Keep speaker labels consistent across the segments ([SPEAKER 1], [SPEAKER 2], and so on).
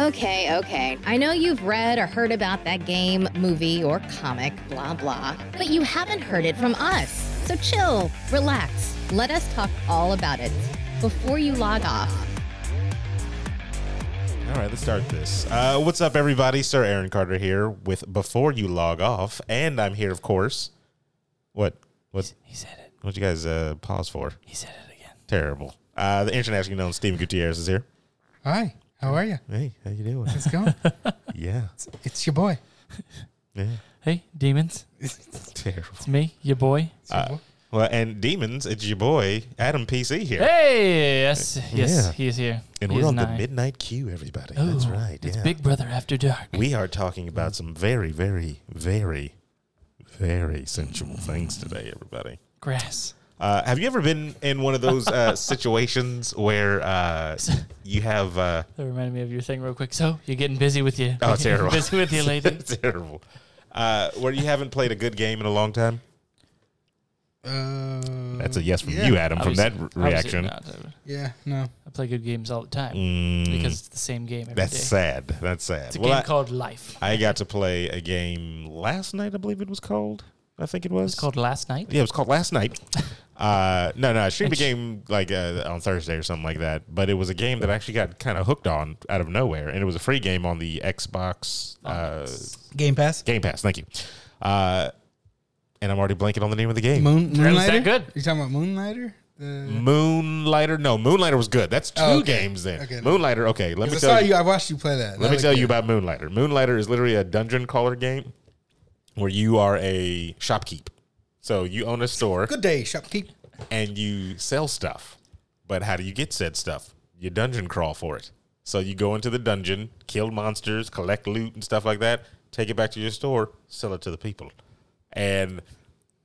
[SPEAKER 1] Okay, okay. I know you've read or heard about that game, movie, or comic, blah, blah, but you haven't heard it from us. So chill, relax, let us talk all about it before you log off.
[SPEAKER 2] All right, let's start this. Uh, what's up, everybody? Sir Aaron Carter here with Before You Log Off, and I'm here, of course. What? What?
[SPEAKER 3] He said it.
[SPEAKER 2] What you guys uh, pause for?
[SPEAKER 3] He said it again.
[SPEAKER 2] Terrible. Uh, the internationally known Steven Gutierrez is here.
[SPEAKER 4] Hi, how are you?
[SPEAKER 2] Hey, how you doing?
[SPEAKER 4] How's it going?
[SPEAKER 2] yeah,
[SPEAKER 4] it's your boy.
[SPEAKER 2] yeah,
[SPEAKER 3] Hey, demons.
[SPEAKER 2] terrible.
[SPEAKER 3] It's me, your boy.
[SPEAKER 4] It's
[SPEAKER 2] Uh,
[SPEAKER 4] your boy.
[SPEAKER 2] Well, and demons, it's your boy Adam PC here,
[SPEAKER 3] Hey, yes, yes,
[SPEAKER 2] yeah.
[SPEAKER 3] he is here.
[SPEAKER 2] and
[SPEAKER 3] He
[SPEAKER 2] we're
[SPEAKER 3] is
[SPEAKER 2] on the
[SPEAKER 3] nigh.
[SPEAKER 2] midnight queue, everybody.
[SPEAKER 3] Ooh,
[SPEAKER 2] That's right.
[SPEAKER 3] It's
[SPEAKER 2] yeah.
[SPEAKER 3] Big Brother After Dark.
[SPEAKER 2] We are talking about some very, very, very, very sensual things today, everybody.
[SPEAKER 3] Grass.
[SPEAKER 2] Uh, have you ever been in one of those uh, situations where uh, you have uh,
[SPEAKER 3] That reminded me of your thing real quick. So you're getting busy with you.
[SPEAKER 2] Oh, terrible.
[SPEAKER 3] busy with you, lady.
[SPEAKER 2] terrible, uh, where you haven't played a good game in a long time?
[SPEAKER 4] Uh,
[SPEAKER 2] That's a yes from
[SPEAKER 4] yeah.
[SPEAKER 2] you, Adam, from
[SPEAKER 3] Obviously-
[SPEAKER 2] that re-
[SPEAKER 3] obviously
[SPEAKER 2] reaction. Mm.
[SPEAKER 3] not.
[SPEAKER 4] Yeah, no.
[SPEAKER 3] I play good games all the time because it's the same game every day.
[SPEAKER 2] That's sad. That's sad.
[SPEAKER 3] It's a
[SPEAKER 2] Well,
[SPEAKER 3] game
[SPEAKER 2] I,
[SPEAKER 3] called Life.
[SPEAKER 2] I got to play a game last night. I believe it was called. I think it was
[SPEAKER 3] It's called Last Night.
[SPEAKER 2] Yeah, it was called last night. Uh, no, no, I streamed a
[SPEAKER 3] Thanks.
[SPEAKER 2] game like uh, on Thursday or something like that. But it was a game that I actually got kind of hooked on out of nowhere, and it was a free game on the Xbox
[SPEAKER 4] Oh,
[SPEAKER 2] uh,
[SPEAKER 4] Game Pass.
[SPEAKER 2] Game Pass. Thank you. Uh, and I'm already blanking on the name of the game.
[SPEAKER 4] Moon Moonlighter.
[SPEAKER 3] was that good?
[SPEAKER 4] You talking about Moonlighter?
[SPEAKER 2] Mm,
[SPEAKER 4] The,
[SPEAKER 2] Moonlighter. No, Moonlighter was good. That's two
[SPEAKER 4] Oh, okay.
[SPEAKER 2] games then.
[SPEAKER 4] Okay.
[SPEAKER 2] Moonlighter. Okay, let
[SPEAKER 4] 'cause
[SPEAKER 2] me
[SPEAKER 4] I saw
[SPEAKER 2] tell you.
[SPEAKER 4] you. I watched you play that.
[SPEAKER 2] Let me tell you about Moonlighter. Moonlighter is literally a dungeon crawler game where you are a shopkeep. So you own a store.
[SPEAKER 4] Good day, shopkeep.
[SPEAKER 2] and you sell stuff. But how do you get said stuff? You dungeon crawl for it. So you go into the dungeon, kill monsters, collect loot and stuff like that, take it back to your store, sell it to the people. And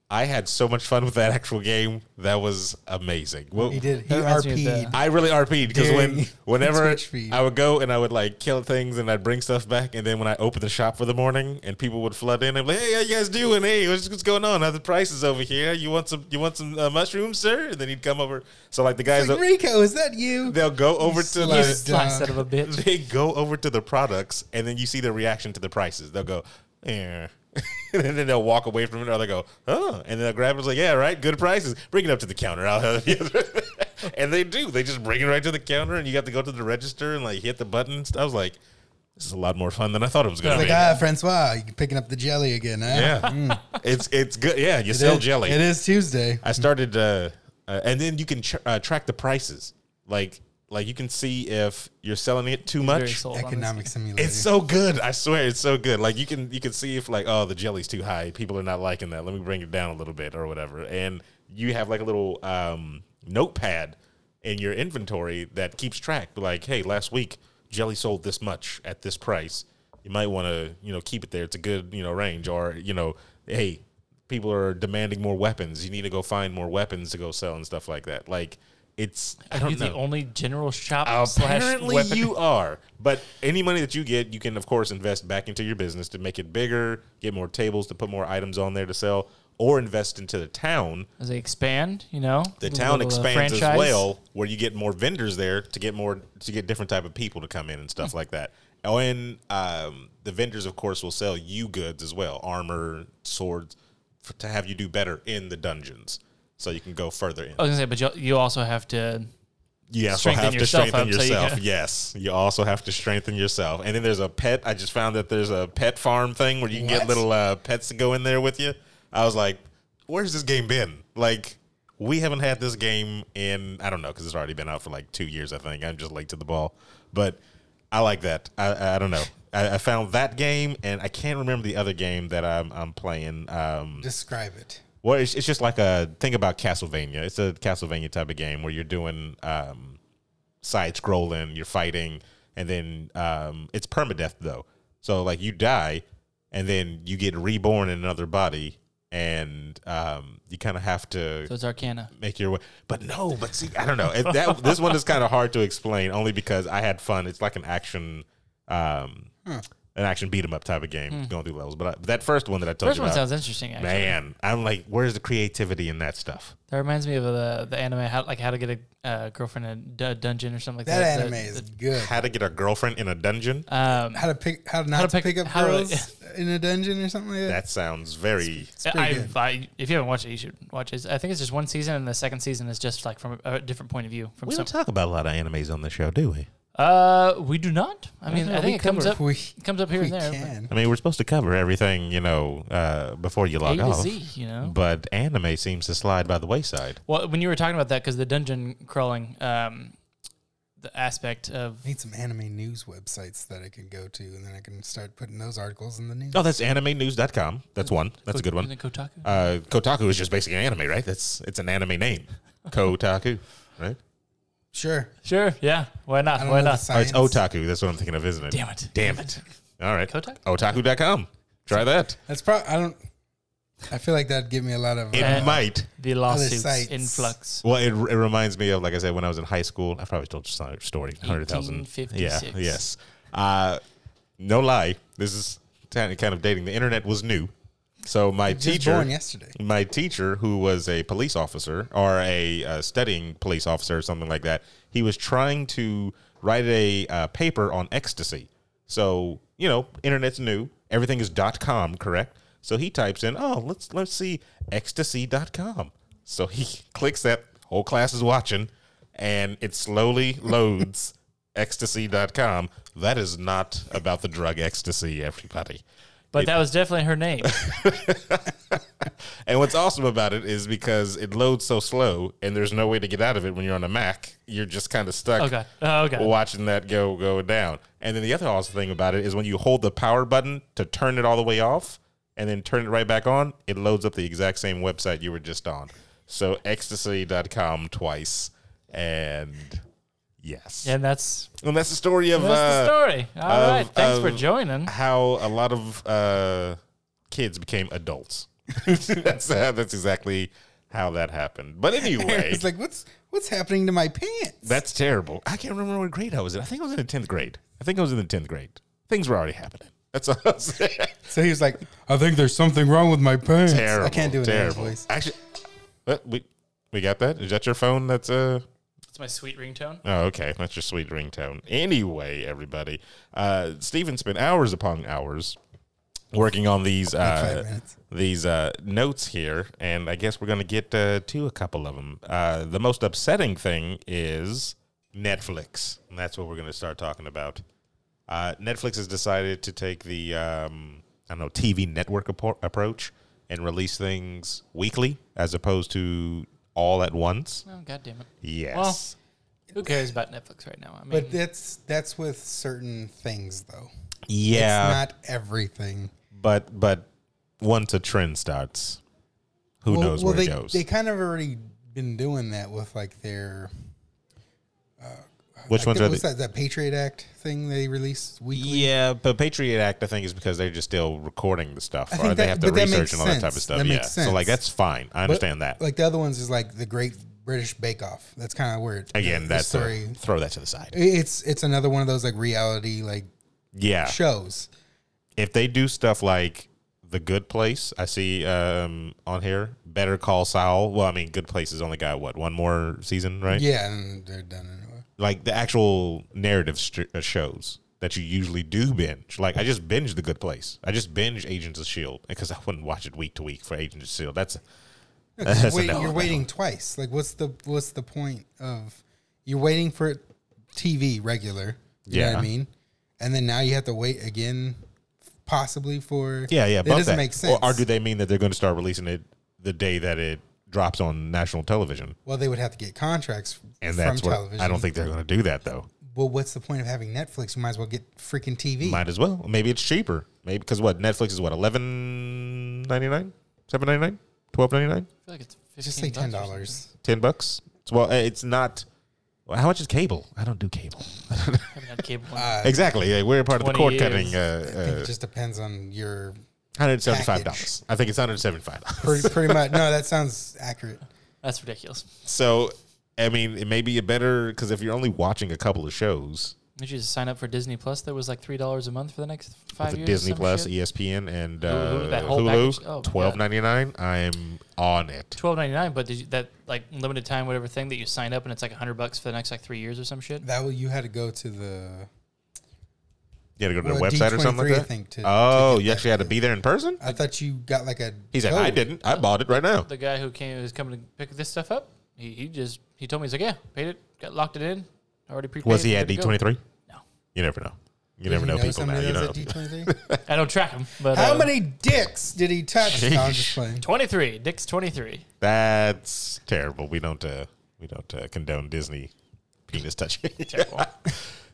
[SPEAKER 2] I had so much fun with that actual game. That was amazing. Well,
[SPEAKER 4] He did. He
[SPEAKER 3] That reminds me of
[SPEAKER 4] RP'd.
[SPEAKER 3] the-
[SPEAKER 2] I really RP'd because when
[SPEAKER 4] Dang.
[SPEAKER 2] whenever
[SPEAKER 4] Twitch feed.
[SPEAKER 2] I would go and I would like kill things and I'd bring stuff back and then when I opened the shop for the morning and people would flood in, I'm like, hey, how you guys doing? Hey, what's, what's going on? How the prices over here? You want some? You want some uh, mushrooms, sir? And then he'd come over. So like the guys,
[SPEAKER 4] Like, Rico, is that you?
[SPEAKER 2] they'll go over to
[SPEAKER 4] sly
[SPEAKER 3] You
[SPEAKER 4] Uh,
[SPEAKER 2] the
[SPEAKER 3] sly
[SPEAKER 4] uh,
[SPEAKER 3] son of a bitch.
[SPEAKER 2] they go over to the products and then you see their reaction to the prices. They'll go, yeah. and then they'll walk away from it, or they'll go, oh, and then they'll grab it. It's like, yeah, right, good prices. Bring it up to the counter. I'll have it. and they do. They just bring it right to the counter, and you got to go to the register and like hit the button. I was like, this is a lot more fun than I thought it was going to
[SPEAKER 4] like
[SPEAKER 2] be.
[SPEAKER 4] ah, Francois, you picking up the jelly again? Huh?
[SPEAKER 2] yeah, it's it's good. Yeah, you sell
[SPEAKER 4] It-
[SPEAKER 2] jelly.
[SPEAKER 4] It is Tuesday.
[SPEAKER 2] I started, uh, uh, and then you can tr uh, track the prices. Like like you can see if you're selling it too
[SPEAKER 3] Very
[SPEAKER 2] much.
[SPEAKER 3] sold on this
[SPEAKER 4] Economic simulator.
[SPEAKER 2] It's so good. I swear, it's so good. Like you can you can see if like oh the jelly's too high, people are not liking that. Let me bring it down a little bit or whatever. And you have like a little um, notepad in your inventory that keeps track. Like hey, last week jelly sold this much at this price. You might want to you know keep it there. It's a good you know range. Or you know hey, people are demanding more weapons. You need to go find more weapons to go sell and stuff like that. Like it's I
[SPEAKER 3] Are
[SPEAKER 2] don't
[SPEAKER 3] you
[SPEAKER 2] know.
[SPEAKER 3] the only general shop slash
[SPEAKER 2] Apparently,
[SPEAKER 3] weapon?
[SPEAKER 2] you are. But any money that you get, you can, of course, invest back into your business to make it bigger, get more tables to put more items on there to sell, or invest into the town.
[SPEAKER 3] As they expand, you know,
[SPEAKER 2] The
[SPEAKER 3] little,
[SPEAKER 2] town
[SPEAKER 3] uh,
[SPEAKER 2] expands as
[SPEAKER 3] franchise.
[SPEAKER 2] well, where you get more vendors there to get more to get different type of people to come in and
[SPEAKER 3] Hmm.
[SPEAKER 2] stuff like that. Oh, and um, the vendors, of course, will sell you goods as well, armor, swords, for, to have you do better in the dungeons, so you can go further in.
[SPEAKER 3] I was gonna say, but you, you also have to.
[SPEAKER 2] You also
[SPEAKER 3] strengthen
[SPEAKER 2] have to
[SPEAKER 3] yourself
[SPEAKER 2] strengthen
[SPEAKER 3] up so you
[SPEAKER 2] yourself.
[SPEAKER 3] can-
[SPEAKER 2] yes, you also have to strengthen yourself. And then there's a pet. I just found that there's a pet farm thing where you can get
[SPEAKER 4] What?
[SPEAKER 2] little uh, pets to go in there with you. I was like, where's this game been? Like, we haven't had this game in I don't know because it's already been out for like two years. I think I'm just late to the ball, but I like that. I, I don't know. I, I found that game, and I can't remember the other game that I'm, I'm playing. Um,
[SPEAKER 4] Describe it.
[SPEAKER 2] well, it's, it's just like a thing about Castlevania. It's a Castlevania type of game where you're doing um, side scrolling, you're fighting, and then um, it's permadeath though. So like you die, and then you get reborn in another body, and um, you kind of have to
[SPEAKER 3] So it's Arcana.
[SPEAKER 2] make your way. But no, but see, I don't know. It, that this one is kind of hard to explain, only because I had fun. It's like an action. Um, an action beat 'em up type of game, going through levels. But I, that first one that I told
[SPEAKER 3] Hmm. First
[SPEAKER 2] you
[SPEAKER 3] one
[SPEAKER 2] about,
[SPEAKER 3] sounds interesting. Actually,
[SPEAKER 2] man, I'm like, where's the creativity in that stuff?
[SPEAKER 3] that reminds me of uh, the the anime, how, like how to get a uh, girlfriend in a d- dungeon or something like that.
[SPEAKER 4] That anime
[SPEAKER 3] The-
[SPEAKER 4] is
[SPEAKER 3] the-
[SPEAKER 4] good.
[SPEAKER 2] How to get a girlfriend in a dungeon?
[SPEAKER 3] Um,
[SPEAKER 4] How to pick? How not
[SPEAKER 3] to
[SPEAKER 4] to
[SPEAKER 3] pick-
[SPEAKER 4] pick, up
[SPEAKER 3] how to-
[SPEAKER 4] girls in a dungeon or something like that?
[SPEAKER 2] That sounds very.
[SPEAKER 4] pretty
[SPEAKER 3] I, I, if you haven't watched it, you should watch it. I think it's just one season, and the second season is just like from a, a different point of view. From
[SPEAKER 2] We
[SPEAKER 3] some,
[SPEAKER 2] don't talk about a lot of animes on the show, do we?
[SPEAKER 3] uh, we do not. I mean, I think it comes up,
[SPEAKER 4] we,
[SPEAKER 3] it comes up here
[SPEAKER 4] we
[SPEAKER 3] and there. but
[SPEAKER 4] can.
[SPEAKER 2] I mean, we're supposed to cover everything, you know, uh, before you
[SPEAKER 3] A
[SPEAKER 2] log
[SPEAKER 3] to
[SPEAKER 2] off.
[SPEAKER 3] Z, Oh. you know.
[SPEAKER 2] But anime seems to slide by the wayside.
[SPEAKER 3] Well, when you were talking about that, because the dungeon crawling, um, the aspect of
[SPEAKER 4] I need some anime news websites that I can go to, and then I can start putting those articles in the news.
[SPEAKER 2] Oh, that's animenews.com. That's one. That's a good
[SPEAKER 3] Isn't
[SPEAKER 2] one.
[SPEAKER 3] it Kotaku.
[SPEAKER 2] Uh, Kotaku is just basically an anime, right? That's it's an anime name. Kotaku, right?
[SPEAKER 4] Sure.
[SPEAKER 3] Sure, yeah. Why
[SPEAKER 4] I
[SPEAKER 3] not?
[SPEAKER 4] don't
[SPEAKER 3] Why not?
[SPEAKER 4] know the
[SPEAKER 2] Or Oh, it's
[SPEAKER 4] science.
[SPEAKER 2] otaku. That's what I'm thinking of, isn't it?
[SPEAKER 3] Damn it.
[SPEAKER 2] Damn it. All right.
[SPEAKER 3] Kotaku?
[SPEAKER 2] Otaku.com. Try that.
[SPEAKER 4] That's probably. I don't. I feel like that'd give me a lot of.
[SPEAKER 2] It
[SPEAKER 4] Uh,
[SPEAKER 2] might.
[SPEAKER 3] The lawsuits
[SPEAKER 4] sites.
[SPEAKER 3] in flux.
[SPEAKER 2] Well, it, it reminds me of, like I said, when I was in high school. I probably told you this story. 100,000. Yeah.
[SPEAKER 3] 1856.
[SPEAKER 2] Yes. Uh, no lie. This is kind of dating. The internet was new. So my
[SPEAKER 4] just
[SPEAKER 2] teacher.
[SPEAKER 4] born yesterday.
[SPEAKER 2] my teacher, who was a police officer or a uh, studying police officer or something like that, he was trying to write a uh, paper on ecstasy. So you know, internet's new. Everything is dot com, correct? So he types in, oh, let's let's see ecstasy.com. So he clicks that. Whole class is watching, and it slowly loads ecstasy.com. That is not about the drug ecstasy, everybody.
[SPEAKER 3] But that was definitely her name.
[SPEAKER 2] And what's awesome about it is because it loads so slow and there's no way to get out of it when you're on a Mac. You're just kind of stuck
[SPEAKER 3] Oh, God. Oh, God.
[SPEAKER 2] watching that go go down. And then the other awesome thing about it is when you hold the power button to turn it all the way off and then turn it right back on, it loads up the exact same website you were just on. So ecstasy.com twice. And yes.
[SPEAKER 3] and that's,
[SPEAKER 2] And that's the story of
[SPEAKER 3] that's the
[SPEAKER 2] uh,
[SPEAKER 3] story. All right.
[SPEAKER 2] of-
[SPEAKER 3] Thanks for
[SPEAKER 2] of-
[SPEAKER 3] joining.
[SPEAKER 2] how a lot of uh, kids became adults. that's uh, that's exactly how that happened. But anyway,
[SPEAKER 4] it's like what's what's happening to my pants?
[SPEAKER 2] that's terrible. I can't remember what grade I was in. I think I was in the tenth grade. I think I was in the tenth grade. Things were already happening. That's all I'm saying.
[SPEAKER 4] so he was like, I think there's something wrong with my pants.
[SPEAKER 2] terrible.
[SPEAKER 4] I can't do it.
[SPEAKER 2] Terrible.
[SPEAKER 4] Voice.
[SPEAKER 2] Actually, what, we we got that. Is that your phone? That's uh.
[SPEAKER 3] It's my sweet ringtone.
[SPEAKER 2] Oh, okay. That's your sweet ringtone. Anyway, everybody, uh, Steven spent hours upon hours working on these
[SPEAKER 4] five
[SPEAKER 2] uh,
[SPEAKER 4] minutes.
[SPEAKER 2] these uh, notes here, and I guess we're going to get uh, to a couple of them. Uh, the most upsetting thing is Netflix, and that's what we're going to start talking about. Uh, Netflix has decided to take the um, I don't know TV network appro- approach and release things weekly as opposed to all at once.
[SPEAKER 3] Oh, God damn it.
[SPEAKER 2] Yes.
[SPEAKER 3] Who cares about Netflix right now? I mean,
[SPEAKER 4] But that's that's with certain things though.
[SPEAKER 2] yeah.
[SPEAKER 4] It's not everything.
[SPEAKER 2] But but once a trend starts, who
[SPEAKER 4] well,
[SPEAKER 2] knows
[SPEAKER 4] well,
[SPEAKER 2] where
[SPEAKER 4] they,
[SPEAKER 2] it goes?
[SPEAKER 4] They kind of already been doing that with like their
[SPEAKER 2] Which
[SPEAKER 4] like
[SPEAKER 2] ones
[SPEAKER 4] the-
[SPEAKER 2] are
[SPEAKER 4] what's
[SPEAKER 2] the?
[SPEAKER 4] that that Patriot Act thing they released weekly.
[SPEAKER 2] Yeah, but Patriot Act, I think, is because they're just still recording the stuff,
[SPEAKER 4] I
[SPEAKER 2] or
[SPEAKER 4] think
[SPEAKER 2] they
[SPEAKER 4] that-
[SPEAKER 2] have to
[SPEAKER 4] but that
[SPEAKER 2] research
[SPEAKER 4] makes
[SPEAKER 2] and all that type of
[SPEAKER 4] sense.
[SPEAKER 2] stuff.
[SPEAKER 4] That
[SPEAKER 2] yeah,
[SPEAKER 4] makes
[SPEAKER 2] so like
[SPEAKER 4] sense.
[SPEAKER 2] that's fine. I
[SPEAKER 4] But,
[SPEAKER 2] understand that.
[SPEAKER 4] Like the other ones is like the Great British Bake Off. That's kind of weird.
[SPEAKER 2] Again,
[SPEAKER 4] The
[SPEAKER 2] that's
[SPEAKER 4] story.
[SPEAKER 2] a, throw that to the side.
[SPEAKER 4] It's it's another one of those like reality like
[SPEAKER 2] Yeah,
[SPEAKER 4] shows.
[SPEAKER 2] if they do stuff like the Good Place, I see um, on here Better Call Saul. Well, I mean, Good Place has only got what one more season, right?
[SPEAKER 4] Yeah, and they're done anyway.
[SPEAKER 2] like the actual narrative st- uh, shows that you usually do binge. Like I just binge The Good Place. I just binge Agents of Shield because I wouldn't watch it week to week for Agents of Shield. E That's that's a
[SPEAKER 4] Wait,
[SPEAKER 2] no.
[SPEAKER 4] you're waiting twice. Like, what's the what's the point of you're waiting for TV regular? You know
[SPEAKER 2] Yeah.
[SPEAKER 4] what I mean, and then now you have to wait again, possibly for
[SPEAKER 2] yeah, yeah.
[SPEAKER 4] That
[SPEAKER 2] about
[SPEAKER 4] doesn't
[SPEAKER 2] that.
[SPEAKER 4] make sense.
[SPEAKER 2] Or, or do they mean that they're going to start releasing it the day that it drops on national television?
[SPEAKER 4] well, they would have to get contracts
[SPEAKER 2] And
[SPEAKER 4] from
[SPEAKER 2] that's what
[SPEAKER 4] television.
[SPEAKER 2] I don't think they're going to do that though.
[SPEAKER 4] Well, what's the point of having Netflix? You might as well get freaking TV.
[SPEAKER 2] Might as well. Maybe it's cheaper. Maybe because what Netflix is what eleven ninety nine, seven ninety nine, twelve ninety nine.
[SPEAKER 3] I feel like it's 15
[SPEAKER 4] Just say ten
[SPEAKER 3] bucks or something.
[SPEAKER 4] dollars.
[SPEAKER 2] 10 bucks. It's, well, uh, it's not. well, How much is cable? I don't do cable.
[SPEAKER 3] I haven't had cable.
[SPEAKER 4] Uh,
[SPEAKER 2] exactly. yeah, we're part of the
[SPEAKER 3] 20
[SPEAKER 2] cord
[SPEAKER 3] years.
[SPEAKER 2] cutting.
[SPEAKER 4] I think
[SPEAKER 2] Uh,
[SPEAKER 4] it just depends on your
[SPEAKER 2] uh, $175.
[SPEAKER 4] package.
[SPEAKER 2] I think it's $175.
[SPEAKER 4] pretty, pretty much. No, that sounds accurate.
[SPEAKER 3] That's ridiculous.
[SPEAKER 2] so, I mean, it may be a better. Because if you're only watching a couple of shows,
[SPEAKER 3] Did you just sign up for Disney Plus? That was like three dollars a month for the next five
[SPEAKER 2] The
[SPEAKER 3] years. or
[SPEAKER 2] Disney
[SPEAKER 3] some
[SPEAKER 2] Plus, E
[SPEAKER 3] shit?
[SPEAKER 2] ESPN, and
[SPEAKER 3] Hulu,
[SPEAKER 2] uh,
[SPEAKER 3] that whole
[SPEAKER 2] Hulu,
[SPEAKER 3] package? Oh, my God.
[SPEAKER 2] twelve ninety nine. I'm on it.
[SPEAKER 3] twelve ninety nine. But did you, that like limited time, whatever thing that you signed up, and it's like hundred bucks for the next like three years or some shit.
[SPEAKER 4] That way you had to go to the
[SPEAKER 2] You had to go to
[SPEAKER 4] Well,
[SPEAKER 2] the website or something
[SPEAKER 4] D23, I
[SPEAKER 2] like that.
[SPEAKER 4] think, to- to
[SPEAKER 2] oh,
[SPEAKER 4] get
[SPEAKER 2] you actually had to be there in person.
[SPEAKER 4] I thought you got like a
[SPEAKER 2] He said,
[SPEAKER 4] code.
[SPEAKER 2] "I didn't. I bought it right now."
[SPEAKER 3] The guy who came who's coming to pick this stuff up, he, he just he told me he's like, yeah, paid it, got locked it in, already prepaid.
[SPEAKER 2] Was he
[SPEAKER 3] good
[SPEAKER 2] at
[SPEAKER 3] to
[SPEAKER 2] D
[SPEAKER 3] go."
[SPEAKER 2] twenty three?
[SPEAKER 3] No.
[SPEAKER 2] You never know. You
[SPEAKER 4] Did
[SPEAKER 2] never
[SPEAKER 4] you
[SPEAKER 2] know people now.
[SPEAKER 4] somebody
[SPEAKER 2] You
[SPEAKER 4] that
[SPEAKER 2] don't
[SPEAKER 4] was
[SPEAKER 2] know.
[SPEAKER 4] at D23?
[SPEAKER 3] I don't track him. But
[SPEAKER 4] How
[SPEAKER 3] uh,
[SPEAKER 4] many dicks did he touch? No, I'm just playing.
[SPEAKER 3] Twenty three. Dick's twenty three.
[SPEAKER 2] That's terrible. We don't uh, we don't uh, condone Disney penis touching.
[SPEAKER 3] Terrible.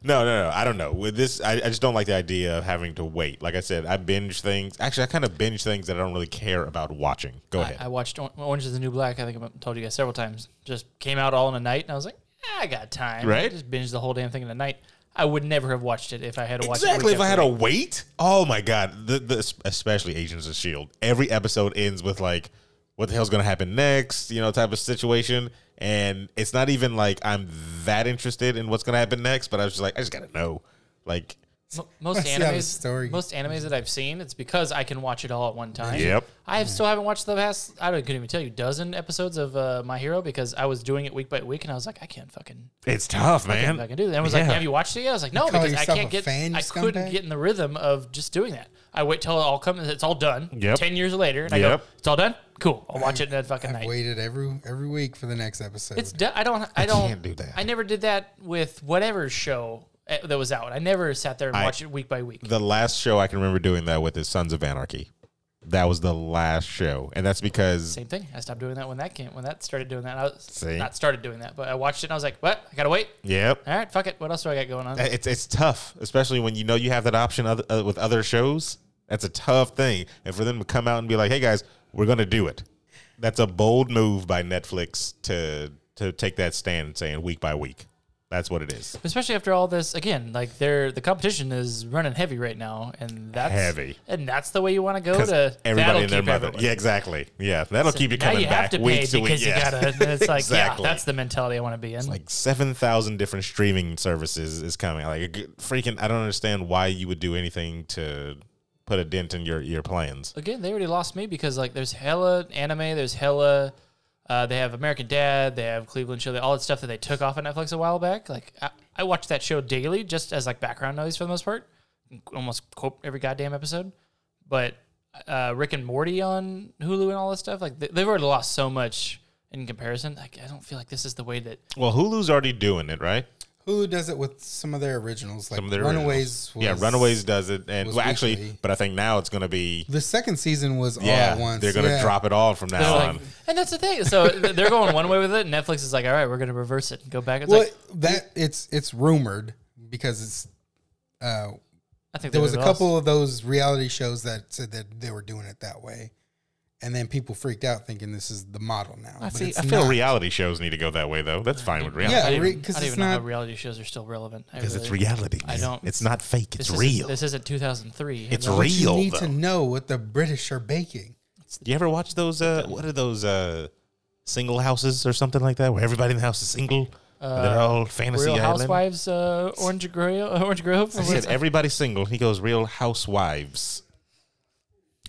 [SPEAKER 2] no, no, no. I don't know. With this, I, I just don't like the idea of having to wait. Like I said, I binge things. Actually, I kind of binge things that I don't really care about watching. Go
[SPEAKER 3] I,
[SPEAKER 2] ahead.
[SPEAKER 3] I watched Or- Orange Is the New Black. I think I told you guys several times. Just came out all in a night, and I was like, "Ah, I got time.
[SPEAKER 2] Right.
[SPEAKER 3] Just binged the whole damn thing in a night. I would never have watched it if I had to watch
[SPEAKER 2] Exactly.
[SPEAKER 3] it.
[SPEAKER 2] If I had to wait, oh my god, the, the, especially Agents of Shield. E Every episode ends with like, what the hell's going to happen next? You know, type of situation, and it's not even like I'm that interested in what's going to happen next. But I was just like, I just gotta know. Like,
[SPEAKER 3] M- most
[SPEAKER 4] see how the
[SPEAKER 3] animes,
[SPEAKER 4] story-
[SPEAKER 3] most animes that I've seen, it's because I can watch it all at one time.
[SPEAKER 2] Yep.
[SPEAKER 3] I have still haven't watched the past. I don't, couldn't even tell you dozen episodes of uh, My Hero because I was doing it week by week, and I was like, I can't fucking,
[SPEAKER 2] it's tough, man.
[SPEAKER 3] I can do that. And I was like,
[SPEAKER 2] Yeah.
[SPEAKER 3] Have you watched it yet? I was like, No,
[SPEAKER 4] call
[SPEAKER 3] because I
[SPEAKER 4] yourself
[SPEAKER 3] can't
[SPEAKER 4] a
[SPEAKER 3] get,
[SPEAKER 4] fan, you
[SPEAKER 3] I couldn't
[SPEAKER 4] scumbag?
[SPEAKER 3] get in the rhythm of just doing that. I wait till it all comes, it's all done.
[SPEAKER 2] Yep.
[SPEAKER 3] Ten years later, and I go,
[SPEAKER 2] Yep.
[SPEAKER 3] It's all done. Cool. I'll watch it in that fucking
[SPEAKER 4] I've
[SPEAKER 3] night.
[SPEAKER 4] waited every every week for the next episode.
[SPEAKER 3] It's de- I don't I don't
[SPEAKER 2] can't do that.
[SPEAKER 3] I never did that with whatever show eh, that was out. I never sat there and watched it week by week.
[SPEAKER 2] the last show I can remember doing that with is Sons of Anarchy. That was the last show, and that's because
[SPEAKER 3] Same thing. I stopped doing that when that came when that started doing that. I was
[SPEAKER 2] See?
[SPEAKER 3] not started doing that, but I watched it and I was like, "What? I gotta wait."
[SPEAKER 2] yep,
[SPEAKER 3] All right, fuck it. What else do I got going on?
[SPEAKER 2] it's it's tough, especially when you know you have that option other, uh, with other shows. That's a tough thing, and for them to come out and be like, "Hey guys, we're gonna do it," that's a bold move by Netflix to to take that stand, saying week by week, that's what it is.
[SPEAKER 3] Especially after all this, again, like they're the competition is running heavy right now, and that's
[SPEAKER 2] Heavy.
[SPEAKER 3] and that's the way you want to go
[SPEAKER 2] Because
[SPEAKER 3] to.
[SPEAKER 2] everybody
[SPEAKER 3] that'll
[SPEAKER 2] and their
[SPEAKER 3] keep
[SPEAKER 2] mother,
[SPEAKER 3] everyone.
[SPEAKER 2] yeah, exactly, yeah, that'll keep you
[SPEAKER 3] now
[SPEAKER 2] coming
[SPEAKER 3] you have
[SPEAKER 2] back
[SPEAKER 3] to pay
[SPEAKER 2] week to week.
[SPEAKER 3] because you
[SPEAKER 2] yeah.
[SPEAKER 3] gotta. and It's like
[SPEAKER 2] Exactly.
[SPEAKER 3] yeah, that's the mentality I want to be in.
[SPEAKER 2] like 7,000 different streaming services is coming. Like, g- freaking, I don't understand why you would do anything to put a dent in your, your plans.
[SPEAKER 3] again, they already lost me because like there's hella anime, there's hella. Uh, they have American Dad, they have Cleveland Show, they, all that stuff that they took off of Netflix a while back. Like I, I watch that show daily, just as like background noise for the most part, almost quote every goddamn episode. But uh, Rick and Morty on Hulu and all this stuff, like they, they've already lost so much in comparison. Like I don't feel like this is the way that
[SPEAKER 2] Well, Hulu's already doing it, right?
[SPEAKER 4] Hulu does it with some of their originals, like
[SPEAKER 2] Some of their
[SPEAKER 4] Runaways.
[SPEAKER 2] originals.
[SPEAKER 4] was-
[SPEAKER 2] yeah, Runaways does it. And
[SPEAKER 4] was
[SPEAKER 2] well, actually,
[SPEAKER 4] weekly.
[SPEAKER 2] but I think now it's going to be,
[SPEAKER 4] The second season was all
[SPEAKER 2] yeah,
[SPEAKER 4] at once.
[SPEAKER 2] they're going to
[SPEAKER 4] Yeah.
[SPEAKER 2] drop it all from now
[SPEAKER 3] They're
[SPEAKER 2] on.
[SPEAKER 3] like- and that's the thing. So th- they're going one way with it. and Netflix is like, all right, we're going to reverse it, go back. It's
[SPEAKER 4] Well,
[SPEAKER 3] like
[SPEAKER 4] that it's it's rumored because it's uh,
[SPEAKER 3] I think
[SPEAKER 4] there
[SPEAKER 3] they
[SPEAKER 4] was a
[SPEAKER 3] lost.
[SPEAKER 4] couple of those reality shows that said that they were doing it that way, and then people freaked out thinking this is the model now.
[SPEAKER 3] I
[SPEAKER 4] but
[SPEAKER 3] see.
[SPEAKER 4] it's
[SPEAKER 2] I feel
[SPEAKER 4] not.
[SPEAKER 2] reality shows need to go that way, though. That's fine with reality.
[SPEAKER 4] Yeah,
[SPEAKER 3] I don't
[SPEAKER 4] re-
[SPEAKER 3] even,
[SPEAKER 4] 'cause
[SPEAKER 3] I don't
[SPEAKER 4] it's
[SPEAKER 3] even know how
[SPEAKER 4] not-
[SPEAKER 3] reality shows are still relevant. I
[SPEAKER 2] Because it's
[SPEAKER 3] really-
[SPEAKER 2] reality.
[SPEAKER 3] I don't-
[SPEAKER 2] It's not fake. It's
[SPEAKER 3] this isn't-
[SPEAKER 2] real.
[SPEAKER 3] This isn't 2003.
[SPEAKER 2] It's
[SPEAKER 3] I don't-
[SPEAKER 2] real.
[SPEAKER 4] You need
[SPEAKER 2] though.
[SPEAKER 4] to know what the British are baking.
[SPEAKER 2] Do you ever watch those? Uh, what are those? Uh, single houses or something like that, where everybody in the house is single. and they're all fantasy
[SPEAKER 3] Uh, Real
[SPEAKER 2] island.
[SPEAKER 3] Housewives, uh, Orange Grove. Orange Grove.
[SPEAKER 2] He said everybody's single. He goes Real Housewives.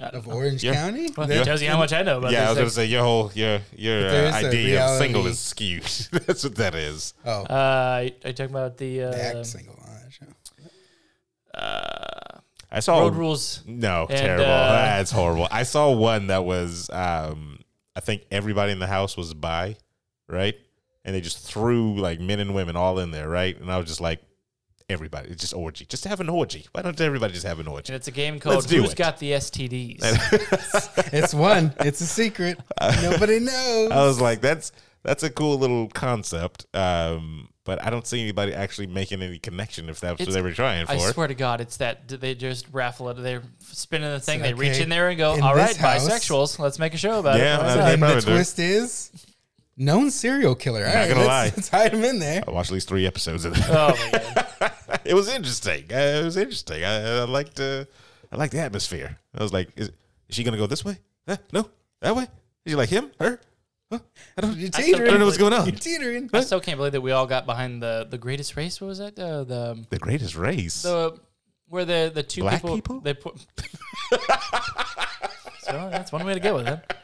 [SPEAKER 4] of Orange
[SPEAKER 2] Yeah.
[SPEAKER 4] County.
[SPEAKER 3] Uh, Well,
[SPEAKER 4] There-
[SPEAKER 3] that tells you how much I know about
[SPEAKER 2] yeah, I was
[SPEAKER 3] this.
[SPEAKER 2] gonna say your whole your your
[SPEAKER 4] there
[SPEAKER 2] uh,
[SPEAKER 4] is a
[SPEAKER 2] idea of single
[SPEAKER 4] reality-
[SPEAKER 2] is skewed. That's what that is.
[SPEAKER 4] oh,
[SPEAKER 3] uh, are you talking about the
[SPEAKER 4] they
[SPEAKER 3] uh,
[SPEAKER 4] act single on that show.
[SPEAKER 2] I saw
[SPEAKER 3] road rules?
[SPEAKER 2] No,
[SPEAKER 3] And,
[SPEAKER 2] terrible.
[SPEAKER 3] uh,
[SPEAKER 2] That's horrible. I saw one that was um I think everybody in the house was bi, right? And they just threw like men and women all in there, right? And I was just like, everybody, it's just orgy. Just have an orgy. Why don't everybody just have an orgy?
[SPEAKER 3] And it's a game called
[SPEAKER 2] do
[SPEAKER 3] Who's
[SPEAKER 2] it.
[SPEAKER 3] Got the STDs?
[SPEAKER 4] It's one. It's a secret. Nobody knows.
[SPEAKER 2] I was like, that's that's a cool little concept. Um, but I don't see anybody actually making any connection if that's what
[SPEAKER 3] It's-
[SPEAKER 2] they were trying for.
[SPEAKER 3] I swear to God, it's that d- they just raffle it. They're spinning the thing.
[SPEAKER 4] like,
[SPEAKER 3] They reach
[SPEAKER 4] okay,
[SPEAKER 3] in there and go,
[SPEAKER 4] in
[SPEAKER 3] "All right,
[SPEAKER 4] this house-
[SPEAKER 3] bisexuals, let's make a show about
[SPEAKER 2] Yeah,
[SPEAKER 3] it." Why
[SPEAKER 2] that's
[SPEAKER 3] not?
[SPEAKER 2] they
[SPEAKER 4] and the
[SPEAKER 2] probably do.
[SPEAKER 4] twist is known serial killer. All
[SPEAKER 2] Not
[SPEAKER 4] right,
[SPEAKER 2] gonna
[SPEAKER 4] let's,
[SPEAKER 2] lie.
[SPEAKER 4] let's hide him in there.
[SPEAKER 2] I watched at least three episodes of that.
[SPEAKER 3] Oh my God.
[SPEAKER 2] it was interesting. Uh, it was interesting. I, I liked uh, I liked the atmosphere. I was like, is, is she gonna go this way? Huh? No, that way. Is she like him? Her?
[SPEAKER 4] I don't, you're
[SPEAKER 3] I still
[SPEAKER 4] teetering.
[SPEAKER 3] don't know
[SPEAKER 2] what's going on.
[SPEAKER 4] You're teetering.
[SPEAKER 3] I still can't believe that we all got behind the the greatest race. What was that? Uh, the um,
[SPEAKER 2] The greatest race.
[SPEAKER 3] the where the the two
[SPEAKER 2] Black
[SPEAKER 3] people,
[SPEAKER 2] people?
[SPEAKER 3] they put. so that's one way to go with it.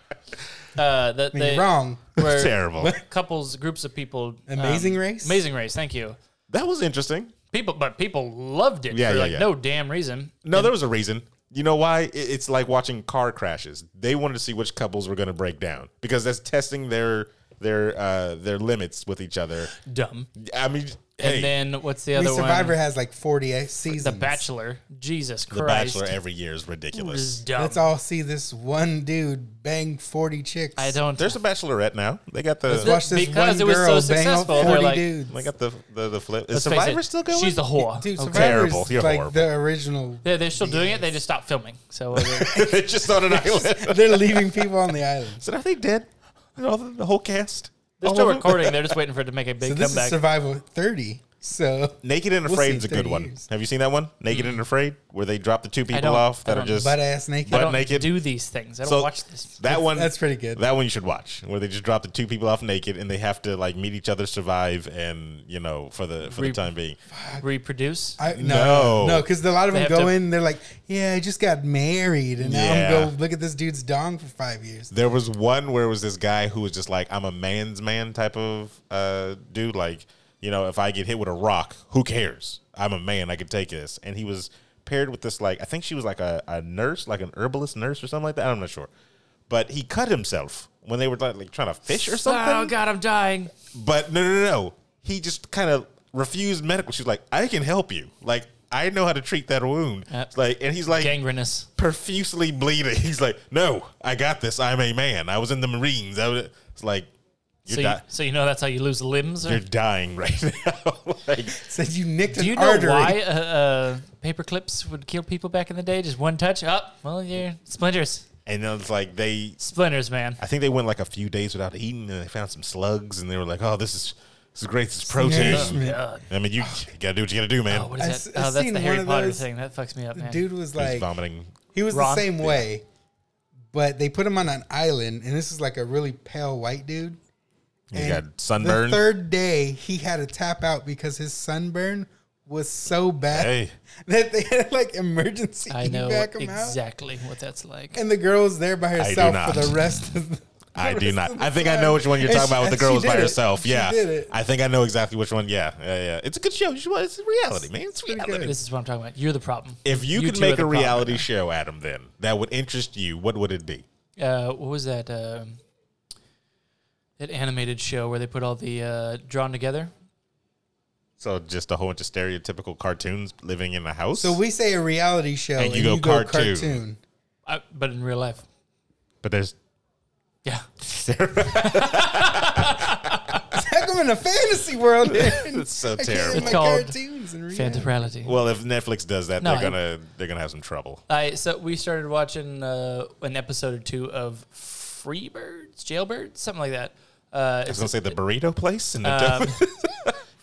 [SPEAKER 3] Uh, the,
[SPEAKER 4] I mean,
[SPEAKER 3] they,
[SPEAKER 4] you're wrong.
[SPEAKER 3] where
[SPEAKER 2] Terrible.
[SPEAKER 3] couples, groups of people. um,
[SPEAKER 4] Amazing Race?
[SPEAKER 3] Amazing race. Thank you.
[SPEAKER 2] that was interesting.
[SPEAKER 3] People, but people loved it
[SPEAKER 2] Yeah,
[SPEAKER 3] for
[SPEAKER 2] yeah,
[SPEAKER 3] like
[SPEAKER 2] yeah.
[SPEAKER 3] no damn reason.
[SPEAKER 2] No, there was a reason. You know why? It- It's like watching car crashes. They wanted to see which couples were going to break down because that's testing their their uh, their limits with each other.
[SPEAKER 3] Dumb.
[SPEAKER 2] I mean,
[SPEAKER 3] And
[SPEAKER 2] hey,
[SPEAKER 3] then what's the
[SPEAKER 4] I
[SPEAKER 3] other
[SPEAKER 4] mean, Survivor
[SPEAKER 3] one?
[SPEAKER 4] has like 48 seasons.
[SPEAKER 3] The Bachelor. Jesus
[SPEAKER 2] The
[SPEAKER 3] Christ.
[SPEAKER 2] Bachelor every year is
[SPEAKER 3] This is
[SPEAKER 2] ridiculous.
[SPEAKER 3] dumb.
[SPEAKER 4] Let's all see this one dude bang 40 chicks.
[SPEAKER 3] I don't.
[SPEAKER 2] There's a Bachelorette now. They got the
[SPEAKER 4] Let's watch this
[SPEAKER 3] Because
[SPEAKER 4] one
[SPEAKER 3] it was so
[SPEAKER 4] girl bang up
[SPEAKER 3] successful, they're
[SPEAKER 4] 40
[SPEAKER 3] like- oh
[SPEAKER 4] dudes.
[SPEAKER 2] they got the the, the flip. Is
[SPEAKER 3] let's face
[SPEAKER 2] Survivor
[SPEAKER 3] it,
[SPEAKER 2] still going?
[SPEAKER 3] She's the whore.
[SPEAKER 4] Dude,
[SPEAKER 3] Okay.
[SPEAKER 4] Survivor's
[SPEAKER 2] Terrible. You're
[SPEAKER 4] like
[SPEAKER 2] horrible.
[SPEAKER 4] the original.
[SPEAKER 3] They're, they're still doing it. They just stopped filming. So uh,
[SPEAKER 2] They're just on an island.
[SPEAKER 4] They're leaving people on the island.
[SPEAKER 2] So are they dead? You know, the, the whole cast.
[SPEAKER 3] they're
[SPEAKER 2] All
[SPEAKER 3] still
[SPEAKER 2] of them?
[SPEAKER 3] recording. They're just waiting for it to make a
[SPEAKER 4] So
[SPEAKER 3] big
[SPEAKER 4] this is
[SPEAKER 3] comeback.
[SPEAKER 4] Survival 30. So,
[SPEAKER 2] Naked and
[SPEAKER 4] We'll
[SPEAKER 2] Afraid
[SPEAKER 4] see
[SPEAKER 2] is a
[SPEAKER 4] in
[SPEAKER 2] good
[SPEAKER 4] 30
[SPEAKER 2] one.
[SPEAKER 4] years.
[SPEAKER 2] Have you seen that one? Naked and Afraid, where they drop the two people
[SPEAKER 3] don't-
[SPEAKER 2] off
[SPEAKER 3] Hmm. I
[SPEAKER 2] that are
[SPEAKER 3] don't know.
[SPEAKER 2] just
[SPEAKER 4] butt ass naked.
[SPEAKER 2] Butt
[SPEAKER 3] I don't
[SPEAKER 2] naked.
[SPEAKER 3] do these things. I don't
[SPEAKER 2] So
[SPEAKER 3] watch this.
[SPEAKER 2] That one
[SPEAKER 4] that's pretty good.
[SPEAKER 2] That one you should watch, where they just drop the two people off naked and they have to like meet each other, survive, and you know for the for
[SPEAKER 3] Re-
[SPEAKER 2] the time being.
[SPEAKER 3] Reproduce.
[SPEAKER 4] I, no,
[SPEAKER 2] No.
[SPEAKER 4] no, because a lot of
[SPEAKER 3] They
[SPEAKER 4] them
[SPEAKER 3] have
[SPEAKER 4] go
[SPEAKER 3] to-
[SPEAKER 4] in. They're like, "Yeah, I just got married, and now
[SPEAKER 2] Yeah.
[SPEAKER 4] I'm go look at this dude's dong for five years."
[SPEAKER 2] There was one where it was this guy who was just like, "I'm a man's man" type of uh, dude. Like, you know, if I get hit with a rock, who cares? I'm a man. I can take this. And he was paired with this like I think she was like a, a nurse, like an herbalist nurse or something like that. I'm not sure, but he cut himself when they were like, like trying to fish or something.
[SPEAKER 3] Oh God, I'm dying.
[SPEAKER 2] But no, no, no, no. He just kind of refused medical. She's like, I can help you. Like, I know how to treat that wound.
[SPEAKER 3] Yep.
[SPEAKER 2] It's Like, and he's like
[SPEAKER 3] Gangrenous.
[SPEAKER 2] profusely bleeding. He's like, No, I got this. I'm a man. I was in the Marines. I was. It's like you're,
[SPEAKER 3] So you,
[SPEAKER 2] di-
[SPEAKER 3] so you know that's how you lose limbs.
[SPEAKER 2] you're
[SPEAKER 3] Or,
[SPEAKER 2] dying right now. like,
[SPEAKER 4] Said you nicked
[SPEAKER 3] do you
[SPEAKER 4] an
[SPEAKER 3] know
[SPEAKER 4] artery.
[SPEAKER 3] why uh, uh, paper clips would kill people back in the day? Just one touch. Up. well, yeah, splinters.
[SPEAKER 2] and then it's like they.
[SPEAKER 3] Splinters, man.
[SPEAKER 2] I think they went like a few days without eating, and they found some slugs, and they were like, "Oh, this is this is great. This is protein."
[SPEAKER 4] nourishment.
[SPEAKER 3] Oh, God.
[SPEAKER 2] I mean, you, you gotta do what you gotta do, man.
[SPEAKER 3] Oh, what is
[SPEAKER 4] I
[SPEAKER 3] that?
[SPEAKER 4] s- I
[SPEAKER 3] oh, that's the
[SPEAKER 4] seen one
[SPEAKER 3] Harry
[SPEAKER 4] of
[SPEAKER 3] Potter
[SPEAKER 4] those-
[SPEAKER 3] thing. That fucks me up, man.
[SPEAKER 4] Dude was
[SPEAKER 2] He was
[SPEAKER 4] like,
[SPEAKER 2] vomiting.
[SPEAKER 4] he was
[SPEAKER 3] Ron?
[SPEAKER 4] the same way, but they put him on an island, and this is like a really pale white dude.
[SPEAKER 2] He got
[SPEAKER 4] And
[SPEAKER 2] sunburned.
[SPEAKER 4] The third day, he had to tap out because his sunburn was so bad
[SPEAKER 2] Hey.
[SPEAKER 4] that they had like emergency
[SPEAKER 3] I know
[SPEAKER 4] back him out.
[SPEAKER 3] exactly what that's like.
[SPEAKER 4] And the girl's there by
[SPEAKER 2] do
[SPEAKER 4] herself
[SPEAKER 2] not.
[SPEAKER 4] for the rest of the.
[SPEAKER 2] I
[SPEAKER 4] the
[SPEAKER 2] do
[SPEAKER 4] rest
[SPEAKER 2] not.
[SPEAKER 4] of the
[SPEAKER 2] I think I
[SPEAKER 4] time.
[SPEAKER 2] know which one you're
[SPEAKER 4] And
[SPEAKER 2] talking
[SPEAKER 4] she-
[SPEAKER 2] about with the
[SPEAKER 4] and
[SPEAKER 2] girls
[SPEAKER 4] she
[SPEAKER 2] by
[SPEAKER 4] did it.
[SPEAKER 2] herself.
[SPEAKER 4] She
[SPEAKER 2] yeah,
[SPEAKER 4] did it.
[SPEAKER 2] I think I know exactly which one. Yeah, yeah, yeah. It's a good show. You should watch- It's reality, man. It's
[SPEAKER 4] pretty
[SPEAKER 2] reality.
[SPEAKER 4] good.
[SPEAKER 3] This is what I'm talking about. You're the problem.
[SPEAKER 2] If you, could
[SPEAKER 3] two are
[SPEAKER 2] make
[SPEAKER 3] the
[SPEAKER 2] a
[SPEAKER 3] problem.
[SPEAKER 2] reality show, Adam, then that would interest you. What would it be?
[SPEAKER 3] uh, what was that? um that animated show where they put all the uh, drawn together.
[SPEAKER 2] So just a whole bunch of stereotypical cartoons living in a house.
[SPEAKER 4] So we say a reality show, and you go, cartoon.
[SPEAKER 3] I, but in real life.
[SPEAKER 2] but there's
[SPEAKER 3] Yeah.
[SPEAKER 4] Heck, I'm in a fantasy world.
[SPEAKER 2] it's so
[SPEAKER 4] I can't
[SPEAKER 2] terrible.
[SPEAKER 4] have my
[SPEAKER 3] called
[SPEAKER 4] cartoons and read.
[SPEAKER 3] Phantom reality.
[SPEAKER 2] Well, if Netflix does that,
[SPEAKER 3] No,
[SPEAKER 2] they're
[SPEAKER 3] I-
[SPEAKER 2] gonna they're gonna have some trouble.
[SPEAKER 3] I so we started watching uh, an episode or two of Freebirds, Jailbirds, something like that. Uh,
[SPEAKER 2] I was
[SPEAKER 3] it's,
[SPEAKER 2] gonna say the burrito place and the
[SPEAKER 3] um,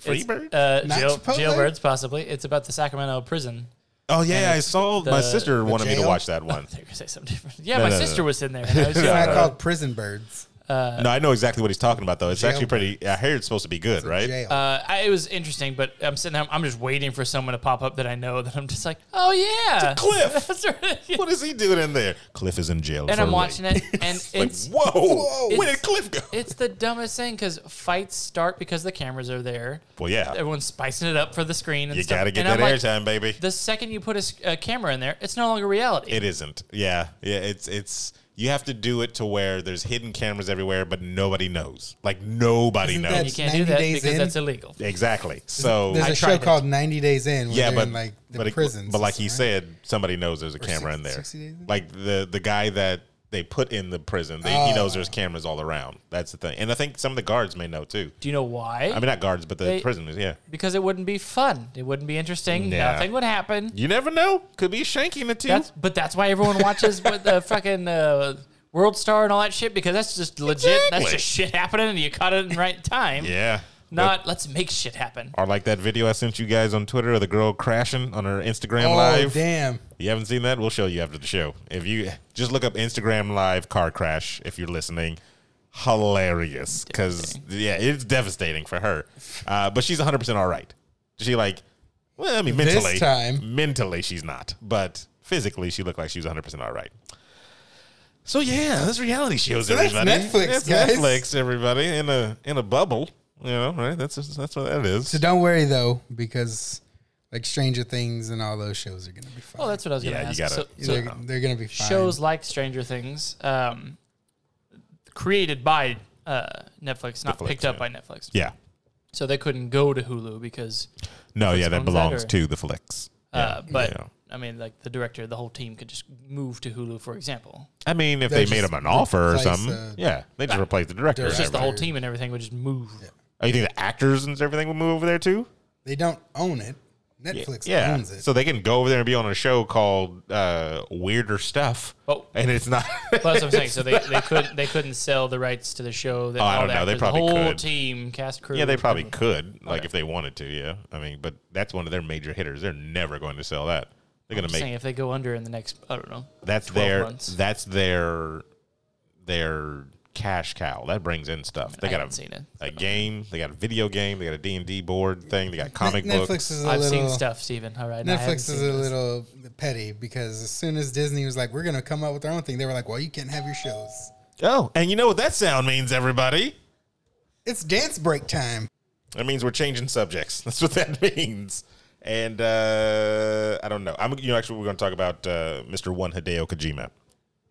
[SPEAKER 2] Freebird.
[SPEAKER 3] uh,
[SPEAKER 4] Not
[SPEAKER 3] jail,
[SPEAKER 4] Chipotle?
[SPEAKER 3] Jailbirds, possibly. It's about the Sacramento prison.
[SPEAKER 2] oh yeah, I saw my
[SPEAKER 3] the-
[SPEAKER 2] sister wanted me to
[SPEAKER 4] jail?
[SPEAKER 2] watch that
[SPEAKER 3] I
[SPEAKER 2] one.
[SPEAKER 3] thought you were gonna say something different. Yeah,
[SPEAKER 2] No,
[SPEAKER 3] my
[SPEAKER 2] no, no,
[SPEAKER 3] sister
[SPEAKER 2] no.
[SPEAKER 3] was in there. and I was
[SPEAKER 4] It's
[SPEAKER 3] just-
[SPEAKER 4] not called Prison Birds.
[SPEAKER 2] no, I know exactly what he's talking about though. It's actually
[SPEAKER 4] Jail.
[SPEAKER 2] pretty. I heard it's supposed to be good, right?
[SPEAKER 4] Jail.
[SPEAKER 3] Uh, I, it was interesting, but I'm sitting there. I'm just waiting for someone to pop up that I know. That I'm just like, oh yeah,
[SPEAKER 2] Cliff.
[SPEAKER 3] That's right.
[SPEAKER 2] what is he doing in there? Cliff is in jail.
[SPEAKER 3] And
[SPEAKER 2] for
[SPEAKER 3] I'm
[SPEAKER 2] rape.
[SPEAKER 3] watching it, and
[SPEAKER 2] Like,
[SPEAKER 3] it's
[SPEAKER 2] whoa, where did
[SPEAKER 3] It's-
[SPEAKER 2] Cliff go?
[SPEAKER 3] it's the dumbest thing because fights start because the cameras are there.
[SPEAKER 2] Well, yeah.
[SPEAKER 3] everyone's spicing it up for the screen. And
[SPEAKER 2] You
[SPEAKER 3] stuff.
[SPEAKER 2] got to get
[SPEAKER 3] and
[SPEAKER 2] that
[SPEAKER 3] I'm like,
[SPEAKER 2] airtime, baby.
[SPEAKER 3] The second you put a s- a, camera in there, it's no longer reality.
[SPEAKER 2] It isn't. Yeah, yeah. It's it's. You have to do it to where there's hidden cameras everywhere, but nobody knows. Like nobody
[SPEAKER 4] Isn't
[SPEAKER 2] knows.
[SPEAKER 3] you can't do
[SPEAKER 4] 90
[SPEAKER 3] that
[SPEAKER 4] days
[SPEAKER 3] because
[SPEAKER 4] in?
[SPEAKER 3] that's illegal.
[SPEAKER 2] exactly. So
[SPEAKER 4] There's a
[SPEAKER 3] I
[SPEAKER 4] show
[SPEAKER 3] tried it.
[SPEAKER 4] called 90 Days In. Where
[SPEAKER 2] yeah,
[SPEAKER 4] they're
[SPEAKER 2] but
[SPEAKER 4] in, like the
[SPEAKER 2] but, it-
[SPEAKER 4] prisons.
[SPEAKER 2] but like
[SPEAKER 4] and
[SPEAKER 2] he
[SPEAKER 4] stuff, right?
[SPEAKER 2] said, somebody knows there's a camera
[SPEAKER 4] six-
[SPEAKER 2] in there.
[SPEAKER 4] 60 days in?
[SPEAKER 2] Like the the guy that they put in the prison, they, he knows
[SPEAKER 4] Ah.
[SPEAKER 2] there's cameras all around. That's the thing, and I think some of the guards may know too.
[SPEAKER 3] Do you know why?
[SPEAKER 2] I mean, not guards, but the
[SPEAKER 3] They-
[SPEAKER 2] prisoners. Yeah.
[SPEAKER 3] because it wouldn't be fun. It wouldn't be interesting.
[SPEAKER 2] Nah.
[SPEAKER 3] Nothing would happen.
[SPEAKER 2] You never know. Could be shanking the two.
[SPEAKER 3] That's but that's why everyone watches what the fucking uh, World Star and all that shit because that's just legit. That's
[SPEAKER 2] Exactly.
[SPEAKER 3] just shit happening, and you caught it in right time.
[SPEAKER 2] yeah.
[SPEAKER 3] Not let's make shit happen.
[SPEAKER 2] Or like that video I sent you guys on Twitter of the girl crashing on her Instagram
[SPEAKER 4] Oh,
[SPEAKER 2] live.
[SPEAKER 4] damn.
[SPEAKER 2] You haven't seen that? We'll show you after the show. If you just look up Instagram live car crash if you're listening. hilarious because yeah, it's devastating for her. Uh, but she's 100 percent all right. She like, well, I mean,
[SPEAKER 4] This
[SPEAKER 2] mentally,
[SPEAKER 4] time.
[SPEAKER 2] mentally she's not, but physically she looked like she was 100 percent all right. So yeah, that's reality shows.
[SPEAKER 4] that's
[SPEAKER 2] everybody,
[SPEAKER 4] Netflix,
[SPEAKER 2] That's
[SPEAKER 4] guys.
[SPEAKER 2] Netflix. Everybody in a in a bubble. You know, right? That's that's what that is.
[SPEAKER 4] So don't worry though, because like Stranger Things and all those shows are gonna be fine.
[SPEAKER 3] Oh, that's what I was going to
[SPEAKER 2] Yeah, you
[SPEAKER 3] ask.
[SPEAKER 2] gotta-
[SPEAKER 3] So-
[SPEAKER 2] you
[SPEAKER 3] so
[SPEAKER 4] they're, they're gonna be fine.
[SPEAKER 3] shows like Stranger Things, um, created by uh, Netflix, not
[SPEAKER 2] Netflix,
[SPEAKER 3] picked up
[SPEAKER 2] yeah.
[SPEAKER 3] by Netflix.
[SPEAKER 2] Yeah.
[SPEAKER 3] So they couldn't go to Hulu because,
[SPEAKER 2] No, yeah, that
[SPEAKER 3] owns that,
[SPEAKER 2] belongs
[SPEAKER 3] or-
[SPEAKER 2] to the flicks.
[SPEAKER 3] uh, but
[SPEAKER 2] Yeah.
[SPEAKER 3] I mean, like the director, the whole team could just move to Hulu, for example.
[SPEAKER 2] I mean, if
[SPEAKER 4] They
[SPEAKER 2] they made
[SPEAKER 4] just
[SPEAKER 2] him an offer or
[SPEAKER 4] replace,
[SPEAKER 2] something,
[SPEAKER 4] uh,
[SPEAKER 2] yeah, they just replace the director.
[SPEAKER 3] It's
[SPEAKER 2] and
[SPEAKER 3] Ah, just the whole
[SPEAKER 2] everybody.
[SPEAKER 3] team and everything would just move.
[SPEAKER 2] Oh, you think the actors and everything will move over there too?
[SPEAKER 4] they don't own it. Netflix
[SPEAKER 2] yeah,
[SPEAKER 4] owns it.
[SPEAKER 2] so they can go over there and be on a show called uh, Weirder Stuff,
[SPEAKER 3] Oh.
[SPEAKER 2] and it's not.
[SPEAKER 3] Well, that's what I'm saying. So they, they could they couldn't sell the rights to the show. That
[SPEAKER 2] Oh, I
[SPEAKER 3] all
[SPEAKER 2] don't
[SPEAKER 3] the
[SPEAKER 2] know. They
[SPEAKER 3] actors,
[SPEAKER 2] probably
[SPEAKER 3] the whole
[SPEAKER 2] could.
[SPEAKER 3] team, cast crew.
[SPEAKER 2] yeah, they probably could, like if they wanted to. Yeah, I mean, but that's one of their major hitters. They're never going to sell that. They're going
[SPEAKER 3] I'm
[SPEAKER 2] to make
[SPEAKER 3] saying if they go under in the next, I don't know.
[SPEAKER 2] that's
[SPEAKER 3] 12
[SPEAKER 2] their
[SPEAKER 3] months.
[SPEAKER 2] that's their their cash cow that brings in stuff. They
[SPEAKER 3] I
[SPEAKER 2] got a,
[SPEAKER 3] haven't seen it.
[SPEAKER 2] a game, they got a video game, they got a D and D board thing, they got comic
[SPEAKER 4] Netflix
[SPEAKER 2] books.
[SPEAKER 4] is a
[SPEAKER 3] I've
[SPEAKER 4] little
[SPEAKER 3] seen stuff, Steven. All right, I haven't
[SPEAKER 4] Netflix is
[SPEAKER 3] seen
[SPEAKER 4] a
[SPEAKER 3] this.
[SPEAKER 4] little petty because as soon as Disney was like, "We're gonna come up with our own thing," they were like, "Well, you can't have your shows.
[SPEAKER 2] Oh, and you know what that sound means, everybody?
[SPEAKER 4] It's dance break time."
[SPEAKER 2] That means we're changing subjects. That's what that means. And uh, I don't know. I'm you know actually we're going to talk about uh, Mr. One Hideo Kojima.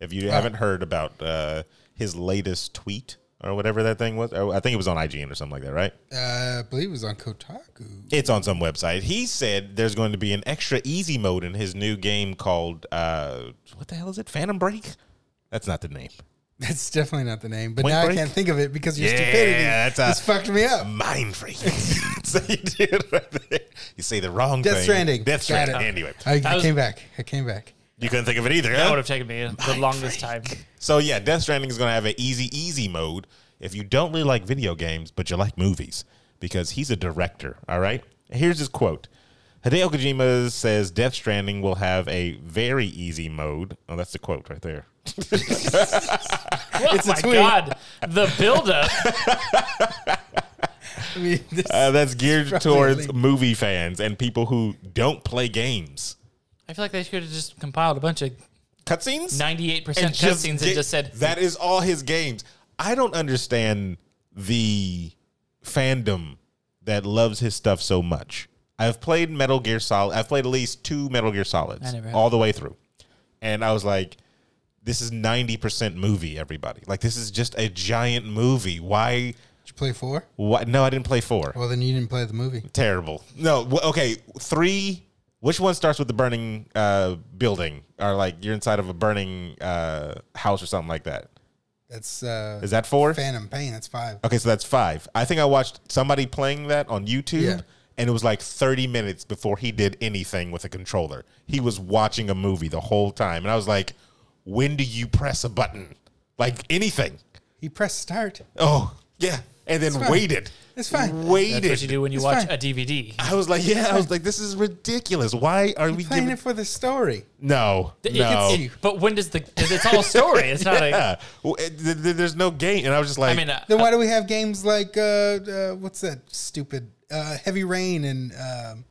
[SPEAKER 2] If you haven't heard about uh, his latest tweet or whatever that thing was, oh, I think it was on IGN or something like that, right?
[SPEAKER 4] Uh, I believe it was on Kotaku.
[SPEAKER 2] It's on some website. He said there's going to be an extra easy mode in his new game called uh, what the hell is it? Phantom Break? That's not the name.
[SPEAKER 4] That's definitely not the name, but
[SPEAKER 2] Point
[SPEAKER 4] now
[SPEAKER 2] Break?
[SPEAKER 4] I can't think of it because your
[SPEAKER 2] Yeah,
[SPEAKER 4] stupidity
[SPEAKER 2] that's a-
[SPEAKER 4] just fucked me up.
[SPEAKER 2] Mind freak. so you do it right there. You say the wrong
[SPEAKER 4] Death
[SPEAKER 2] thing.
[SPEAKER 4] Stranding.
[SPEAKER 2] Death
[SPEAKER 4] Got
[SPEAKER 2] Stranding.
[SPEAKER 4] it.
[SPEAKER 2] Anyway,
[SPEAKER 4] I, I
[SPEAKER 3] was-
[SPEAKER 4] came back. I came back.
[SPEAKER 2] you couldn't think of it either. huh?
[SPEAKER 3] That would have taken me the longest time.
[SPEAKER 2] So yeah, Death Stranding is going to have an easy, easy mode if you don't really like video games, but you like movies because he's a director. All right. Here's his quote. Hideo Kojima says Death Stranding will have a very easy mode. Oh, that's the quote right there.
[SPEAKER 3] Oh my god, the buildup.
[SPEAKER 4] I mean, this,
[SPEAKER 2] Uh, that's geared
[SPEAKER 4] Probably
[SPEAKER 2] towards
[SPEAKER 4] illegal.
[SPEAKER 2] movie fans and people who don't play games.
[SPEAKER 3] I feel like they should have just compiled a bunch of
[SPEAKER 2] Cutscenes?
[SPEAKER 3] ninety-eight
[SPEAKER 2] and
[SPEAKER 3] percent
[SPEAKER 2] just
[SPEAKER 3] cutscenes
[SPEAKER 2] get-
[SPEAKER 3] and just said
[SPEAKER 2] that is all his games. I don't understand the fandom that loves his stuff so much. I've played Metal Gear Solid. I've played at least two Metal Gear Solids
[SPEAKER 3] I never have.
[SPEAKER 2] all the way through, and I was like, "This is ninety percent movie, everybody. Like this is just a giant movie. Why?
[SPEAKER 4] did you play four?
[SPEAKER 2] Why? No, I didn't play four.
[SPEAKER 4] Well, then you didn't play the movie.
[SPEAKER 2] Terrible. No. wh- Okay. Three. Which one starts with the burning uh, building, or like you're inside of a burning uh, house or something like that?
[SPEAKER 4] That's uh,
[SPEAKER 2] Is that four?
[SPEAKER 4] Phantom Pain? That's five.
[SPEAKER 2] Okay, so that's five. I think I watched somebody playing that on YouTube,
[SPEAKER 4] Yeah.
[SPEAKER 2] and it was like 30 minutes before he did anything with a controller. He was watching a movie the whole time, and I was like, when do you press a button? Like anything.
[SPEAKER 4] He pressed start.
[SPEAKER 2] Oh, yeah. And then
[SPEAKER 4] fine.
[SPEAKER 2] waited.
[SPEAKER 4] It's fine.
[SPEAKER 2] Waited.
[SPEAKER 3] that's what you do when you
[SPEAKER 4] It's
[SPEAKER 3] watch
[SPEAKER 4] fine.
[SPEAKER 3] a DVD.
[SPEAKER 2] I was like, yeah. I was like, this is ridiculous. Why are we
[SPEAKER 4] Playing
[SPEAKER 2] giving?
[SPEAKER 4] it for the story.
[SPEAKER 2] no,
[SPEAKER 3] It-
[SPEAKER 2] no.
[SPEAKER 3] it's- it- but when does the? It's all story. It's not like
[SPEAKER 2] yeah. Well, it- th- th- there's no game, and I was just like,
[SPEAKER 3] I mean, uh,
[SPEAKER 4] Then why do we have games like uh, uh, what's that stupid uh, Heavy Rain and um,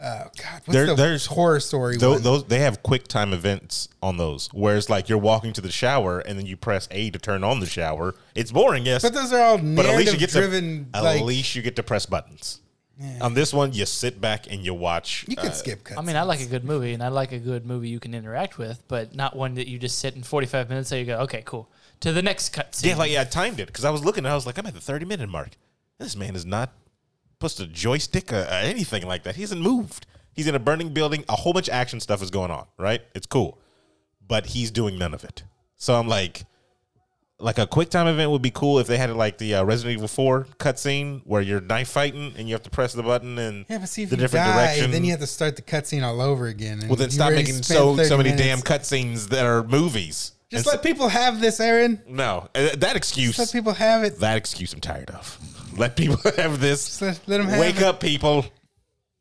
[SPEAKER 4] uh, God? What's
[SPEAKER 2] There-
[SPEAKER 4] the
[SPEAKER 2] there's-
[SPEAKER 4] horror story.
[SPEAKER 2] Tho-
[SPEAKER 4] one?
[SPEAKER 2] those they have quick time events on those, where it's like you're walking to the shower and then you press A to turn on the shower. It's boring, yes,
[SPEAKER 4] but those are all
[SPEAKER 2] but at least you
[SPEAKER 4] narrative
[SPEAKER 2] get
[SPEAKER 4] driven.
[SPEAKER 2] to at
[SPEAKER 4] like
[SPEAKER 2] least you get to press buttons. On this one, you sit back and you watch.
[SPEAKER 4] you
[SPEAKER 2] uh,
[SPEAKER 4] could skip cuts.
[SPEAKER 3] I mean, I like a good movie, and I like a good movie you can interact with, but not one that you just sit in forty-five minutes and you go, okay, cool, to the next cutscene.
[SPEAKER 2] yeah, like yeah, I timed it because I was looking and I was like, I'm at the 30 minute mark. This man is not pushed a joystick or, or anything like that. He hasn't moved. He's in a burning building. A whole bunch of action stuff is going on. Right? It's cool, but he's doing none of it. So I'm like, like a quick time event would be cool if they had it like the uh, Resident Evil 4 cutscene where you're knife fighting and you have to press the button and
[SPEAKER 4] yeah, but see if
[SPEAKER 2] the
[SPEAKER 4] you
[SPEAKER 2] different
[SPEAKER 4] die,
[SPEAKER 2] direction.
[SPEAKER 4] then you have to start the cutscene all over again. and
[SPEAKER 2] well, then
[SPEAKER 4] you
[SPEAKER 2] stop
[SPEAKER 4] already
[SPEAKER 2] making
[SPEAKER 4] spent
[SPEAKER 2] so
[SPEAKER 4] 30
[SPEAKER 2] so many
[SPEAKER 4] minutes.
[SPEAKER 2] damn cutscenes that are movies.
[SPEAKER 4] Just
[SPEAKER 2] And
[SPEAKER 4] let people have this, Aaron.
[SPEAKER 2] so- no Uh, that excuse.
[SPEAKER 4] Just let people have it.
[SPEAKER 2] that excuse I'm tired of. Let people have this.
[SPEAKER 4] let- let 'em have
[SPEAKER 2] Wake
[SPEAKER 4] it.
[SPEAKER 2] up, people.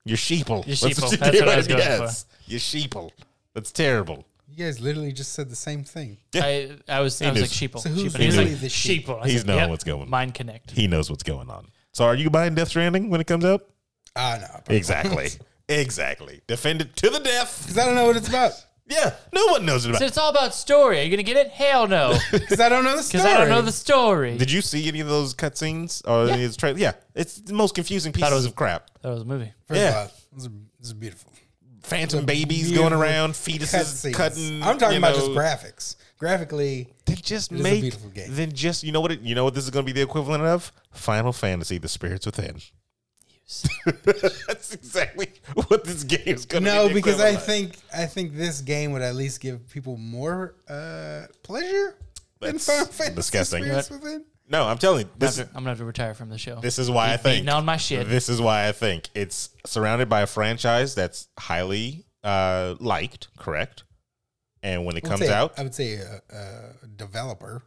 [SPEAKER 2] You're sheeple.
[SPEAKER 3] You're
[SPEAKER 2] That's what
[SPEAKER 3] sheeple.
[SPEAKER 2] you
[SPEAKER 3] That's what I
[SPEAKER 2] do.
[SPEAKER 3] was going
[SPEAKER 2] You're sheeple. That's terrible.
[SPEAKER 4] You guys literally just said the same thing.
[SPEAKER 3] I, I was I was
[SPEAKER 2] knew.
[SPEAKER 3] like sheeple.
[SPEAKER 4] So who's
[SPEAKER 3] sheeple. He was
[SPEAKER 4] really
[SPEAKER 3] like,
[SPEAKER 4] the sheep?
[SPEAKER 3] sheeple. I was
[SPEAKER 2] He's
[SPEAKER 3] like,
[SPEAKER 2] knowing what's going on.
[SPEAKER 3] Mind connect.
[SPEAKER 2] He knows what's going on. So are you buying Death Stranding when it comes out?
[SPEAKER 4] Ah, no. bro.
[SPEAKER 2] Exactly. exactly. Defend it to the death.
[SPEAKER 4] 'Cause I don't know what it's about.
[SPEAKER 2] Yeah. No one knows it
[SPEAKER 3] So
[SPEAKER 2] about.
[SPEAKER 3] it's all about story. Are you gonna get it? Hell no,
[SPEAKER 4] Because I don't know the story.
[SPEAKER 3] because I don't know the story.
[SPEAKER 2] Did you see any of those cutscenes or any of those tra- Yeah, it's the most confusing pieces of crap.
[SPEAKER 3] that was a movie.
[SPEAKER 4] First
[SPEAKER 2] Yeah.
[SPEAKER 4] of all, this is, this is beautiful.
[SPEAKER 2] Phantom babies
[SPEAKER 4] beautiful
[SPEAKER 2] going around, fetuses
[SPEAKER 4] Cutscenes.
[SPEAKER 2] cutting.
[SPEAKER 4] I'm talking
[SPEAKER 2] you
[SPEAKER 4] about
[SPEAKER 2] know,
[SPEAKER 4] just graphics. Graphically,
[SPEAKER 2] They just
[SPEAKER 4] is a
[SPEAKER 2] make
[SPEAKER 4] beautiful game.
[SPEAKER 2] then just you know what it, you know what this is going to be the equivalent of Final Fantasy: The Spirits Within. That's exactly what this game is going to be.
[SPEAKER 4] no,
[SPEAKER 2] the
[SPEAKER 4] because I
[SPEAKER 2] equivalent of.
[SPEAKER 4] think I think this game would at least give people more uh, pleasure than
[SPEAKER 2] That's
[SPEAKER 4] Final Fantasy
[SPEAKER 2] disgusting.
[SPEAKER 4] Spirits Within.
[SPEAKER 2] no, I'm telling you,
[SPEAKER 3] I'm
[SPEAKER 2] this
[SPEAKER 3] gonna have to retire from the show.
[SPEAKER 2] This is why I
[SPEAKER 3] You've
[SPEAKER 2] think.
[SPEAKER 3] beaten on my shit.
[SPEAKER 2] This is why I think it's surrounded by a franchise that's highly uh, liked, correct? And when it
[SPEAKER 4] I would
[SPEAKER 2] comes
[SPEAKER 4] say-
[SPEAKER 2] out,
[SPEAKER 4] I would say a, a developer.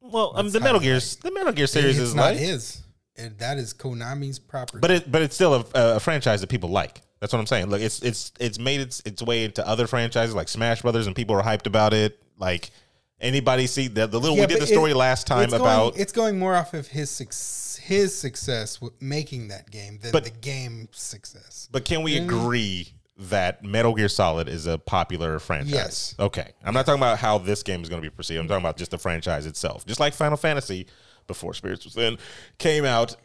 [SPEAKER 2] well, um,
[SPEAKER 4] it's
[SPEAKER 2] the Metal
[SPEAKER 4] highly
[SPEAKER 2] Gear's the Metal Gear series
[SPEAKER 4] it's
[SPEAKER 2] is
[SPEAKER 4] not
[SPEAKER 2] liked,
[SPEAKER 4] his. It, that is Konami's property.
[SPEAKER 2] but it but it's still a, a franchise that people like. That's what I'm saying. Look, it's it's it's made its its way into other franchises like Smash Brothers, and people are hyped about it. Like anybody see the the little
[SPEAKER 4] Yeah,
[SPEAKER 2] we did
[SPEAKER 4] but
[SPEAKER 2] the story
[SPEAKER 4] it-
[SPEAKER 2] last time
[SPEAKER 4] it's
[SPEAKER 2] about
[SPEAKER 4] going, it's going more off of his success, his success with making that game than
[SPEAKER 2] But-
[SPEAKER 4] the game success.
[SPEAKER 2] But can we agree that Metal Gear Solid is a popular franchise?
[SPEAKER 4] Yes.
[SPEAKER 2] Okay. I'm not talking about how this game is going to be perceived. I'm talking about just the franchise itself. Just like Final Fantasy, before Spirits Within came out,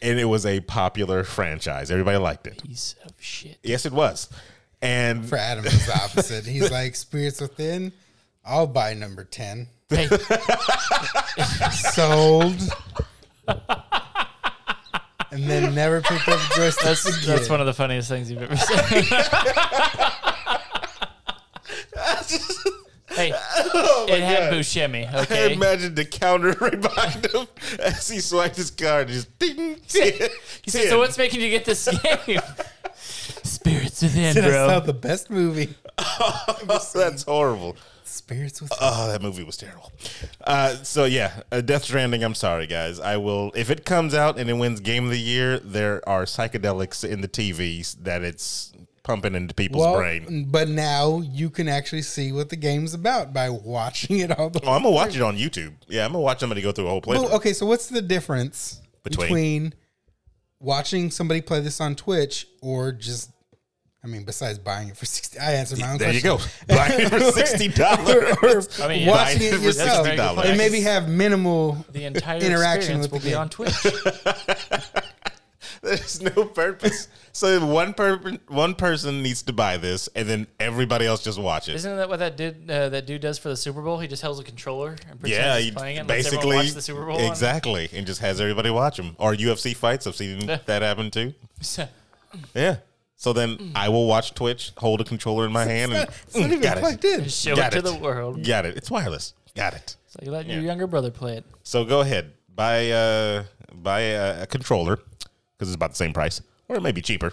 [SPEAKER 2] and it was a popular franchise. Everybody liked it.
[SPEAKER 3] Piece of shit.
[SPEAKER 2] Yes, it was. And
[SPEAKER 4] For Adam, it's the opposite. He's like Spirits Within. I'll buy number ten.
[SPEAKER 3] Hey,
[SPEAKER 4] Sold. and then never picked up a joystick.
[SPEAKER 3] that's that's one of the funniest things you've ever said. hey, it had Buscemi.
[SPEAKER 2] I
[SPEAKER 3] Okay,
[SPEAKER 2] imagine the counter right behind him as he swiped his card. Just ding, ding.
[SPEAKER 3] He said, "So what's making you get this game?" Spirits within,
[SPEAKER 4] That's
[SPEAKER 3] bro.
[SPEAKER 4] not the best movie.
[SPEAKER 2] Oh, That's horrible.
[SPEAKER 4] Spirits Within.
[SPEAKER 2] Oh, that movie was terrible. Uh, so yeah, uh, Death Stranding. I'm sorry, guys. I will if it comes out and it wins Game of the Year. There are psychedelics in the TVs that it's pumping into people's brain.
[SPEAKER 4] But now you can actually see what the game's about by watching it all the
[SPEAKER 2] Oh, I'm gonna watch it on YouTube. Yeah, I'm gonna watch somebody go through a whole playthrough.
[SPEAKER 4] Well, okay, so what's the difference
[SPEAKER 2] Between.
[SPEAKER 4] between. watching somebody play this on Twitch or just I mean, besides buying it for sixty, I answered my own
[SPEAKER 2] There you
[SPEAKER 4] uh, question.
[SPEAKER 2] go. Buying it for sixty dollars.
[SPEAKER 4] Or, or
[SPEAKER 3] I mean, yeah.
[SPEAKER 4] watching
[SPEAKER 2] Buying it
[SPEAKER 4] it
[SPEAKER 2] for
[SPEAKER 4] yourself,
[SPEAKER 2] $60.
[SPEAKER 4] and maybe have minimal.
[SPEAKER 3] the entire
[SPEAKER 4] Interaction
[SPEAKER 3] experience
[SPEAKER 4] with
[SPEAKER 3] will
[SPEAKER 4] the
[SPEAKER 3] be
[SPEAKER 4] game.
[SPEAKER 3] on Twitch.
[SPEAKER 2] There's no purpose. So one per- one person needs to buy this, and then everybody else just watches.
[SPEAKER 3] Isn't that what that dude uh, that dude does for the Super Bowl? He just holds a controller and pretends
[SPEAKER 2] Yeah,
[SPEAKER 3] he's
[SPEAKER 2] you-
[SPEAKER 3] playing it. And lets everyone
[SPEAKER 2] basically
[SPEAKER 3] watch the Super Bowl. on-
[SPEAKER 2] exactly, and just has everybody watch them or UFC fights. I've seen that happen too. Yeah. So then I will watch Twitch, hold a controller in my hand, and
[SPEAKER 4] It's not
[SPEAKER 2] mm,
[SPEAKER 4] even
[SPEAKER 2] got
[SPEAKER 4] plugged
[SPEAKER 2] it.
[SPEAKER 4] in.
[SPEAKER 3] Show
[SPEAKER 2] Got
[SPEAKER 3] it to
[SPEAKER 2] it.
[SPEAKER 3] the world.
[SPEAKER 2] Got it. It's wireless. Got it.
[SPEAKER 3] It's like letting your younger brother play it.
[SPEAKER 2] So go ahead, buy uh, buy a, a controller because it's about the same price, or it may be cheaper,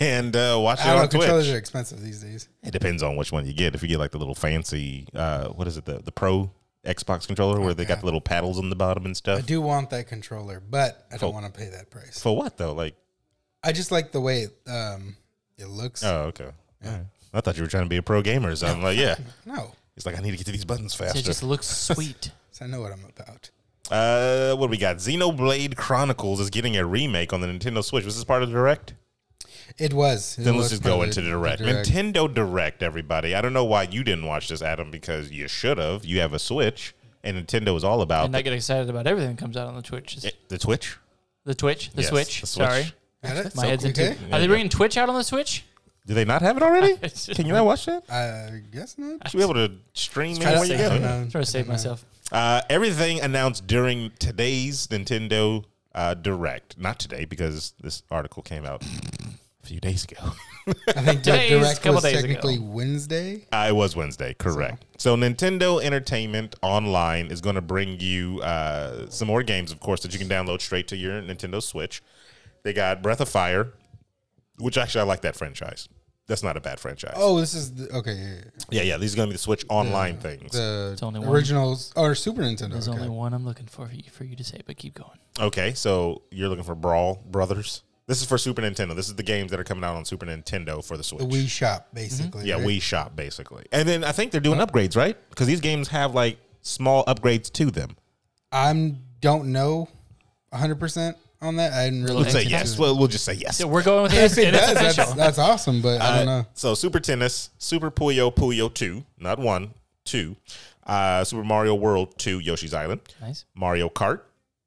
[SPEAKER 2] and uh, watch it
[SPEAKER 4] I don't know,
[SPEAKER 2] on Twitch.
[SPEAKER 4] controllers are expensive these days.
[SPEAKER 2] It depends on which one you get. If you get like the little fancy, uh, what is it, the the Pro Xbox controller where they got the little paddles on the bottom and
[SPEAKER 4] I
[SPEAKER 2] stuff.
[SPEAKER 4] do want that controller, but I don't want to pay that price.
[SPEAKER 2] For what though? Like,
[SPEAKER 4] I just like the way it, um, it looks.
[SPEAKER 2] oh okay. All right. I thought you were trying to be a pro gamer or something. Like, yeah.
[SPEAKER 4] No,
[SPEAKER 2] It's like I need to get to these buttons
[SPEAKER 3] It
[SPEAKER 2] faster.
[SPEAKER 3] just looks sweet.
[SPEAKER 4] 'cause I know what I'm about.
[SPEAKER 2] Uh, what do we got? Xenoblade Chronicles is getting a remake on the Nintendo Switch. Was this part of the Direct?
[SPEAKER 4] It was. It
[SPEAKER 2] Then let's
[SPEAKER 4] was
[SPEAKER 2] just
[SPEAKER 4] part
[SPEAKER 2] go
[SPEAKER 4] of
[SPEAKER 2] into the direct.
[SPEAKER 4] direct.
[SPEAKER 2] Nintendo Direct, everybody. I don't know why you didn't watch this, Adam, because you should have. You have a Switch, and Nintendo is all about
[SPEAKER 3] And I
[SPEAKER 2] the,
[SPEAKER 3] get excited about everything that comes out on the Twitch.
[SPEAKER 2] eh, the Twitch.
[SPEAKER 3] The Twitch, the
[SPEAKER 2] Yes,
[SPEAKER 3] Switch.
[SPEAKER 2] the Switch.
[SPEAKER 3] Sorry,
[SPEAKER 4] Got it?
[SPEAKER 3] my head's in
[SPEAKER 4] okay.
[SPEAKER 3] two. Are they bringing Twitch out on the Switch?
[SPEAKER 2] Do they not have it already? Can you not watch that?
[SPEAKER 4] I guess not.
[SPEAKER 2] Should be able to stream
[SPEAKER 3] Trying
[SPEAKER 2] it
[SPEAKER 3] to
[SPEAKER 2] when you
[SPEAKER 3] save-
[SPEAKER 2] get it.
[SPEAKER 3] trying to save myself.
[SPEAKER 2] Uh, everything announced during today's Nintendo uh, Direct. Not today, because this article came out a few days ago.
[SPEAKER 4] I think
[SPEAKER 3] Today's
[SPEAKER 4] that uh, direct
[SPEAKER 3] couple
[SPEAKER 4] was
[SPEAKER 3] days ago.
[SPEAKER 4] technically Wednesday.
[SPEAKER 2] Uh, it was Wednesday, correct. So, Nintendo Entertainment Online is going to bring you uh, some more games, of course, that you can download straight to your Nintendo Switch. They got Breath of Fire, which actually I like that franchise. That's not a bad franchise.
[SPEAKER 4] Oh, this is the, okay. Yeah, yeah, yeah.
[SPEAKER 2] yeah, yeah. These are going to be the Switch online things.
[SPEAKER 4] The
[SPEAKER 3] only one.
[SPEAKER 4] originals or Super Nintendo.
[SPEAKER 3] There's
[SPEAKER 4] okay.
[SPEAKER 3] only one I'm looking for for you, for you to say, but keep going.
[SPEAKER 2] okay, so you're looking for Brawl Brothers. This is for Super Nintendo. This is the games that are coming out on Super Nintendo for the Switch.
[SPEAKER 4] The Wii Shop, basically.
[SPEAKER 2] yeah,
[SPEAKER 4] right?
[SPEAKER 2] Wii Shop basically. And then I think they're doing upgrades, right? Because these games have like small upgrades to them.
[SPEAKER 4] I'm don't know 100 percent on that. I didn't really.
[SPEAKER 2] We'll
[SPEAKER 4] look
[SPEAKER 2] say
[SPEAKER 4] into
[SPEAKER 2] yes.
[SPEAKER 4] it.
[SPEAKER 2] Well, we'll just say yes.
[SPEAKER 3] We're going with this.
[SPEAKER 4] If it
[SPEAKER 3] and it's
[SPEAKER 4] does, that's,
[SPEAKER 3] official.
[SPEAKER 4] that's awesome. But I don't
[SPEAKER 2] Uh,
[SPEAKER 4] know.
[SPEAKER 2] So Super Tennis, Super Puyo Puyo 2, not 1, 2. Uh, Super Mario World 2, Yoshi's Island.
[SPEAKER 3] Nice.
[SPEAKER 2] Mario Kart.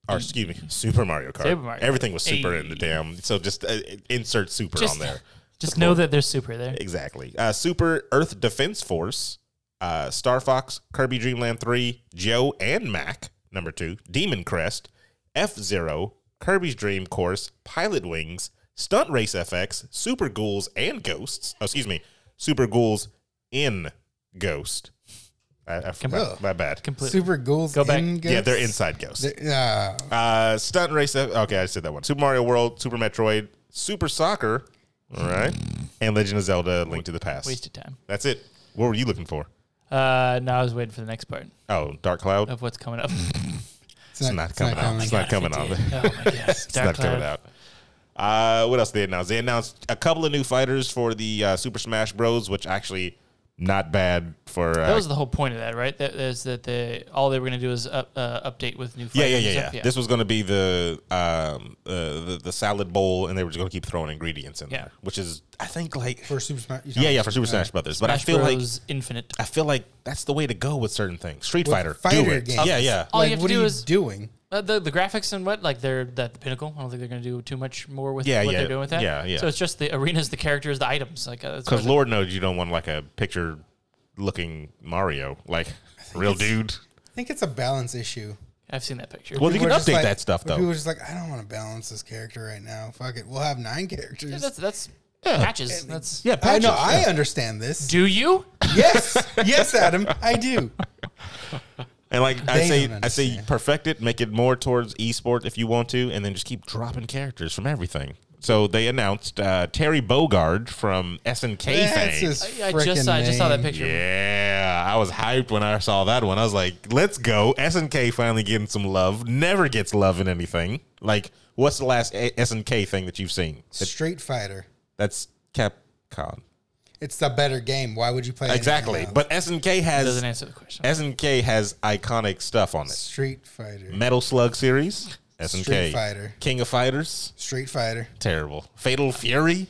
[SPEAKER 2] Or excuse me, Super Mario Kart.
[SPEAKER 3] Super Mario Kart.
[SPEAKER 2] Everything was super in the
[SPEAKER 3] Hey.
[SPEAKER 2] damn. So just uh, insert super
[SPEAKER 3] Just,
[SPEAKER 2] on there.
[SPEAKER 3] just know that there's super there.
[SPEAKER 2] Exactly. Uh, super Earth Defense Force, uh, Star Fox, Kirby Dream Land 3, Joe and Mac, number two, Demon Crest, F Zero, Kirby's Dream Course, Pilot Wings, Stunt Race FX, Super Ghouls and Ghosts. Oh, excuse me, Super Ghouls in Ghost. I, I forgot.
[SPEAKER 4] Ugh.
[SPEAKER 2] My bad.
[SPEAKER 3] Completely.
[SPEAKER 4] Super ghouls.
[SPEAKER 3] Go back.
[SPEAKER 4] in
[SPEAKER 2] Yeah, they're
[SPEAKER 4] Ghosts?
[SPEAKER 2] inside Ghosts.
[SPEAKER 4] They're- ah,
[SPEAKER 2] Uh, Stunt Race. Okay, I said that one. Super Mario World, Super Metroid, Super Soccer. All right. And Legend of Zelda: Link to the Past.
[SPEAKER 3] Wasted time.
[SPEAKER 2] That's it. What were you looking for?
[SPEAKER 3] Uh, no, I was waiting for the next part
[SPEAKER 2] Oh, Dark Cloud.
[SPEAKER 3] of what's coming up.
[SPEAKER 4] it's,
[SPEAKER 2] It's not coming out. It's not coming out. It's
[SPEAKER 3] oh my gosh. It's
[SPEAKER 2] not coming out. Uh, what else they announced? They announced a couple of new fighters for the uh, Super Smash Bros, which actually not bad for. Uh,
[SPEAKER 3] That was the whole point of that, right? That is that they all they were going to do is up, uh, update with new.
[SPEAKER 2] yeah, yeah,
[SPEAKER 3] flavors
[SPEAKER 2] yeah,
[SPEAKER 3] and
[SPEAKER 2] yeah.
[SPEAKER 3] stuff.
[SPEAKER 2] This was going to be the um uh, the, the salad bowl, and they were just going to keep throwing ingredients in
[SPEAKER 3] Yeah.
[SPEAKER 2] there, which is I think like
[SPEAKER 4] for Super Smash. you
[SPEAKER 2] yeah,
[SPEAKER 4] talking-
[SPEAKER 2] yeah, for Super
[SPEAKER 4] all
[SPEAKER 2] Smash
[SPEAKER 4] right.
[SPEAKER 2] Brothers. But I
[SPEAKER 3] Smash
[SPEAKER 2] feel like
[SPEAKER 3] Bros. Infinite.
[SPEAKER 2] I feel like that's the way to go with certain things. Street
[SPEAKER 4] With
[SPEAKER 2] Fighter, do
[SPEAKER 4] fighter
[SPEAKER 2] it.
[SPEAKER 4] games.
[SPEAKER 2] Yeah, yeah.
[SPEAKER 3] All
[SPEAKER 4] like,
[SPEAKER 3] you have to
[SPEAKER 4] what
[SPEAKER 3] do
[SPEAKER 4] are you
[SPEAKER 3] is-
[SPEAKER 4] doing?
[SPEAKER 3] Uh, the the graphics and what like they're that the pinnacle. I don't think they're going to do too much more with
[SPEAKER 2] Yeah,
[SPEAKER 3] what
[SPEAKER 2] yeah,
[SPEAKER 3] they're doing with that.
[SPEAKER 2] yeah, yeah.
[SPEAKER 3] So it's just the arenas, the characters, the items. Like uh, that's
[SPEAKER 2] Because
[SPEAKER 3] what-
[SPEAKER 2] Lord knows you don't want like a picture looking Mario, like real dude.
[SPEAKER 4] I think it's a balance issue.
[SPEAKER 3] I've seen that picture.
[SPEAKER 2] Well, you
[SPEAKER 4] People
[SPEAKER 2] can
[SPEAKER 4] are just
[SPEAKER 2] update
[SPEAKER 4] like-
[SPEAKER 2] that stuff
[SPEAKER 4] but People
[SPEAKER 2] though.
[SPEAKER 4] are just like, I don't want to balance this character right now. Fuck it. We'll have nine characters.
[SPEAKER 3] Yeah, that's that's patches. That's
[SPEAKER 2] Yeah,
[SPEAKER 4] I
[SPEAKER 2] patches.
[SPEAKER 4] know. I understand this.
[SPEAKER 3] Do you?
[SPEAKER 4] yes, yes, Adam, I do.
[SPEAKER 2] and like I
[SPEAKER 4] They
[SPEAKER 2] say,
[SPEAKER 4] don't
[SPEAKER 2] I say
[SPEAKER 4] understand.
[SPEAKER 2] perfect it, make it more towards esports if you want to, and then just keep dropping characters from everything. So they announced uh, Terry Bogard from SNK
[SPEAKER 4] That's
[SPEAKER 2] fame.
[SPEAKER 4] his
[SPEAKER 3] I, I just
[SPEAKER 4] frickin'
[SPEAKER 3] saw, I just saw that
[SPEAKER 4] name.
[SPEAKER 3] picture.
[SPEAKER 2] Yeah, I was hyped when I saw that one. I was like, "Let's go!" SNK finally getting some love. Never gets love in anything. Like, what's the last A- SNK thing that you've seen? That-
[SPEAKER 4] Street Fighter.
[SPEAKER 2] That's Capcom.
[SPEAKER 4] It's the better game. Why would you play anything
[SPEAKER 2] Exactly,
[SPEAKER 4] else?
[SPEAKER 2] but SNK
[SPEAKER 3] Doesn't
[SPEAKER 2] has
[SPEAKER 3] answer the question.
[SPEAKER 2] SNK has iconic stuff on it.
[SPEAKER 4] Street Fighter.
[SPEAKER 2] Metal Slug series, SNK,
[SPEAKER 4] Street Fighter.
[SPEAKER 2] King of Fighters,
[SPEAKER 4] Street Fighter.
[SPEAKER 2] terrible. Fatal Fury.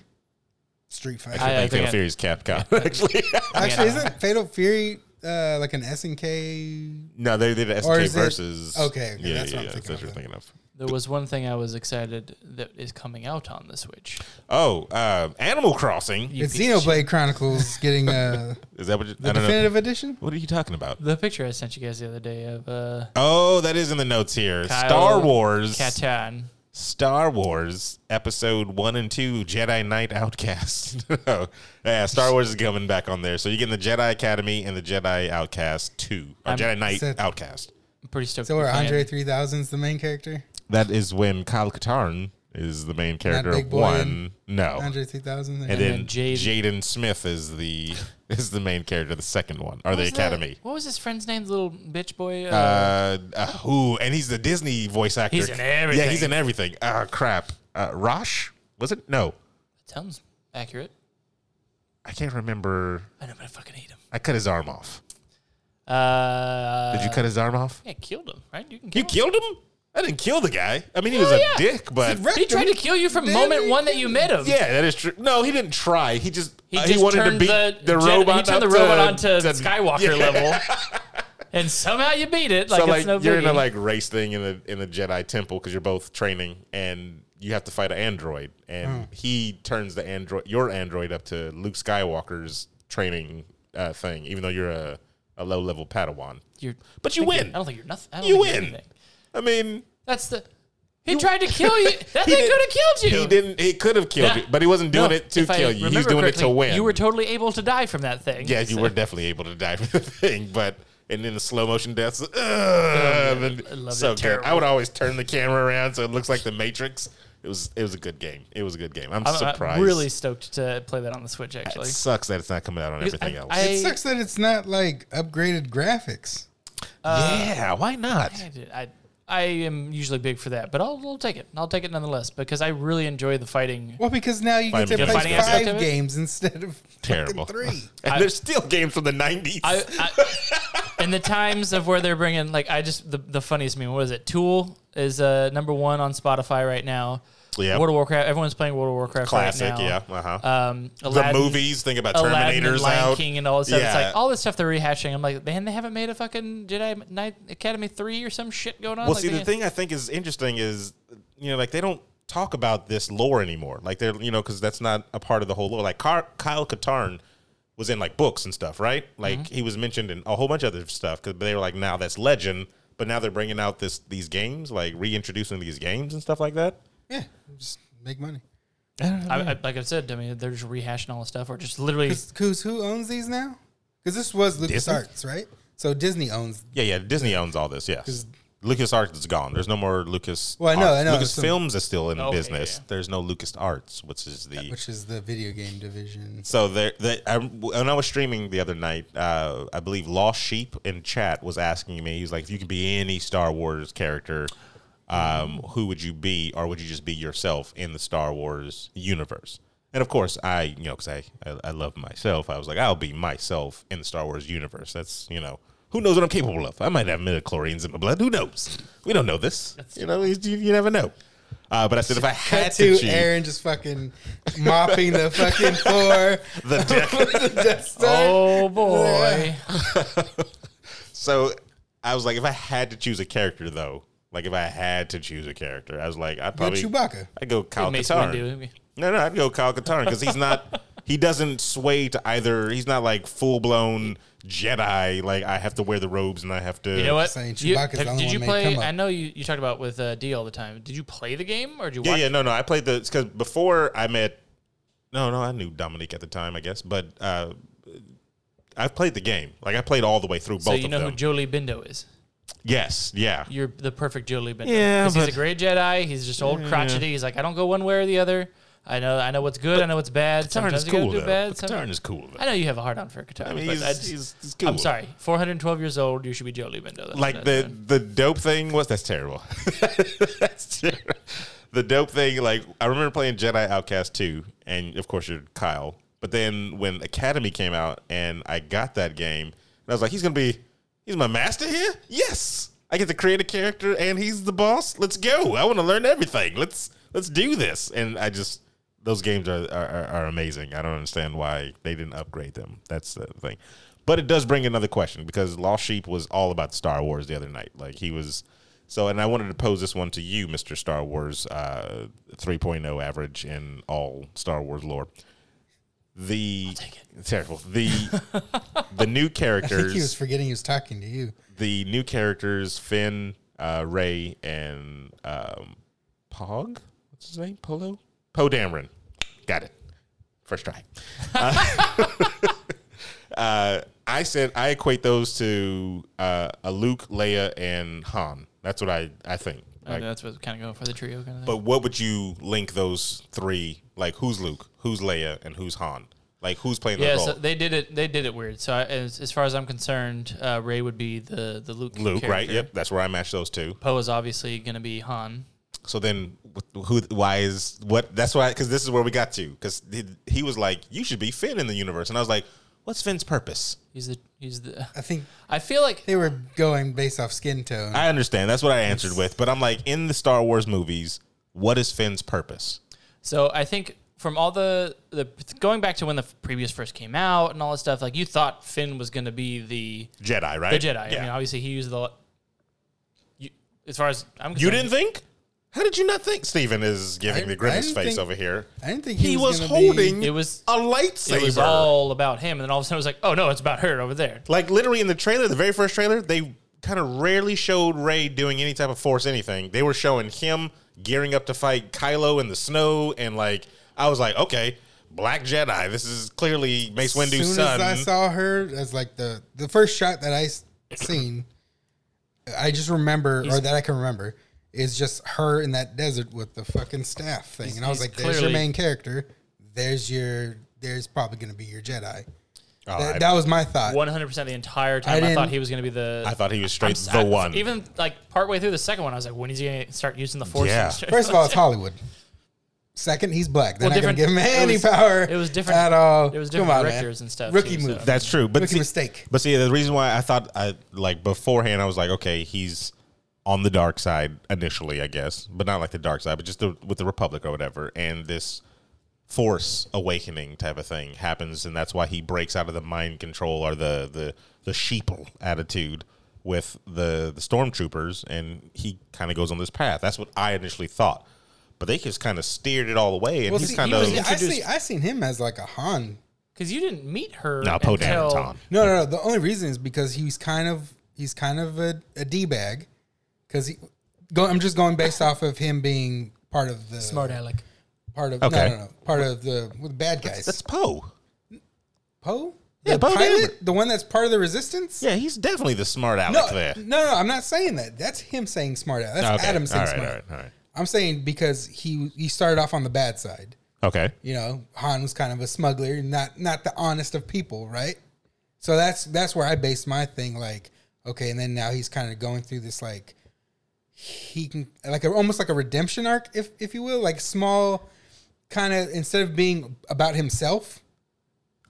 [SPEAKER 4] Street Fighter.
[SPEAKER 2] I,
[SPEAKER 3] I- I
[SPEAKER 2] think
[SPEAKER 3] think
[SPEAKER 2] Fatal
[SPEAKER 3] I-
[SPEAKER 2] Fury is Capcom. Actually,
[SPEAKER 4] Actually,
[SPEAKER 3] Yeah.
[SPEAKER 4] isn't Fatal Fury uh, like an SNK?
[SPEAKER 2] no, they did SNK
[SPEAKER 4] Or is it-
[SPEAKER 2] versus.
[SPEAKER 4] okay, okay, that's what I'm thinking
[SPEAKER 2] that's what
[SPEAKER 4] of
[SPEAKER 2] you're
[SPEAKER 4] then.
[SPEAKER 2] thinking of.
[SPEAKER 3] There was one thing I was excited that is coming out on the Switch.
[SPEAKER 2] Oh, uh, Animal Crossing.
[SPEAKER 3] You
[SPEAKER 4] It's
[SPEAKER 3] piece of shit.
[SPEAKER 4] Xenoblade Chronicles getting uh,
[SPEAKER 2] Is that what you,
[SPEAKER 4] the
[SPEAKER 2] I don't know?
[SPEAKER 4] definitive edition.
[SPEAKER 2] What are you talking about?
[SPEAKER 3] The picture I sent you guys the other day of uh,
[SPEAKER 2] Oh, that is in the notes here.
[SPEAKER 3] Kyle
[SPEAKER 2] Star Wars.
[SPEAKER 3] Catan.
[SPEAKER 2] Star Wars Episode One and Two: Jedi Knight Outcast. Oh, yeah, Star Wars is coming back on there. So you're getting the Jedi Academy and the Jedi Outcast Two, or
[SPEAKER 3] I'm-
[SPEAKER 2] Jedi Knight
[SPEAKER 4] Said-
[SPEAKER 2] Outcast.
[SPEAKER 3] I'm pretty stoked.
[SPEAKER 4] So
[SPEAKER 3] to be
[SPEAKER 4] where
[SPEAKER 3] playing.
[SPEAKER 4] Andre 3000's the main character?
[SPEAKER 2] That is when Kyle Katarn is the main character
[SPEAKER 4] Big
[SPEAKER 2] of
[SPEAKER 4] Boy
[SPEAKER 2] one. No,
[SPEAKER 4] Andre
[SPEAKER 2] Oh.
[SPEAKER 4] 3000.
[SPEAKER 2] and
[SPEAKER 4] there.
[SPEAKER 2] then
[SPEAKER 3] then Jade-
[SPEAKER 2] Jaden Smith is the is the main character, of the second one, or
[SPEAKER 3] What
[SPEAKER 2] the
[SPEAKER 3] was
[SPEAKER 2] Academy.
[SPEAKER 3] That, what was his friend's name? The little bitch boy. Uh,
[SPEAKER 2] uh, uh, who? And he's the Disney voice actor.
[SPEAKER 3] He's in everything.
[SPEAKER 2] Yeah, he's in everything. Uh, crap. Uh, Rosh was it? No,
[SPEAKER 3] sounds accurate.
[SPEAKER 2] I can't remember.
[SPEAKER 3] I know, but I fucking hate him.
[SPEAKER 2] I cut his arm off.
[SPEAKER 3] Uh,
[SPEAKER 2] Did you cut his arm off?
[SPEAKER 3] Yeah, killed him. Right? You can kill
[SPEAKER 2] You
[SPEAKER 3] him.
[SPEAKER 2] killed him? I didn't kill the guy. I mean, he was a
[SPEAKER 3] yeah.
[SPEAKER 2] dick, but
[SPEAKER 3] He tried to kill you from
[SPEAKER 4] Did
[SPEAKER 3] moment
[SPEAKER 4] he?
[SPEAKER 3] one that you met him.
[SPEAKER 2] yeah, that is true. No, he didn't try. He just
[SPEAKER 3] He
[SPEAKER 2] uh,
[SPEAKER 3] just
[SPEAKER 2] wanted to
[SPEAKER 3] turned
[SPEAKER 2] beat
[SPEAKER 3] the,
[SPEAKER 2] the,
[SPEAKER 3] gen-
[SPEAKER 2] robot.
[SPEAKER 3] He turned the
[SPEAKER 2] up
[SPEAKER 3] robot
[SPEAKER 2] to-
[SPEAKER 3] onto
[SPEAKER 2] to-
[SPEAKER 3] Skywalker
[SPEAKER 2] Yeah.
[SPEAKER 3] level, and somehow you beat it. Like
[SPEAKER 2] so
[SPEAKER 3] it's
[SPEAKER 2] like
[SPEAKER 3] no
[SPEAKER 2] you're in a
[SPEAKER 3] biggie.
[SPEAKER 2] like race thing in the in the Jedi temple because you're both training and you have to fight an android and he turns the android your android up to Luke Skywalker's training uh, thing even though you're a, a low level Padawan
[SPEAKER 3] You're-
[SPEAKER 2] but you
[SPEAKER 3] I think-
[SPEAKER 2] win.
[SPEAKER 3] I don't think you're nothing. I don't
[SPEAKER 2] you
[SPEAKER 3] think you're
[SPEAKER 2] win
[SPEAKER 3] anything.
[SPEAKER 2] I mean
[SPEAKER 3] That's the. He tried to kill you. That thing
[SPEAKER 2] did-
[SPEAKER 3] could have killed you.
[SPEAKER 2] he didn't he could have killed
[SPEAKER 3] Yeah.
[SPEAKER 2] you but he wasn't doing
[SPEAKER 3] No,
[SPEAKER 2] it to
[SPEAKER 3] if I
[SPEAKER 2] kill you he was
[SPEAKER 3] remember
[SPEAKER 2] doing it to
[SPEAKER 3] correctly,
[SPEAKER 2] win
[SPEAKER 3] You were totally able to die from that thing.
[SPEAKER 2] yeah you
[SPEAKER 3] So-
[SPEAKER 2] were definitely able to die for the thing but. And then the slow motion deaths, ugh, and
[SPEAKER 3] Oh, I love
[SPEAKER 2] so
[SPEAKER 3] it.
[SPEAKER 2] good. I
[SPEAKER 3] Terrible.
[SPEAKER 2] would always turn the camera around so it looks like the Matrix. It was it was a good game. It was a good game. I'm,
[SPEAKER 3] I'm, I'm
[SPEAKER 2] surprised.
[SPEAKER 3] really stoked to play that on the Switch. Actually,
[SPEAKER 2] It sucks that it's not coming out on
[SPEAKER 3] Because
[SPEAKER 2] everything
[SPEAKER 3] I-
[SPEAKER 2] else.
[SPEAKER 3] I-
[SPEAKER 4] It sucks that it's not like upgraded graphics.
[SPEAKER 2] yeah, why not?
[SPEAKER 3] I, did- I, I am usually big for that, but I'll, I'll take it. I'll take it nonetheless because I really enjoy the fighting.
[SPEAKER 4] Well, because now you get
[SPEAKER 2] Fighting
[SPEAKER 4] to
[SPEAKER 2] games.
[SPEAKER 4] play
[SPEAKER 3] Fighting aspect
[SPEAKER 4] five
[SPEAKER 3] of it?
[SPEAKER 4] games instead of
[SPEAKER 2] Terrible.
[SPEAKER 4] fucking three.
[SPEAKER 2] And there's still games from the 90s.
[SPEAKER 3] I, I in the times of where they're bringing like I just the, the funniest meme what is it Tool is uh, number one on Spotify right now.
[SPEAKER 2] Yeah.
[SPEAKER 3] World of Warcraft. Everyone's playing World of Warcraft.
[SPEAKER 2] Classic,
[SPEAKER 3] right now.
[SPEAKER 2] yeah. Uh-huh.
[SPEAKER 3] Um,
[SPEAKER 2] the
[SPEAKER 3] Aladdin-
[SPEAKER 2] movies, think about
[SPEAKER 3] Aladdin and
[SPEAKER 2] Terminators
[SPEAKER 3] Lion
[SPEAKER 2] out.
[SPEAKER 3] King and all this stuff. It's
[SPEAKER 2] Yeah.
[SPEAKER 3] like all this stuff they're rehashing. I'm like, man, they haven't made a fucking Jedi Knight Academy three or some shit going on.
[SPEAKER 2] Well,
[SPEAKER 3] like
[SPEAKER 2] see, the
[SPEAKER 3] they-
[SPEAKER 2] thing I think is interesting is, you know, like they don't talk about this lore anymore. Like they're, you know, because that's not a part of the whole lore. Like Car- Kyle Katarn was in like books and stuff, right? Like
[SPEAKER 4] Mm-hmm.
[SPEAKER 2] he was mentioned in a whole bunch of other stuff because they were like, now that's legend. But now they're bringing out this these games, like reintroducing these games and stuff like that.
[SPEAKER 4] Yeah, just make money.
[SPEAKER 3] I, I, like I said, I mean, they're just rehashing all this stuff or just literally.
[SPEAKER 4] Because who owns these now? Because this was
[SPEAKER 2] Disney?
[SPEAKER 4] LucasArts, right? So Disney owns.
[SPEAKER 2] Yeah, yeah. Disney owns all this. Yes. Lucas Arts is gone. There's no more Lucas.
[SPEAKER 4] Well, I know, I know,
[SPEAKER 2] Lucas
[SPEAKER 4] some-
[SPEAKER 2] Films is still in
[SPEAKER 3] Oh, Okay,
[SPEAKER 2] business.
[SPEAKER 3] yeah.
[SPEAKER 2] There's no Lucas Arts, which is the
[SPEAKER 4] Which is the video game division.
[SPEAKER 2] So there, they, I, when I was streaming the other night, uh, I believe Lost Sheep in chat was asking me. He's like, "If you could be any Star Wars character, um, who would you be, or would you just be yourself in the Star Wars universe?" And of course, I, you know, because I, I, I love myself, I was like, "I'll be myself in the Star Wars universe." That's you know, who knows what I'm capable of? I might have midichlorians in my blood. Who knows? We don't know this. You know, you, you never know. Uh, but I said, if I had
[SPEAKER 4] Cut
[SPEAKER 2] to,
[SPEAKER 4] to
[SPEAKER 2] choose
[SPEAKER 4] Aaron just fucking mopping the fucking floor
[SPEAKER 2] the deck.
[SPEAKER 4] with the Death Star.
[SPEAKER 3] Oh boy!
[SPEAKER 2] So I was like, if I had to choose a character, though, like if I had to choose a character, I was like, I'd
[SPEAKER 4] Go
[SPEAKER 2] probably
[SPEAKER 4] Chewbacca.
[SPEAKER 2] I'd go Kyle
[SPEAKER 3] Mace
[SPEAKER 2] Katarn.
[SPEAKER 3] Windu.
[SPEAKER 2] No, no, I'd go Kyle Katarn because he's not. He doesn't sway to either. He's not like full blown Jedi. Like I have to wear the robes and I have to.
[SPEAKER 3] You know what?
[SPEAKER 4] Saying
[SPEAKER 3] You-
[SPEAKER 4] Chewbacca's the
[SPEAKER 3] have-
[SPEAKER 4] only
[SPEAKER 3] did
[SPEAKER 4] one
[SPEAKER 3] you
[SPEAKER 4] made
[SPEAKER 3] play?
[SPEAKER 4] come up.
[SPEAKER 3] I know you, you talked about with uh, D all the time. Did you play the game or did you
[SPEAKER 2] Yeah,
[SPEAKER 3] watch?
[SPEAKER 2] yeah, no, no. I played the because before I met, no, no, I knew Dominique at the time, I guess, but uh, I've played the game. Like I played all the way through
[SPEAKER 3] So
[SPEAKER 2] both
[SPEAKER 3] you
[SPEAKER 2] of
[SPEAKER 3] know
[SPEAKER 2] them.
[SPEAKER 3] who Jolie Bindo is.
[SPEAKER 2] yes, yeah,
[SPEAKER 3] You're the perfect Jolie Bindo.
[SPEAKER 2] Yeah,
[SPEAKER 3] 'Cause
[SPEAKER 2] but-
[SPEAKER 3] he's a great Jedi. He's just old crotchety. He's like, I don't go one way or the other. I know, I know what's good. I know what's bad.
[SPEAKER 2] Katarn
[SPEAKER 3] Sometimes
[SPEAKER 2] is
[SPEAKER 3] you gotta
[SPEAKER 2] cool
[SPEAKER 3] do
[SPEAKER 2] though.
[SPEAKER 3] bad.
[SPEAKER 2] Katarn
[SPEAKER 3] some-
[SPEAKER 2] is cool. Though.
[SPEAKER 3] I know you have a hard on for Katarn.
[SPEAKER 2] I mean,
[SPEAKER 3] but
[SPEAKER 2] he's,
[SPEAKER 3] I just-
[SPEAKER 2] he's, he's cool.
[SPEAKER 3] I'm sorry. 412 years old. You should be Jolie Bindo. That's-
[SPEAKER 2] Like
[SPEAKER 3] that's
[SPEAKER 2] the
[SPEAKER 3] fine.
[SPEAKER 2] the dope thing was that's terrible. that's terrible. The dope thing, like I remember playing Jedi Outcast 2, and of course you're Kyle. But then when Academy came out and I got that game, and I was like, he's gonna be he's my master here? Yes. I get to create a character and he's the boss. Let's go. I wanna learn everything. Let's let's do this. And I just those games are, are, are- are amazing. I don't understand why they didn't upgrade them. That's the thing. But it does bring another question because Lost Sheep was all about Star Wars the other night. Like he was so, and I wanted to pose this one to you, Mr. Star Wars uh, 3.0 average in all Star Wars lore. The terrible the the new
[SPEAKER 4] I think he was
[SPEAKER 2] characters
[SPEAKER 4] forgetting he was talking to you.
[SPEAKER 2] the new characters Finn, uh, Ray, and um, Pog. What's his name? Polo. Poe Dameron. Got it. First try. Uh, uh, I said I equate those to uh, a Luke, Leia, and Han. That's what I I think.
[SPEAKER 3] I
[SPEAKER 2] Like,
[SPEAKER 3] mean, that's what kind of going for the trio kind of thing.
[SPEAKER 2] but what would you link those three? Like, who's Luke? Who's Leia? And who's Han? Like, who's playing
[SPEAKER 3] Yeah,
[SPEAKER 2] the role?
[SPEAKER 3] so they did it. They did it weird. So I, as, as far as I'm concerned, uh, Ray would be the the Luke.
[SPEAKER 2] Luke, right?
[SPEAKER 3] character.
[SPEAKER 2] Yep, that's where I match those two.
[SPEAKER 3] Poe is obviously going to be Han.
[SPEAKER 2] So then, wh- who? Why is what? That's why. Because this is where we got to. Because he, he was like, "You should be Finn in the universe," and I was like, "What's Finn's purpose?"
[SPEAKER 3] He's the he's the.
[SPEAKER 4] I think
[SPEAKER 3] I feel like
[SPEAKER 4] they were going based off skin tone.
[SPEAKER 2] I understand. That's what I answered with. But I'm like, in the Star Wars movies, what is Finn's purpose?
[SPEAKER 3] so. I think from all the the going back to when the previous first came out and all that stuff, like you thought Finn was going to be the
[SPEAKER 2] Jedi, right?
[SPEAKER 3] the Jedi. I mean,
[SPEAKER 2] Yeah.
[SPEAKER 3] obviously he used the. You, as far as I'm concerned,
[SPEAKER 2] you didn't think? How did you not think? Steven is giving
[SPEAKER 4] I-
[SPEAKER 2] the grimace
[SPEAKER 4] I didn't
[SPEAKER 2] face
[SPEAKER 4] think-
[SPEAKER 2] over here.
[SPEAKER 4] I didn't think he,
[SPEAKER 2] He was
[SPEAKER 4] gonna be-
[SPEAKER 2] holding
[SPEAKER 3] It was-
[SPEAKER 2] a
[SPEAKER 3] It was
[SPEAKER 2] lightsaber.
[SPEAKER 3] all about him, and then all of a sudden it was like, oh no, it's about her over there.
[SPEAKER 2] like literally in the trailer, the very first trailer, they kind of rarely showed Ray doing any type of force anything. They were showing him gearing up to fight Kylo in the snow, and like I was like, okay, Black Jedi, this is clearly Mace
[SPEAKER 4] soon
[SPEAKER 2] Windu's
[SPEAKER 4] as I
[SPEAKER 2] son.
[SPEAKER 4] saw her, as like the the first shot that I s- seen, I just remember or that I can remember is just her in that desert with the fucking staff thing, and I was
[SPEAKER 3] he's
[SPEAKER 4] like, "There's your
[SPEAKER 3] clearly-
[SPEAKER 4] main character. There's your there's probably gonna be your Jedi."
[SPEAKER 2] Oh,
[SPEAKER 4] That,
[SPEAKER 2] I,
[SPEAKER 4] that was my thought.
[SPEAKER 3] One hundred percent the entire
[SPEAKER 4] I
[SPEAKER 3] time. I,
[SPEAKER 4] didn't-
[SPEAKER 3] thought he was going to be the.
[SPEAKER 2] I thought he was straight
[SPEAKER 3] I-
[SPEAKER 2] the one.
[SPEAKER 3] Even like partway through the second one, I was like, when is he going to start using the force?
[SPEAKER 2] Yeah.
[SPEAKER 4] First of all, it's Hollywood. Second, he's black. They're
[SPEAKER 3] Well,
[SPEAKER 4] not going to give him
[SPEAKER 3] different- it
[SPEAKER 4] any
[SPEAKER 3] was-
[SPEAKER 4] power.
[SPEAKER 3] it was different-
[SPEAKER 4] at all.
[SPEAKER 3] it was
[SPEAKER 4] Come
[SPEAKER 3] different
[SPEAKER 4] on, man.
[SPEAKER 3] directors and stuff,
[SPEAKER 4] Rookie
[SPEAKER 3] too,
[SPEAKER 4] move.
[SPEAKER 3] so-
[SPEAKER 2] That's true. But
[SPEAKER 4] Rookie
[SPEAKER 2] see-
[SPEAKER 4] mistake.
[SPEAKER 2] But see, the reason why I thought I like beforehand, I was like, okay, he's on the dark side initially, I guess, but not like the dark side, but just the, with the Republic or whatever. And this force awakening type of thing happens, and that's why he breaks out of the mind control or the the the sheeple attitude with the the stormtroopers, and he kind of goes on this path. That's what I initially thought. But they just kind of steered it all away, and
[SPEAKER 4] Well,
[SPEAKER 2] he's
[SPEAKER 4] see,
[SPEAKER 2] kind
[SPEAKER 4] he was-
[SPEAKER 2] of
[SPEAKER 4] I see.
[SPEAKER 3] introduced-
[SPEAKER 4] I seen him as like a Han.
[SPEAKER 3] because you didn't meet her.
[SPEAKER 2] no, Poe Dameron,
[SPEAKER 3] until-
[SPEAKER 2] Tom.
[SPEAKER 4] No, no, no. The only reason is because he's kind of he's kind of a, a d bag. Because he, go, I'm just going based off of him being part of the
[SPEAKER 3] Smart Alec.
[SPEAKER 4] part of
[SPEAKER 2] Okay.
[SPEAKER 4] no, no, no, part of the with the bad guys.
[SPEAKER 2] That's Poe.
[SPEAKER 4] Poe,
[SPEAKER 2] Yeah,
[SPEAKER 4] the
[SPEAKER 2] Poe
[SPEAKER 4] pilot, the one that's part of the resistance.
[SPEAKER 2] Yeah, he's definitely the smart aleck
[SPEAKER 4] No,
[SPEAKER 2] there.
[SPEAKER 4] no, no, I'm not saying that. That's him saying smart. ass. That's
[SPEAKER 2] Okay.
[SPEAKER 4] Adam saying
[SPEAKER 2] All right,
[SPEAKER 4] smart.
[SPEAKER 2] all right, all right.
[SPEAKER 4] I'm saying because he he started off on the bad side.
[SPEAKER 2] Okay.
[SPEAKER 4] You know, Han was kind of a smuggler, not not the honest of people, right? So that's that's where I based my thing. Like, okay, and then now he's kind of going through this like he can like a, almost like a redemption arc, if if you will, like small kind of instead of being about himself.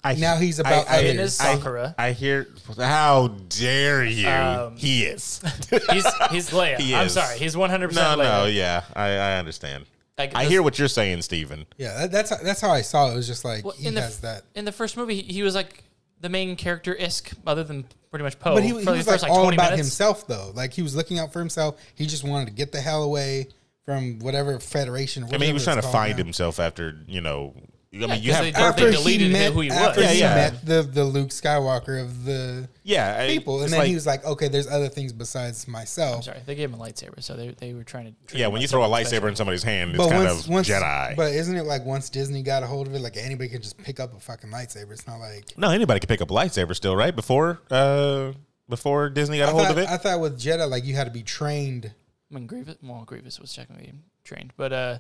[SPEAKER 2] I,
[SPEAKER 4] Now he's about
[SPEAKER 2] I, I,
[SPEAKER 4] others.
[SPEAKER 3] It is
[SPEAKER 2] I-
[SPEAKER 3] Sakura.
[SPEAKER 2] I hear. How dare you?
[SPEAKER 4] Um,
[SPEAKER 2] he is.
[SPEAKER 3] He's he's Leia.
[SPEAKER 2] He
[SPEAKER 3] I'm
[SPEAKER 2] is.
[SPEAKER 3] sorry. He's 100
[SPEAKER 2] no,
[SPEAKER 3] percent Leia.
[SPEAKER 2] no, yeah, I, I understand.
[SPEAKER 3] Like,
[SPEAKER 2] I
[SPEAKER 3] this-
[SPEAKER 2] hear what you're saying, Steven.
[SPEAKER 4] Yeah, that, that's how- that's how I saw it. It was just like
[SPEAKER 3] Well,
[SPEAKER 4] he
[SPEAKER 3] in the
[SPEAKER 4] has that.
[SPEAKER 3] in the first movie, he, he was like the main character isk, other than pretty much Poe.
[SPEAKER 4] But he, he
[SPEAKER 3] Oh, for
[SPEAKER 4] was
[SPEAKER 3] the
[SPEAKER 4] like,
[SPEAKER 3] first,
[SPEAKER 4] all
[SPEAKER 3] 20
[SPEAKER 4] about
[SPEAKER 3] minutes.
[SPEAKER 4] himself though. Like he was looking out for himself. He just wanted to get the hell away from whatever federation.
[SPEAKER 2] I mean, he was trying to find himself after you know. I mean, you
[SPEAKER 3] 'cause
[SPEAKER 2] have
[SPEAKER 3] they-
[SPEAKER 2] perfect.
[SPEAKER 4] after he
[SPEAKER 3] deleted
[SPEAKER 4] met
[SPEAKER 3] who he was.
[SPEAKER 4] after
[SPEAKER 2] Yeah,
[SPEAKER 4] he
[SPEAKER 2] yeah.
[SPEAKER 4] met the the Luke Skywalker of the
[SPEAKER 2] yeah I-
[SPEAKER 4] people, and
[SPEAKER 2] it's
[SPEAKER 4] then
[SPEAKER 2] like-
[SPEAKER 4] he was like, okay, there's other things besides myself.
[SPEAKER 3] Sorry, they gave him a lightsaber, so they, they were trying to. treat
[SPEAKER 2] yeah.
[SPEAKER 3] him
[SPEAKER 2] When
[SPEAKER 3] like
[SPEAKER 2] you throw a
[SPEAKER 3] something
[SPEAKER 2] lightsaber in somebody's hand, it's
[SPEAKER 4] But
[SPEAKER 2] kind
[SPEAKER 4] once,
[SPEAKER 2] of
[SPEAKER 4] once,
[SPEAKER 2] Jedi.
[SPEAKER 4] but isn't it like once Disney got a hold of it, like anybody could just pick up a fucking lightsaber? It's not like
[SPEAKER 2] no, anybody could pick up a lightsaber still, right? Before, uh, before Disney got a
[SPEAKER 4] I
[SPEAKER 2] hold
[SPEAKER 4] thought,
[SPEAKER 2] of it.
[SPEAKER 4] I thought with Jedi, like you had to be trained.
[SPEAKER 3] I mean, Grievous, well, Grievous was technically trained, but uh,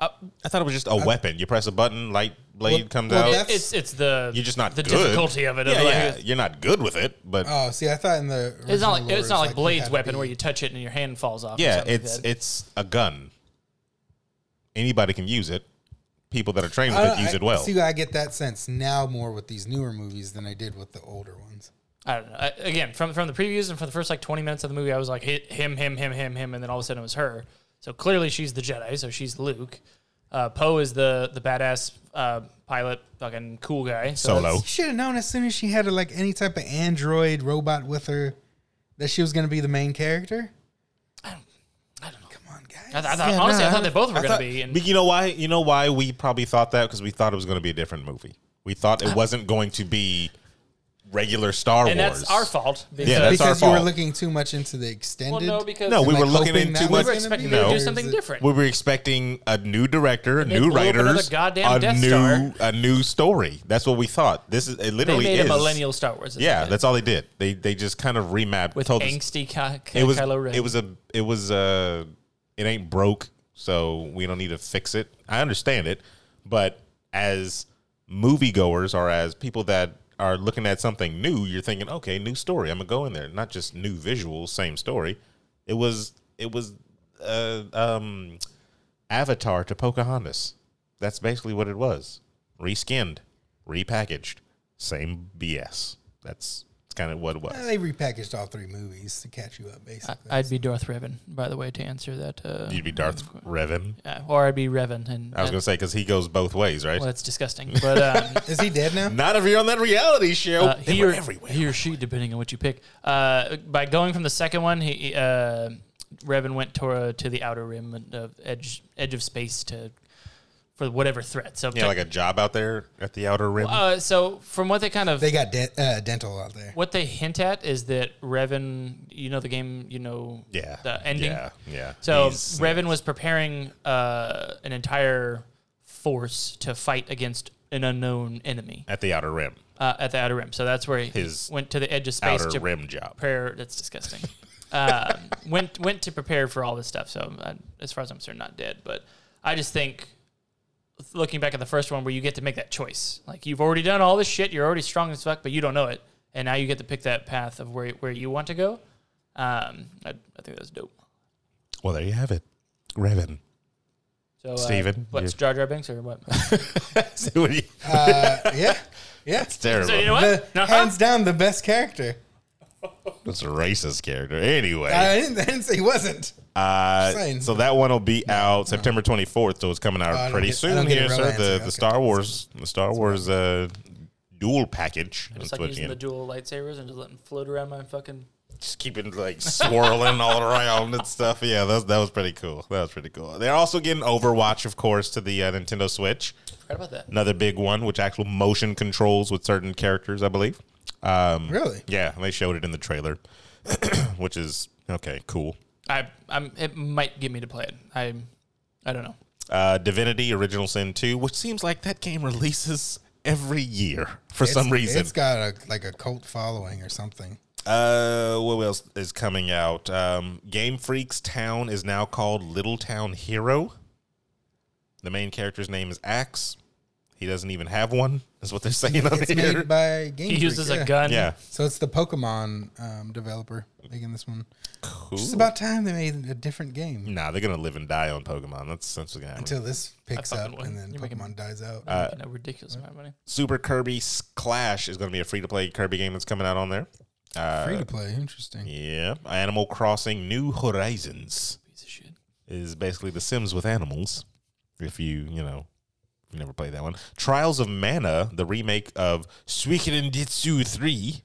[SPEAKER 3] uh
[SPEAKER 2] I thought it was just a weapon. You press a button, light blade
[SPEAKER 4] Well-
[SPEAKER 2] comes
[SPEAKER 4] well,
[SPEAKER 2] out.
[SPEAKER 4] that's-
[SPEAKER 3] it's it's the
[SPEAKER 2] You're just not
[SPEAKER 3] the
[SPEAKER 2] good.
[SPEAKER 3] difficulty of it. of
[SPEAKER 2] Yeah,
[SPEAKER 3] like-
[SPEAKER 2] yeah. You're not good with it, but
[SPEAKER 4] Oh, see, I thought in the
[SPEAKER 3] It's not
[SPEAKER 4] original
[SPEAKER 3] like
[SPEAKER 4] lore, it
[SPEAKER 3] it's
[SPEAKER 4] was
[SPEAKER 3] not like,
[SPEAKER 4] you had
[SPEAKER 3] Blade's
[SPEAKER 4] to
[SPEAKER 3] weapon
[SPEAKER 4] be-
[SPEAKER 3] where you touch it and your hand falls off. or
[SPEAKER 2] yeah,
[SPEAKER 3] something like
[SPEAKER 2] it's
[SPEAKER 3] that.
[SPEAKER 2] it's a gun. Anybody can use it. People that are trained with it
[SPEAKER 4] I don't-
[SPEAKER 2] use
[SPEAKER 4] Uh, I-
[SPEAKER 2] it well.
[SPEAKER 4] See, I get that sense now more with these newer movies than I did with the older ones.
[SPEAKER 3] I don't know. I, again, from from the previews and for the first like twenty minutes of the movie, I was like hit him, him, him, him, him, and then all of a sudden it was her. So clearly she's the Jedi, so she's Luke. Uh, Poe is the the badass uh, pilot, fucking cool guy. So
[SPEAKER 2] Solo.
[SPEAKER 3] that's-
[SPEAKER 4] You should have known as soon as she had like any type of android robot with her that she was going to be the main character. I don't, I don't know. Come on,
[SPEAKER 3] I,
[SPEAKER 4] guys.
[SPEAKER 3] th- I thought, honestly, I thought they both were
[SPEAKER 2] I
[SPEAKER 3] going to
[SPEAKER 2] thought-
[SPEAKER 3] be. And
[SPEAKER 2] but you know why? You know why we probably thought that because we thought it was going to be a different movie. We thought it wasn't going to be regular Star
[SPEAKER 3] and
[SPEAKER 2] Wars.
[SPEAKER 3] that's our fault. Because,
[SPEAKER 2] Yeah, that's
[SPEAKER 4] because
[SPEAKER 2] our
[SPEAKER 4] you
[SPEAKER 2] fault.
[SPEAKER 4] were looking too much into the extended.
[SPEAKER 3] well, no, because
[SPEAKER 2] no, we
[SPEAKER 4] Am I
[SPEAKER 2] were looking
[SPEAKER 4] hoping
[SPEAKER 2] in too
[SPEAKER 4] that was
[SPEAKER 2] much.
[SPEAKER 3] we were expecting
[SPEAKER 2] no.
[SPEAKER 3] them to do something different.
[SPEAKER 2] We were expecting a new director,
[SPEAKER 3] they
[SPEAKER 2] new
[SPEAKER 3] blew up another
[SPEAKER 2] writers,
[SPEAKER 3] goddamn
[SPEAKER 2] a
[SPEAKER 3] Death
[SPEAKER 2] new
[SPEAKER 3] Star.
[SPEAKER 2] a new story. That's what we thought. This is it.
[SPEAKER 3] they
[SPEAKER 2] Literally
[SPEAKER 3] made
[SPEAKER 2] is
[SPEAKER 3] a millennial Star Wars. isn't
[SPEAKER 2] Yeah,
[SPEAKER 3] it?
[SPEAKER 2] that's all they did. They they just kind of remapped.
[SPEAKER 3] with
[SPEAKER 2] told us-
[SPEAKER 3] angsty Ky- Ky-
[SPEAKER 2] it was
[SPEAKER 3] Kylo Ren.
[SPEAKER 2] it was a it was a it ain't broke, so we don't need to fix it. I understand it, but as moviegoers or as people that are looking at something new, you're thinking, okay, new story. I'm gonna go in there, not just new visuals, same story. It was it was uh, um, Avatar to Pocahontas. That's basically what it was. Reskinned, repackaged, same BS. That's, that's kind of what it was.
[SPEAKER 4] they repackaged all three movies to catch you up, basically.
[SPEAKER 3] I'd be Darth Revan, by the way, to answer that. Uh,
[SPEAKER 2] You'd be Darth Revan.
[SPEAKER 3] yeah, or I'd be Revan, and
[SPEAKER 2] I was going to say because he goes both ways, right?
[SPEAKER 3] well, that's disgusting. But um,
[SPEAKER 4] Is he dead now?
[SPEAKER 2] Not if you're on that reality show.
[SPEAKER 3] uh,
[SPEAKER 2] they
[SPEAKER 3] he,
[SPEAKER 2] were
[SPEAKER 3] or,
[SPEAKER 2] everywhere.
[SPEAKER 3] he or she, depending on what you pick, uh, by going from the second one, he he, uh, Revan went to, uh, to the outer rim and, uh, edge edge of space to for whatever threat. So,
[SPEAKER 2] Yeah, like a job out there at the outer rim.
[SPEAKER 3] uh, so from what they kind of
[SPEAKER 4] They got de- uh, dental out there.
[SPEAKER 3] what they hint at is that Revan, you know the game, you know
[SPEAKER 2] yeah,
[SPEAKER 3] the ending.
[SPEAKER 2] Yeah, yeah.
[SPEAKER 3] So
[SPEAKER 2] He's-
[SPEAKER 3] Revan was preparing uh, an entire force to fight against an unknown enemy
[SPEAKER 2] at the outer rim,
[SPEAKER 3] uh, at the outer rim. So that's where he
[SPEAKER 2] His
[SPEAKER 3] went to the edge of space
[SPEAKER 2] outer
[SPEAKER 3] to
[SPEAKER 2] rim job.
[SPEAKER 3] prepare. That's disgusting. um, went went to prepare for all this stuff. So uh, as far as I'm concerned, not dead. But I just think looking back at the first one where you get to make that choice. Like you've already done all this shit, you're already strong as fuck, but you don't know it, and now you get to pick that path of where where you want to go. Um, I, I think that's dope.
[SPEAKER 2] Well, there you have it, Revan.
[SPEAKER 3] So, uh,
[SPEAKER 2] Steven,
[SPEAKER 3] what's
[SPEAKER 2] you-
[SPEAKER 3] Jar Jar Binks or what?
[SPEAKER 2] So what do you-
[SPEAKER 4] Uh, yeah, yeah.
[SPEAKER 2] It's terrible.
[SPEAKER 3] so you know
[SPEAKER 4] The,
[SPEAKER 3] what? Uh-huh. No,
[SPEAKER 4] Hands down, the best character.
[SPEAKER 2] That's a racist character. Anyway,
[SPEAKER 4] I didn't, I didn't say he wasn't.
[SPEAKER 2] uh,
[SPEAKER 4] saying.
[SPEAKER 2] so that one will be out September 24th, so it's coming out
[SPEAKER 4] Oh, I don't
[SPEAKER 2] pretty
[SPEAKER 4] get- I
[SPEAKER 2] soon
[SPEAKER 4] don't get a
[SPEAKER 2] here,
[SPEAKER 4] real
[SPEAKER 2] sir.
[SPEAKER 4] answer.
[SPEAKER 2] The,
[SPEAKER 4] Okay.
[SPEAKER 2] the Star Wars, the Star Wars uh, dual package.
[SPEAKER 3] just
[SPEAKER 2] That's
[SPEAKER 3] like
[SPEAKER 2] what
[SPEAKER 3] using
[SPEAKER 2] you-
[SPEAKER 3] the dual lightsabers and just letting them float around my fucking.
[SPEAKER 2] just keep it like swirling all around and stuff. Yeah, that was, that was pretty cool. That was pretty cool. They're also getting Overwatch, of course, to the uh, Nintendo Switch.
[SPEAKER 3] Forgot about that.
[SPEAKER 2] Another big one, which actual motion controls with certain characters, I believe. Um,
[SPEAKER 4] Really?
[SPEAKER 2] Yeah, they showed it in the trailer, which is okay, cool.
[SPEAKER 3] I I'm it might get me to play it. I I don't know.
[SPEAKER 2] uh, Divinity Original Sin 2, which seems like that game releases every year for some reason.
[SPEAKER 4] it's got a, like a cult following or something.
[SPEAKER 2] Uh, what else is coming out? Um, game Freak's town is now called Little Town Hero. The main character's name is Axe. He doesn't even have one, is what they're saying on
[SPEAKER 4] It's
[SPEAKER 2] here.
[SPEAKER 4] made by Game
[SPEAKER 3] He
[SPEAKER 4] Freak,
[SPEAKER 3] uses
[SPEAKER 4] yeah.
[SPEAKER 3] a gun.
[SPEAKER 2] yeah.
[SPEAKER 4] So it's the Pokemon um, developer making this one.
[SPEAKER 2] Cool.
[SPEAKER 4] It's about time they made a different
[SPEAKER 3] Hmm.
[SPEAKER 4] game
[SPEAKER 2] nah, they're gonna live and die on Pokemon. That's that's what's gonna happen.
[SPEAKER 4] until this picks
[SPEAKER 3] fucking
[SPEAKER 4] up
[SPEAKER 3] would.
[SPEAKER 4] and then
[SPEAKER 3] You're making- Uh,
[SPEAKER 4] Pokemon dies out.
[SPEAKER 3] Making
[SPEAKER 2] uh,
[SPEAKER 3] a ridiculous amount of money.
[SPEAKER 2] Super Kirby Clash is gonna be a free to play Kirby game that's coming out on there. Uh,
[SPEAKER 4] Free to play, interesting.
[SPEAKER 2] Yeah. Animal Crossing New Horizons.
[SPEAKER 3] Piece of shit.
[SPEAKER 2] is basically The Sims with animals. If you you know, you never played that one. Trials of Mana, the remake of Suikoden Ditsu Three.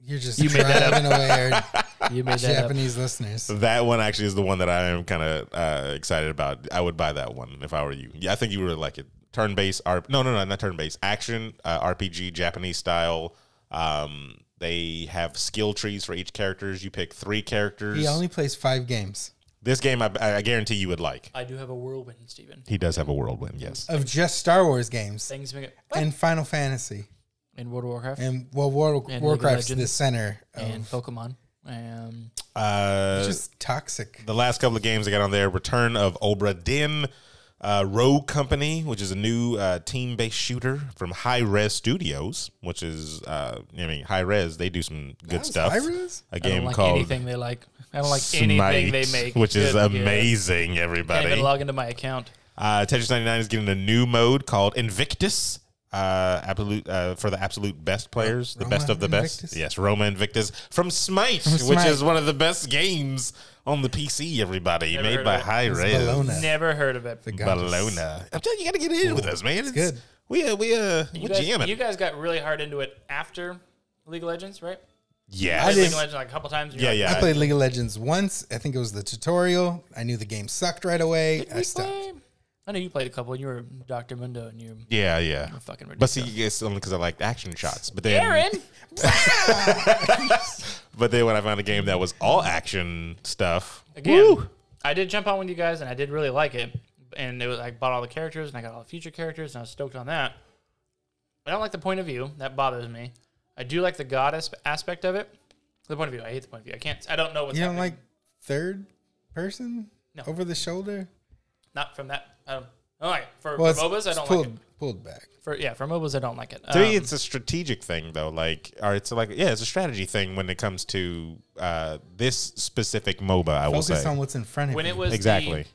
[SPEAKER 4] You're just
[SPEAKER 3] You made that up.
[SPEAKER 4] driving away our
[SPEAKER 3] You made that up.
[SPEAKER 4] Japanese listeners.
[SPEAKER 2] That one actually is the one that I am kind of uh, excited about. I would buy that one if I were you. Yeah, I think you would really like it. Turn based R. No, no, no, not turn based. Action uh, RPG, Japanese style. Um, they have skill trees for each characters. You pick three characters.
[SPEAKER 4] He only plays five games
[SPEAKER 2] this game, I, I guarantee you would like.
[SPEAKER 3] I do have a whirlwind, Steven.
[SPEAKER 2] He does have a whirlwind. Yes.
[SPEAKER 4] of just Star Wars games
[SPEAKER 3] Things make it
[SPEAKER 4] and Final Fantasy
[SPEAKER 3] in World of Warcraft and,
[SPEAKER 4] and well, War,
[SPEAKER 3] of
[SPEAKER 4] Warcraft's the
[SPEAKER 3] Legends. uh,
[SPEAKER 4] center. Of,
[SPEAKER 3] Pokemon. Um,
[SPEAKER 2] Uh,
[SPEAKER 4] it's just toxic.
[SPEAKER 2] the last couple of games I got on there Return of Obra Dinn, uh, Rogue Company, which is a new uh, team based shooter from High Res Studios, which is, uh, I mean, High Res, they do some good
[SPEAKER 4] was
[SPEAKER 2] stuff.
[SPEAKER 4] High Res?
[SPEAKER 2] A
[SPEAKER 3] I don't
[SPEAKER 2] game
[SPEAKER 3] like
[SPEAKER 2] called
[SPEAKER 3] anything they like. I don't like anything
[SPEAKER 2] Smite,
[SPEAKER 3] they make,
[SPEAKER 2] which is
[SPEAKER 3] Good God.
[SPEAKER 2] amazing,
[SPEAKER 3] Can't even
[SPEAKER 2] everybody.
[SPEAKER 3] log into my account.
[SPEAKER 2] Uh, Tetris 99 is getting a new mode called Invictus. Uh, absolute uh, for the absolute best players, the
[SPEAKER 4] Roma
[SPEAKER 2] best of the best.
[SPEAKER 4] Invictus?
[SPEAKER 2] Yes, Roma Invictus from Smite, which
[SPEAKER 4] Smite.
[SPEAKER 2] is one of the best games on the PC. Everybody
[SPEAKER 3] Never heard
[SPEAKER 2] made
[SPEAKER 3] of
[SPEAKER 2] by
[SPEAKER 3] it.
[SPEAKER 2] High Res.
[SPEAKER 4] Bologna.
[SPEAKER 3] Never heard of it.
[SPEAKER 4] The goddess.
[SPEAKER 2] Bologna. I'm telling you, you got to get in with us, man. It's,
[SPEAKER 4] good.
[SPEAKER 2] We uh, we uh, we
[SPEAKER 3] You guys,
[SPEAKER 2] jamming.
[SPEAKER 3] you guys got really hard into it after League of Legends, right?
[SPEAKER 2] yes.
[SPEAKER 4] I
[SPEAKER 3] Played League
[SPEAKER 4] didn't-
[SPEAKER 3] of Legends like a couple times. and
[SPEAKER 2] Yeah,
[SPEAKER 3] you're like,
[SPEAKER 2] yeah.
[SPEAKER 4] I played League of Legends once. I think it was the tutorial. I knew the game sucked right away. I
[SPEAKER 3] "We
[SPEAKER 4] stopped.
[SPEAKER 3] play." I know you played a couple, and you were Doctor Mundo, and you
[SPEAKER 2] yeah, yeah.
[SPEAKER 3] were fucking
[SPEAKER 2] But
[SPEAKER 3] ridiculous.
[SPEAKER 2] see, it's only because I liked action shots. But then,
[SPEAKER 3] Aaron,
[SPEAKER 2] but then when I found a game that was all action stuff,
[SPEAKER 3] again,
[SPEAKER 2] woo,
[SPEAKER 3] I did jump on with you guys, and I did really like it. And it was, I bought all the characters, and I got all the future characters, and I was stoked on that. I don't like the point of view; that bothers me. I do like the goddess aspect of it. The point of view, I hate the point of view. I can't. I don't know what's
[SPEAKER 4] You don't
[SPEAKER 3] happening.
[SPEAKER 4] like third person
[SPEAKER 3] No.
[SPEAKER 4] over the shoulder?
[SPEAKER 3] Not from that. I don't, I don't like it. For,
[SPEAKER 4] Well,
[SPEAKER 3] for
[SPEAKER 4] it's,
[SPEAKER 3] MOBAs, I
[SPEAKER 4] it's
[SPEAKER 3] don't
[SPEAKER 4] pulled,
[SPEAKER 3] like it.
[SPEAKER 4] pulled back.
[SPEAKER 3] For yeah, for MOBAs, I don't like it.
[SPEAKER 2] to me,
[SPEAKER 3] Um,
[SPEAKER 2] it's a strategic thing though. Like, or it's like, yeah, it's a strategy thing when it comes to uh, this specific MOBA. I will
[SPEAKER 4] Focus
[SPEAKER 2] say
[SPEAKER 4] on what's in front of
[SPEAKER 3] when
[SPEAKER 4] you.
[SPEAKER 3] it was the-
[SPEAKER 2] exactly.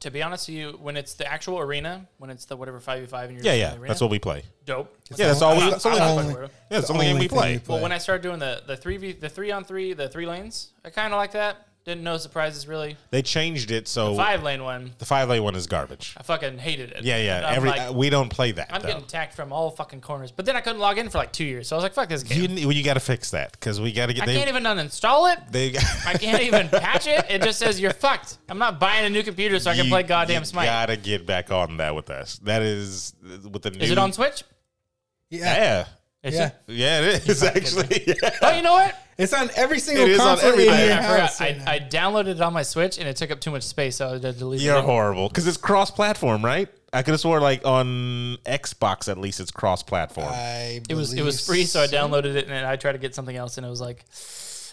[SPEAKER 3] to be honest with you, when it's the actual arena, when it's the whatever five v five, and you're
[SPEAKER 2] Yeah,
[SPEAKER 3] just in
[SPEAKER 2] yeah.
[SPEAKER 3] the arena,
[SPEAKER 2] That's what we play.
[SPEAKER 3] dope.
[SPEAKER 2] Yeah, that's all we.
[SPEAKER 4] I-
[SPEAKER 2] That's only,
[SPEAKER 4] I-
[SPEAKER 2] yeah,
[SPEAKER 4] only-
[SPEAKER 2] that's the only game we
[SPEAKER 4] thing
[SPEAKER 2] play.
[SPEAKER 3] Well, when I started doing the the three v the three on three, the three lanes, I kind of like that. Didn't know surprises really.
[SPEAKER 2] They changed it so
[SPEAKER 3] Five lane one,
[SPEAKER 2] the five A one is garbage.
[SPEAKER 3] I fucking hated it.
[SPEAKER 2] Yeah, yeah.
[SPEAKER 3] I'm
[SPEAKER 2] Every
[SPEAKER 3] like,
[SPEAKER 2] uh, we don't play that.
[SPEAKER 3] I'm
[SPEAKER 2] though.
[SPEAKER 3] getting attacked from all fucking corners. But then I couldn't log in for like two years, so I was like, fuck this game.
[SPEAKER 2] You, well, you got to fix that because we got to get.
[SPEAKER 3] I
[SPEAKER 2] They,
[SPEAKER 3] can't even uninstall it.
[SPEAKER 2] they,
[SPEAKER 3] I can't even patch it. It just says you're fucked. I'm not buying a new computer so I can play goddamn
[SPEAKER 2] you
[SPEAKER 3] Smite.
[SPEAKER 2] Gotta get back on that with us. That is uh, with the. New,
[SPEAKER 3] Is it on Switch?
[SPEAKER 4] yeah,
[SPEAKER 2] Yeah,
[SPEAKER 3] Is
[SPEAKER 4] Yeah.
[SPEAKER 3] it?
[SPEAKER 2] yeah, it is actually. Yeah.
[SPEAKER 3] Oh, you know what?
[SPEAKER 4] it's on every single
[SPEAKER 2] It is on
[SPEAKER 4] console in
[SPEAKER 2] everything.
[SPEAKER 4] your
[SPEAKER 3] I forgot.
[SPEAKER 4] house.
[SPEAKER 3] I, I downloaded it on my Switch and it took up too much space, so I just deleted
[SPEAKER 2] You're
[SPEAKER 3] it.
[SPEAKER 2] horrible because it's cross-platform, right? I could have swore like on Xbox at least it's cross-platform.
[SPEAKER 4] I
[SPEAKER 3] It was it
[SPEAKER 4] believe
[SPEAKER 3] was free, so I downloaded it and I tried to get something else, and it was like,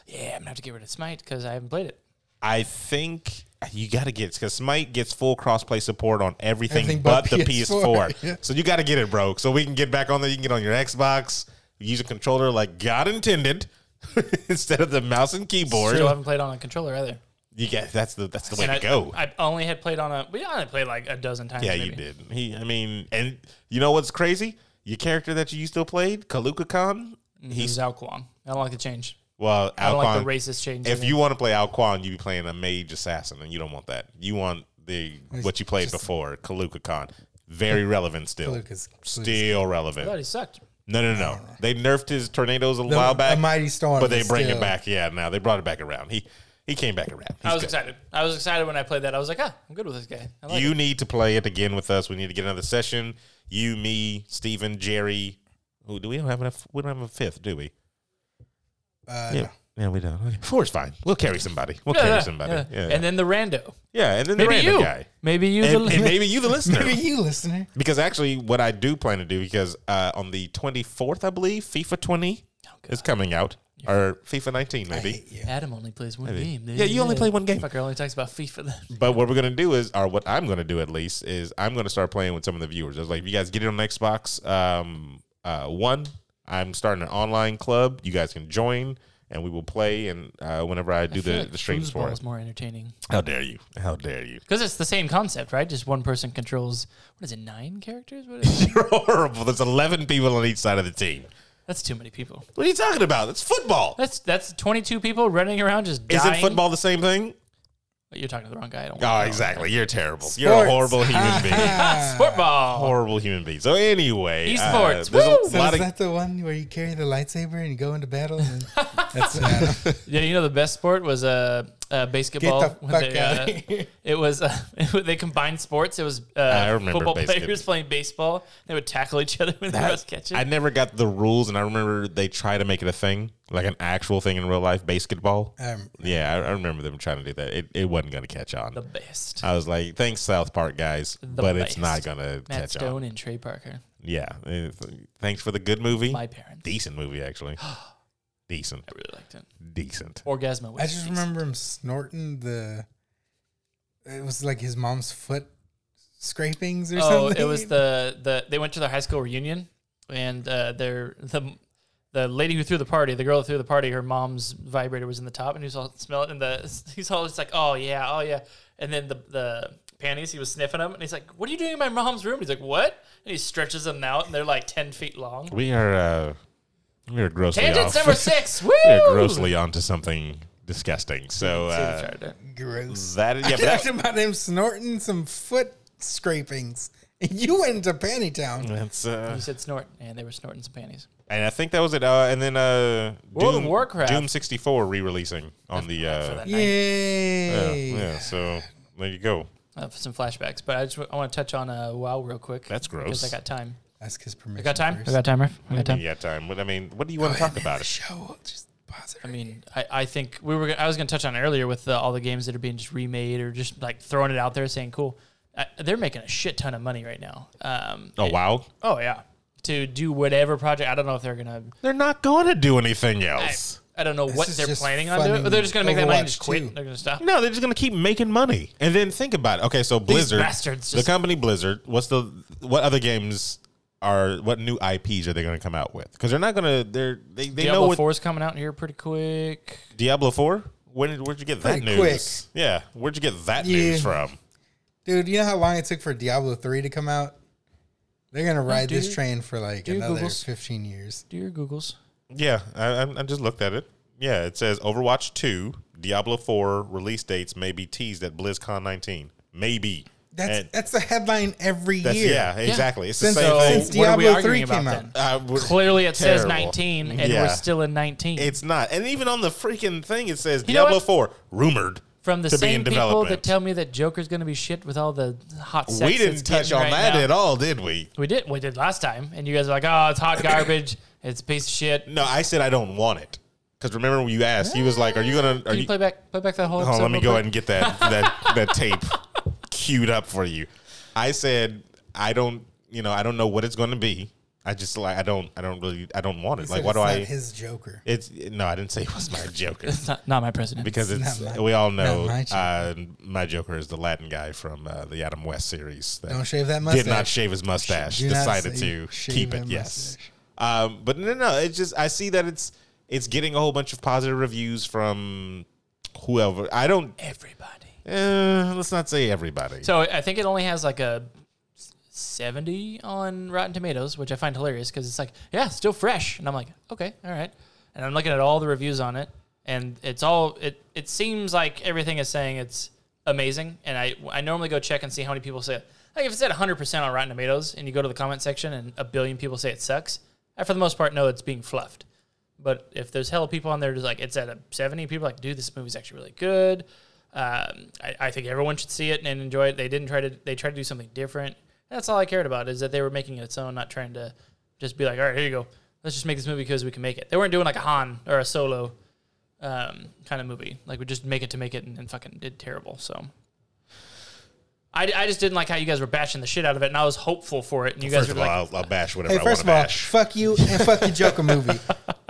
[SPEAKER 3] yeah, I'm gonna have to get rid of Smite because I haven't played it.
[SPEAKER 2] I think you got to get it because Smite gets full crossplay support on everything
[SPEAKER 4] Everything
[SPEAKER 2] but, the
[SPEAKER 4] but PS4,
[SPEAKER 2] PS4.
[SPEAKER 4] yeah.
[SPEAKER 2] So you got to get it, bro. So we can get back on there. You can get on your Xbox, use a controller like God intended instead of the mouse and keyboard.
[SPEAKER 3] Still haven't played on a controller either.
[SPEAKER 2] you get that's the that's the way
[SPEAKER 3] And
[SPEAKER 2] to
[SPEAKER 3] I,
[SPEAKER 2] go.
[SPEAKER 3] I only had played on a. We only played like a dozen times.
[SPEAKER 2] yeah,
[SPEAKER 3] maybe.
[SPEAKER 2] you did. He, I mean, and you know what's crazy? Your character that you used to played, Kaluka Khan.
[SPEAKER 3] He's Zhao Kuang. I don't like the change.
[SPEAKER 2] Well,
[SPEAKER 3] Mm-hmm. I don't
[SPEAKER 2] Alcon-
[SPEAKER 3] like the racist change. in
[SPEAKER 2] If
[SPEAKER 3] it.
[SPEAKER 2] you want to play Alquan, you be playing a mage assassin, and you don't want that. You want the what you played before, Kaluka Khan. Very relevant still.
[SPEAKER 4] Kaluka's-
[SPEAKER 2] still
[SPEAKER 3] I thought
[SPEAKER 2] relevant.
[SPEAKER 3] he sucked.
[SPEAKER 2] No, no, no. They nerfed his tornadoes a
[SPEAKER 4] The-
[SPEAKER 2] while back,
[SPEAKER 4] a mighty storm,
[SPEAKER 2] but they
[SPEAKER 4] is
[SPEAKER 2] bring it
[SPEAKER 4] still-
[SPEAKER 2] back. Yeah, now they brought it back around. He he came back around.
[SPEAKER 3] I
[SPEAKER 2] He's
[SPEAKER 3] was
[SPEAKER 2] good.
[SPEAKER 3] excited. I was excited when I played that. I was like, ah, I'm good with this guy. I like
[SPEAKER 2] You
[SPEAKER 3] it.
[SPEAKER 2] need to play it again with us. We need to get another session. You, me, Steven, Jerry. Oh, do we don't have enough? We don't have a fifth, do we?
[SPEAKER 4] Uh,
[SPEAKER 2] Yeah, yeah, we don't. Okay. Four's fine. We'll carry somebody. We'll
[SPEAKER 3] Yeah,
[SPEAKER 2] carry
[SPEAKER 3] yeah,
[SPEAKER 2] somebody.
[SPEAKER 3] yeah.
[SPEAKER 2] Yeah, yeah.
[SPEAKER 3] And then the rando.
[SPEAKER 2] and then the
[SPEAKER 3] Maybe
[SPEAKER 2] random
[SPEAKER 3] you.
[SPEAKER 2] guy.
[SPEAKER 3] Maybe you.
[SPEAKER 2] and,
[SPEAKER 3] the,
[SPEAKER 2] and maybe you, the listener.
[SPEAKER 4] Maybe you listener.
[SPEAKER 2] Because actually, what I do plan to do, because uh, on the 24th, I believe, FIFA 20 is coming out, or FIFA 19, maybe.
[SPEAKER 4] hate you.
[SPEAKER 3] Adam only plays one game.
[SPEAKER 2] Yeah, you only play one game.
[SPEAKER 3] Fucker only talks about FIFA. Then.
[SPEAKER 2] But what we're going to do is, or what I'm going to do at least, is I'm going to start playing with some of the viewers. I was like, if you guys get it on Xbox um, uh, One, I'm starting an online club. You guys can join. And we will play, and uh, whenever I do the, the streams for
[SPEAKER 3] Foosball
[SPEAKER 2] it.
[SPEAKER 3] is more entertaining
[SPEAKER 2] How dare you? How dare you?
[SPEAKER 3] because it's the same concept, right? Just one person controls. What is it? Nine characters? What is it?
[SPEAKER 2] You're horrible. There's 11 people on each side of the team.
[SPEAKER 3] that's too many people.
[SPEAKER 2] What are you talking about? It's football.
[SPEAKER 3] That's that's 22 people running around just dying.
[SPEAKER 2] Isn't football the same thing?
[SPEAKER 3] You're talking to the wrong guy. I don't.
[SPEAKER 2] Oh, exactly. You're terrible. You're a
[SPEAKER 4] Sports.
[SPEAKER 2] horrible human being.
[SPEAKER 3] want Sport ball.
[SPEAKER 2] horrible human being. So anyway, uh, there's
[SPEAKER 3] Esports. Woo!
[SPEAKER 2] a
[SPEAKER 4] So
[SPEAKER 2] lot
[SPEAKER 4] is
[SPEAKER 2] of
[SPEAKER 4] that the one where you carry the lightsaber and you go into battle? And that's Adam.
[SPEAKER 3] Yeah, you know the best sport was uh, uh basketball.
[SPEAKER 4] Get the
[SPEAKER 3] when
[SPEAKER 4] fuck
[SPEAKER 3] they,
[SPEAKER 4] outta
[SPEAKER 3] uh, It was uh, they combined sports. It was
[SPEAKER 2] I
[SPEAKER 3] uh,
[SPEAKER 2] remember
[SPEAKER 3] football
[SPEAKER 2] basketball.
[SPEAKER 3] players playing baseball. They would tackle each other when they
[SPEAKER 2] That-
[SPEAKER 3] was catching.
[SPEAKER 2] I never got the rules, and I remember they try to make it a thing, like an actual thing in real life, basketball.
[SPEAKER 4] Um,
[SPEAKER 2] yeah, I, I remember them trying to do that. It, it wasn't going to catch on.
[SPEAKER 3] the best.
[SPEAKER 2] I was like, thanks, South Park guys, but it's
[SPEAKER 3] best.
[SPEAKER 2] not going to
[SPEAKER 3] Matt
[SPEAKER 2] catch
[SPEAKER 3] Stone
[SPEAKER 2] on.
[SPEAKER 3] and Trey Parker.
[SPEAKER 2] Yeah. eh, th- Thanks for the good movie.
[SPEAKER 3] My parents.
[SPEAKER 2] Decent movie, actually. Decent.
[SPEAKER 3] I really liked it.
[SPEAKER 2] Decent.
[SPEAKER 3] Orgasmo. Was
[SPEAKER 4] I just remember him snorting the. It was like his mom's foot scrapings or
[SPEAKER 3] Oh,
[SPEAKER 4] something.
[SPEAKER 3] it was the the they went to their high school reunion, and uh, their the the lady who threw the party, the girl who threw the party, her mom's vibrator was in the top, and he was all smell it, and the he's all just like, oh yeah, oh yeah, and then the the panties he was sniffing them, and he's like, what are you doing in my mom's room? He's like, what? And he stretches them out, and they're like ten feet long.
[SPEAKER 2] We are, uh, we are grossly
[SPEAKER 3] Tangents
[SPEAKER 2] off.
[SPEAKER 3] number six. Woo!
[SPEAKER 2] They're grossly onto something disgusting. So uh,
[SPEAKER 4] gross.
[SPEAKER 2] that yeah,
[SPEAKER 4] I
[SPEAKER 2] but that,
[SPEAKER 4] talked about him snorting some foot scrapings. And you went into Panty Town.
[SPEAKER 2] that's uh,
[SPEAKER 3] He said snort, and they were snorting some panties.
[SPEAKER 2] and I think that was it. Uh, and then uh,
[SPEAKER 3] World of Warcraft.
[SPEAKER 2] Doom sixty four re-releasing on the uh, yeah,
[SPEAKER 3] Oh,
[SPEAKER 4] Yay!
[SPEAKER 2] yeah. So there you go.
[SPEAKER 3] Uh, some flashbacks, but I just I want to touch on uh, WoW real quick.
[SPEAKER 2] That's gross.
[SPEAKER 3] Because I got time.
[SPEAKER 4] Ask his permission.
[SPEAKER 3] I got time. I
[SPEAKER 4] First.
[SPEAKER 3] got time, Murph. I got time.
[SPEAKER 2] Yeah, time. What I mean, what do you want to talk about? It?
[SPEAKER 4] Show. We'll Just pause it.
[SPEAKER 3] I mean, I, I think we were. gonna- I was going to touch on it earlier with uh, all the games that are being just remade or just like throwing it out there, saying cool. Uh, they're making a shit ton of money right now. Um,
[SPEAKER 2] Oh wow,
[SPEAKER 3] oh yeah, to do whatever project. I don't know if they're going to.
[SPEAKER 2] they're not going to do anything else.
[SPEAKER 3] I don't know what
[SPEAKER 4] is
[SPEAKER 3] they're
[SPEAKER 4] just
[SPEAKER 3] planning on doing.
[SPEAKER 4] funding
[SPEAKER 3] But they're just going to make that money and just
[SPEAKER 4] Overwatch
[SPEAKER 3] quit.
[SPEAKER 4] too.
[SPEAKER 3] They're going to stop.
[SPEAKER 2] no, they're just gonna keep making money, and then think about it. Okay, so Blizzard,
[SPEAKER 3] bastards
[SPEAKER 2] the
[SPEAKER 3] just-
[SPEAKER 2] company Blizzard. What's the what other games are what new IPs are they gonna come out with? Because they're not gonna they're they, they know
[SPEAKER 3] Diablo
[SPEAKER 2] what
[SPEAKER 3] Four is coming out here pretty quick.
[SPEAKER 2] Diablo Four. When did, where'd you get that
[SPEAKER 4] Pretty
[SPEAKER 2] news?
[SPEAKER 4] quick.
[SPEAKER 2] Yeah, where'd you get that
[SPEAKER 4] Yeah.
[SPEAKER 2] news from?
[SPEAKER 4] Dude, you know how long it took for Diablo 3 to come out? They're going to ride this
[SPEAKER 3] do-
[SPEAKER 4] train for like
[SPEAKER 3] do
[SPEAKER 4] another
[SPEAKER 3] Googles.
[SPEAKER 4] 15 years.
[SPEAKER 3] Do your Googles.
[SPEAKER 2] Yeah, I, I, I just looked at it. Yeah, it says Overwatch Two, Diablo Four release dates may be teased at BlizzCon 19. Maybe
[SPEAKER 4] That's
[SPEAKER 2] And
[SPEAKER 4] that's the headline every
[SPEAKER 2] that's-
[SPEAKER 4] year.
[SPEAKER 2] yeah, exactly. It's
[SPEAKER 4] Since- uh,
[SPEAKER 2] the same
[SPEAKER 3] So
[SPEAKER 2] thing.
[SPEAKER 4] Since
[SPEAKER 3] what are we
[SPEAKER 4] Diablo
[SPEAKER 3] arguing
[SPEAKER 4] 3 came
[SPEAKER 3] about
[SPEAKER 4] out.
[SPEAKER 3] then?
[SPEAKER 2] Uh, we're-
[SPEAKER 3] Clearly, it says
[SPEAKER 2] terrible.
[SPEAKER 3] 19, and
[SPEAKER 2] Yeah.
[SPEAKER 3] we're still in 19.
[SPEAKER 2] It's not. And even on the freaking thing, it says
[SPEAKER 3] know
[SPEAKER 2] Diablo
[SPEAKER 3] what?
[SPEAKER 2] 4 rumored
[SPEAKER 3] from the
[SPEAKER 2] to be in
[SPEAKER 3] same people that
[SPEAKER 2] development.
[SPEAKER 3] tell me that Joker's going to be shit with all the hot sex.
[SPEAKER 2] we didn't
[SPEAKER 3] it's
[SPEAKER 2] touch
[SPEAKER 3] getting
[SPEAKER 2] on
[SPEAKER 3] right
[SPEAKER 2] that
[SPEAKER 3] now.
[SPEAKER 2] at all, did we?
[SPEAKER 3] We did. We did last time, and you guys were like, "Oh, it's hot garbage. it's a piece of shit." Can
[SPEAKER 2] No, I said I don't want it. Because remember when you asked, you was like, "Are you gonna? Are
[SPEAKER 3] you,
[SPEAKER 2] you?
[SPEAKER 3] play back? Play back that whole.
[SPEAKER 2] Hold on,
[SPEAKER 3] episode
[SPEAKER 2] let me
[SPEAKER 3] real
[SPEAKER 2] go ahead
[SPEAKER 3] quick?
[SPEAKER 2] and get that that that tape queued up for you." I said I don't. You know, I don't know what it's going to be. I just like I don't I don't really I don't want it.
[SPEAKER 4] He
[SPEAKER 2] like
[SPEAKER 4] said
[SPEAKER 2] why
[SPEAKER 4] it's
[SPEAKER 2] do
[SPEAKER 4] not
[SPEAKER 2] I?
[SPEAKER 4] His Joker.
[SPEAKER 2] it's no, I didn't say it was my Joker
[SPEAKER 3] It's not, not my president.
[SPEAKER 2] because
[SPEAKER 4] It's
[SPEAKER 2] it's,
[SPEAKER 4] not my-
[SPEAKER 2] we all
[SPEAKER 4] not
[SPEAKER 2] know
[SPEAKER 4] my
[SPEAKER 2] my
[SPEAKER 4] Joker.
[SPEAKER 2] Joker. Uh, my Joker is the Latin guy from uh, the Adam West series that
[SPEAKER 4] Don't shave that
[SPEAKER 2] did not
[SPEAKER 4] mustache.
[SPEAKER 2] shave his mustache.
[SPEAKER 4] Do not
[SPEAKER 2] decided
[SPEAKER 4] say-
[SPEAKER 2] to
[SPEAKER 4] shave
[SPEAKER 2] keep
[SPEAKER 4] that
[SPEAKER 2] it. Yes. Um, but no, no, it's just I see that it's it's getting a whole bunch of positive reviews from whoever. I don't.
[SPEAKER 3] Everybody.
[SPEAKER 2] Uh, let's not say everybody.
[SPEAKER 3] So I think it only has like a 70 on Rotten Tomatoes, which I find hilarious because it's like, yeah, still fresh. And I'm like, okay, all right. And I'm looking at all the reviews on it, and it's all, it, it seems like everything is saying it's amazing. And I, I normally go check and see how many people say it. Like if it's at 100% on Rotten Tomatoes and you go to the comment section and a billion people say it sucks, I for the most part know it's being fluffed. But if there's hell people on there, just like it's at a 70, people are like, dude, this movie's actually really good. Um, I, I think everyone should see it and enjoy it. They didn't try to, they tried to do something different. That's all I cared about is that they were making it its own, not trying to just be like, all right, here you go. Let's just make this movie because we can make it. They weren't doing like a Han or a Solo um, kind of movie. Like we just make it to make it and then fucking did terrible. So I, I just didn't like how you guys were bashing the shit out of it and I was hopeful for it. And you guys
[SPEAKER 2] first
[SPEAKER 3] were
[SPEAKER 2] of all,
[SPEAKER 3] like,
[SPEAKER 2] I'll, I'll bash whatever
[SPEAKER 4] Hey,
[SPEAKER 2] I want
[SPEAKER 4] first
[SPEAKER 2] to
[SPEAKER 4] of all,
[SPEAKER 2] bash.
[SPEAKER 4] fuck you and fuck your Joker movie.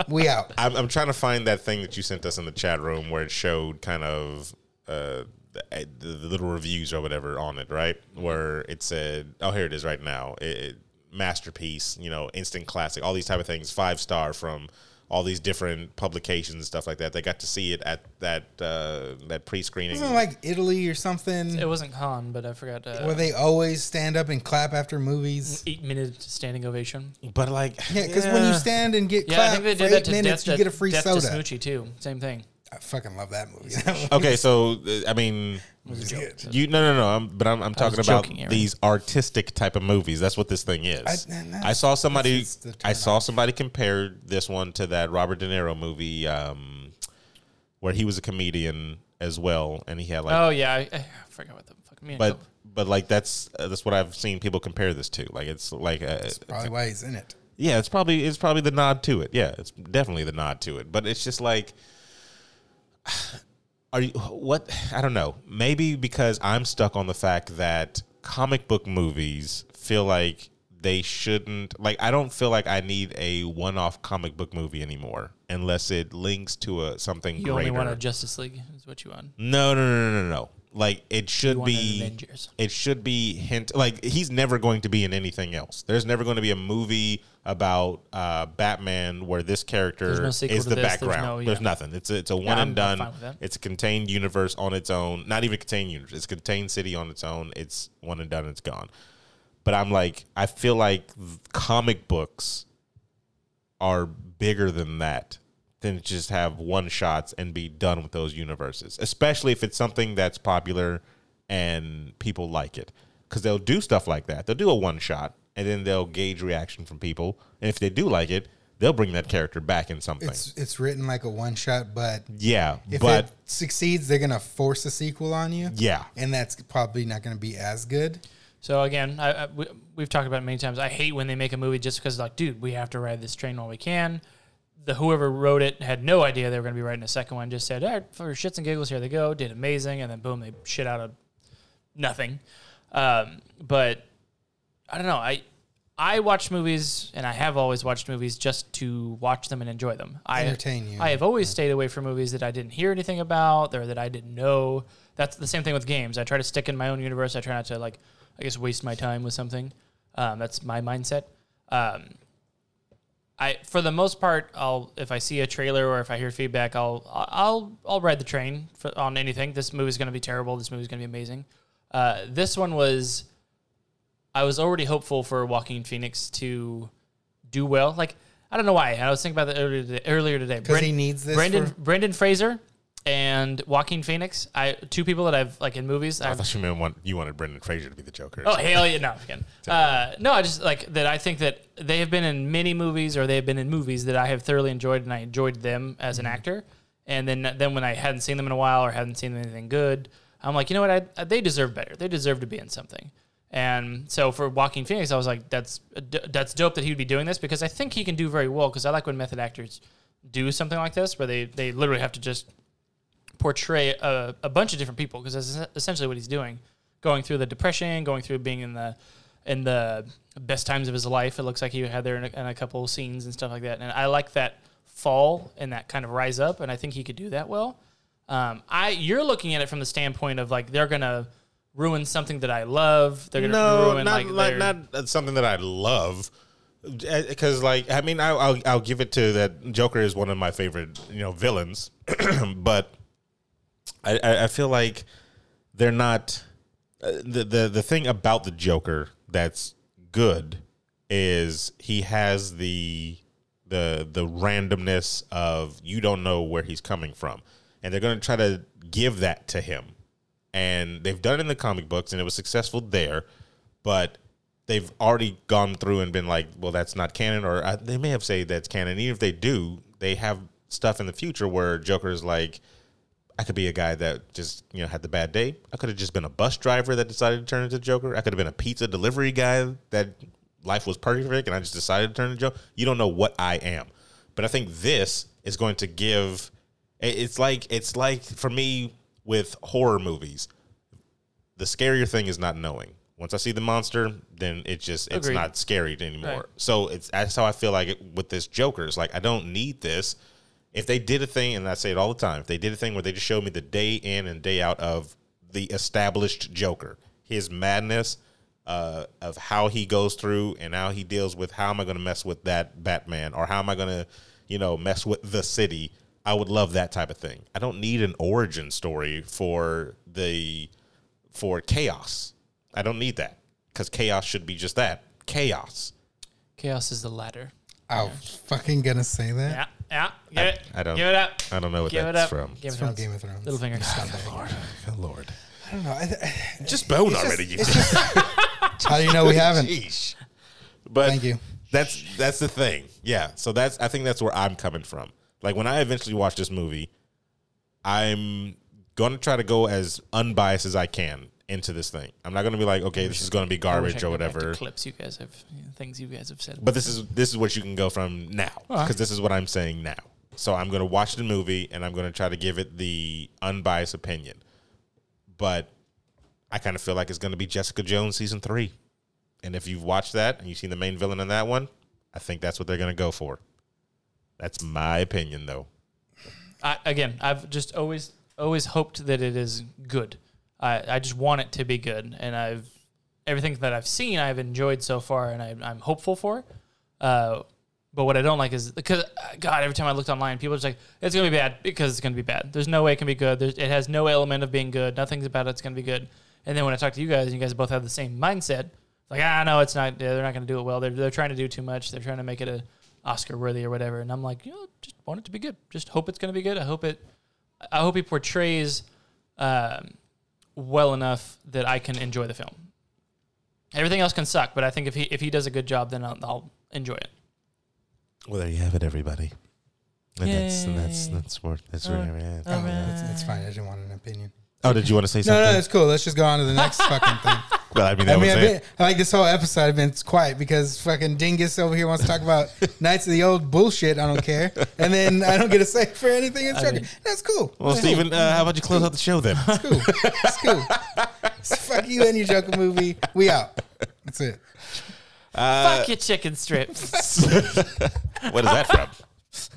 [SPEAKER 4] We out.
[SPEAKER 2] I'm, I'm trying to find that thing that you sent us in the chat room where it showed kind of uh, the, the little reviews or whatever on it, right? Where it said, "Oh, here it is right now." It, it- masterpiece, you know, instant classic, all these type of things, five star from all these different publications and stuff like that. They got to see it at that uh, that pre screening.
[SPEAKER 4] Isn't it like Italy or something
[SPEAKER 3] it wasn't Han, but I forgot. Uh,
[SPEAKER 4] where they always stand up and clap after movies?
[SPEAKER 3] eight minute standing ovation.
[SPEAKER 2] but like,
[SPEAKER 4] Yeah, because when you stand and get
[SPEAKER 3] Mm, Yeah, I
[SPEAKER 4] clapped
[SPEAKER 3] think they
[SPEAKER 4] for
[SPEAKER 3] did that
[SPEAKER 4] eight
[SPEAKER 3] to
[SPEAKER 4] minutes,
[SPEAKER 3] Death,
[SPEAKER 4] you
[SPEAKER 3] to,
[SPEAKER 4] get a free
[SPEAKER 3] Death to
[SPEAKER 4] soda.
[SPEAKER 3] Smoochie too. Same thing.
[SPEAKER 4] I fucking love that movie.
[SPEAKER 2] okay, so uh, I mean, You no no no. I'm, but I'm, I'm talking about
[SPEAKER 3] joking, Aaron.
[SPEAKER 2] these artistic type of movies. That's what this thing is.
[SPEAKER 4] I- and
[SPEAKER 2] I,
[SPEAKER 4] that's-
[SPEAKER 2] saw somebody.
[SPEAKER 4] that's the
[SPEAKER 2] I saw somebody compare this one to that Robert De Niro movie, um, where he was a comedian as well, and he had like.
[SPEAKER 3] Oh yeah, I, I forgot what the fuck. Me and
[SPEAKER 2] But
[SPEAKER 3] Coke.
[SPEAKER 2] but like that's uh, that's what I've seen people compare this to. Like it's like uh,
[SPEAKER 4] Probably why he's in it.
[SPEAKER 2] yeah, it's probably it's probably the nod to it. Yeah, it's definitely the nod to it. But it's just like are you what I don't know. Maybe because I'm stuck on the fact that comic book movies feel like they shouldn't like I don't feel like I need a one-off comic book movie anymore unless it links to a something
[SPEAKER 3] you
[SPEAKER 2] greater.
[SPEAKER 3] only want a Justice League is what you want.
[SPEAKER 2] no, no, no, no, no, no. Like it should
[SPEAKER 3] want an
[SPEAKER 2] be
[SPEAKER 3] Avengers.
[SPEAKER 2] it should be hint like he's never going to be in anything else. There's never going to be a movie about uh, Batman where this character
[SPEAKER 3] no sequel
[SPEAKER 2] is
[SPEAKER 3] to
[SPEAKER 2] the
[SPEAKER 3] this, there's
[SPEAKER 2] background. There's,
[SPEAKER 3] no- yeah.
[SPEAKER 2] nothing. It's a, it's a one
[SPEAKER 3] I'm- I'm
[SPEAKER 2] and done.
[SPEAKER 3] fine with that.
[SPEAKER 2] It's a contained universe on its own. Not even a contained universe. It's a contained city on its own. It's one and done. It's gone. But I'm like I feel like th- comic books are bigger than that than to just have one shots and be done with those universes, especially if it's something that's popular and people like it. Because they'll do stuff like that. They'll do a one shot and then they'll gauge reaction from people. And if they do like it, they'll bring that character back in something.
[SPEAKER 4] It's it's written like a one shot, but
[SPEAKER 2] yeah.
[SPEAKER 4] if
[SPEAKER 2] But
[SPEAKER 4] it succeeds, they're gonna force a sequel on you.
[SPEAKER 2] yeah.
[SPEAKER 4] and that's probably not gonna be as good.
[SPEAKER 3] So again, I, I, we, we've talked about it many times. I hate when they make a movie just because, like, dude, we have to ride this train while we can. The whoever wrote it had no idea they were going to be writing a second one. Just said, all right, for shits and giggles, here they go. Did amazing, and then boom, they shit out of nothing. Um, but I don't know. I I watch movies, and I have always watched movies just to watch them and enjoy them. I
[SPEAKER 4] Entertain you.
[SPEAKER 3] I have always stayed away from movies that I didn't hear anything about or that I didn't know. That's the same thing with games. I try to stick in my own universe. I try not to like, I guess, waste my time with something. Um, that's my mindset. Um, I, for the most part, I'll if I see a trailer or if I hear feedback, I'll I'll I'll ride the train for, on anything. This movie's gonna be terrible. This movie's gonna be amazing. Uh, this one was, I was already hopeful for Walking Phoenix to do well. Like I don't know why. I was thinking about that earlier today. Earlier today,
[SPEAKER 4] Because he needs this
[SPEAKER 3] Brendan
[SPEAKER 4] for-
[SPEAKER 3] Brendan Fraser and Walking Phoenix. I two people that I've like in movies.
[SPEAKER 2] I
[SPEAKER 3] I've,
[SPEAKER 2] thought you meant want, you wanted Brendan Fraser to be the Joker.
[SPEAKER 3] Oh hell yeah! No, again. Uh, no, I just like that. I think that they have been in many movies, or they have been in movies that I have thoroughly enjoyed, and I enjoyed them as an actor. And then, then when I hadn't seen them in a while or hadn't seen anything good, I'm like, you know what? I, they deserve better. They deserve to be in something. And so for Walking Phoenix, I was like, that's that's dope that he would be doing this because I think he can do very well. Because I like when method actors do something like this, where they they literally have to just portray a, a bunch of different people because that's es- essentially what he's doing going through the depression going through being in the in the best times of his life. It looks like he had there in a, in a couple scenes and stuff like that. And I like that fall and that kind of rise up. And I think he could do that well. Um, I you're looking at it from the standpoint of like they're gonna ruin something that I love. They're gonna
[SPEAKER 2] No,
[SPEAKER 3] ruin
[SPEAKER 2] not like,
[SPEAKER 3] their-
[SPEAKER 2] not uh, something that I love. Because like I mean, I, I'll I'll give it to that Joker is one of my favorite you know villains, but I, I I feel like they're not uh, the the the thing about the Joker that's good is he has the the the randomness of you don't know where he's coming from, and they're going to try to give that to him, and they've done it in the comic books, and it was successful there, but they've already gone through and been like, well, that's not canon, or uh, they may have said that's canon. Even if they do, they have stuff in the future where Joker is like. I could be a guy that just you know had the bad day. I could have just been a bus driver that decided to turn into Joker. I could have been a pizza delivery guy that life was perfect and I just decided to turn into Joker. You don't know what I am, but I think this is going to give. it- It's like it's like for me with horror movies, the scarier thing is not knowing. Once I see the monster, then it just it's
[SPEAKER 3] Agreed.
[SPEAKER 2] not scary anymore.
[SPEAKER 3] Right.
[SPEAKER 2] So it's that's how I feel like it, with this Joker. It's like I don't need this. If they did a thing, and I say it all the time, if they did a thing where they just showed me the day in and day out of the established Joker, his madness, uh, of how he goes through and how he deals with how am I going to mess with that Batman or how am I going to, you know, mess with the city. I would love that type of thing. I don't need an origin story for the for chaos. I don't need that because chaos should be just that chaos.
[SPEAKER 3] chaos is the ladder.
[SPEAKER 4] I was fucking gonna say that.
[SPEAKER 3] Yeah, yeah. Give it.
[SPEAKER 2] I don't.
[SPEAKER 3] Give it up.
[SPEAKER 2] I don't know what
[SPEAKER 3] Give it
[SPEAKER 2] that's
[SPEAKER 3] up.
[SPEAKER 2] from.
[SPEAKER 3] Give
[SPEAKER 4] It's
[SPEAKER 3] it
[SPEAKER 4] from
[SPEAKER 3] up.
[SPEAKER 4] Game of Thrones.
[SPEAKER 3] Littlefinger.
[SPEAKER 2] Lord,
[SPEAKER 4] I don't know. I, I,
[SPEAKER 2] just bone
[SPEAKER 4] just-
[SPEAKER 2] already.
[SPEAKER 4] it's
[SPEAKER 2] you.
[SPEAKER 4] how do you know we haven't?
[SPEAKER 2] Sheesh. But
[SPEAKER 4] Thank you.
[SPEAKER 2] That's that's the thing. Yeah. So that's I think that's where I'm coming from. Like when I eventually watch this movie, I'm gonna try to go as unbiased as I can into this thing. I'm not gonna be like, okay, this is gonna be
[SPEAKER 3] I
[SPEAKER 2] garbage
[SPEAKER 3] wish I could
[SPEAKER 2] or
[SPEAKER 3] go back to
[SPEAKER 2] whatever.
[SPEAKER 3] Clips you guys have, things you guys have said.
[SPEAKER 2] But this is this is what you can go from now
[SPEAKER 3] All right.
[SPEAKER 2] because this is what I'm saying now. So I'm gonna watch the movie and I'm gonna try to give it the unbiased opinion. But I kind of feel like it's gonna be Jessica Jones season three. And if you've watched that and you've seen the main villain in that one, I think that's what they're gonna go for. That's my opinion though.
[SPEAKER 3] I, again, I've just always always hoped that it is good. I, I just want it to be good, and I've everything that I've seen, I've enjoyed so far, and I, I'm hopeful for. Uh, but what I don't like is because uh, God, every time I looked online, people are just like, "It's gonna be bad because it's gonna be bad." There's no way it can be good. There's, it has no element of being good. Nothing's about it's gonna be good. And then when I talk to you guys, and you guys both have the same mindset, it's like, ah, no, it's not. yeah, They're not gonna do it well. They're, they're trying to do too much. They're trying to make it a Oscar worthy or whatever. And I'm like, you know, just want it to be good. Just hope it's gonna be good. I hope it. I hope he portrays um, well enough that I can enjoy the film. Everything else can suck, but I think if he if he does a good job, then I'll, I'll enjoy it.
[SPEAKER 2] Well there you have it, everybody. And that's and that's
[SPEAKER 3] Yay.
[SPEAKER 2] that's where that's
[SPEAKER 3] All
[SPEAKER 2] where
[SPEAKER 3] right.
[SPEAKER 2] yeah.
[SPEAKER 4] I don't know. It's, it's Oh, fine. I just want an opinion.
[SPEAKER 2] Oh, did you want to say
[SPEAKER 4] Uh, No,
[SPEAKER 2] something?
[SPEAKER 4] no, it's cool. Let's just go on to the next fucking thing.
[SPEAKER 2] well, I mean that
[SPEAKER 4] I mean,
[SPEAKER 2] was
[SPEAKER 4] I've
[SPEAKER 2] it.
[SPEAKER 4] been, I like this whole episode. I've been quiet because fucking dingus over here wants to talk about Knights of the Old bullshit. I don't care, and then I don't get a say for anything. It's
[SPEAKER 3] mean-
[SPEAKER 4] That's cool.
[SPEAKER 2] Well, Steven, uh, how about you close out the show then?
[SPEAKER 4] It's cool. It's cool. So fuck you and your Joker movie. We out. That's it.
[SPEAKER 2] Uh,
[SPEAKER 3] Fuck your chicken strips.
[SPEAKER 2] what is that from?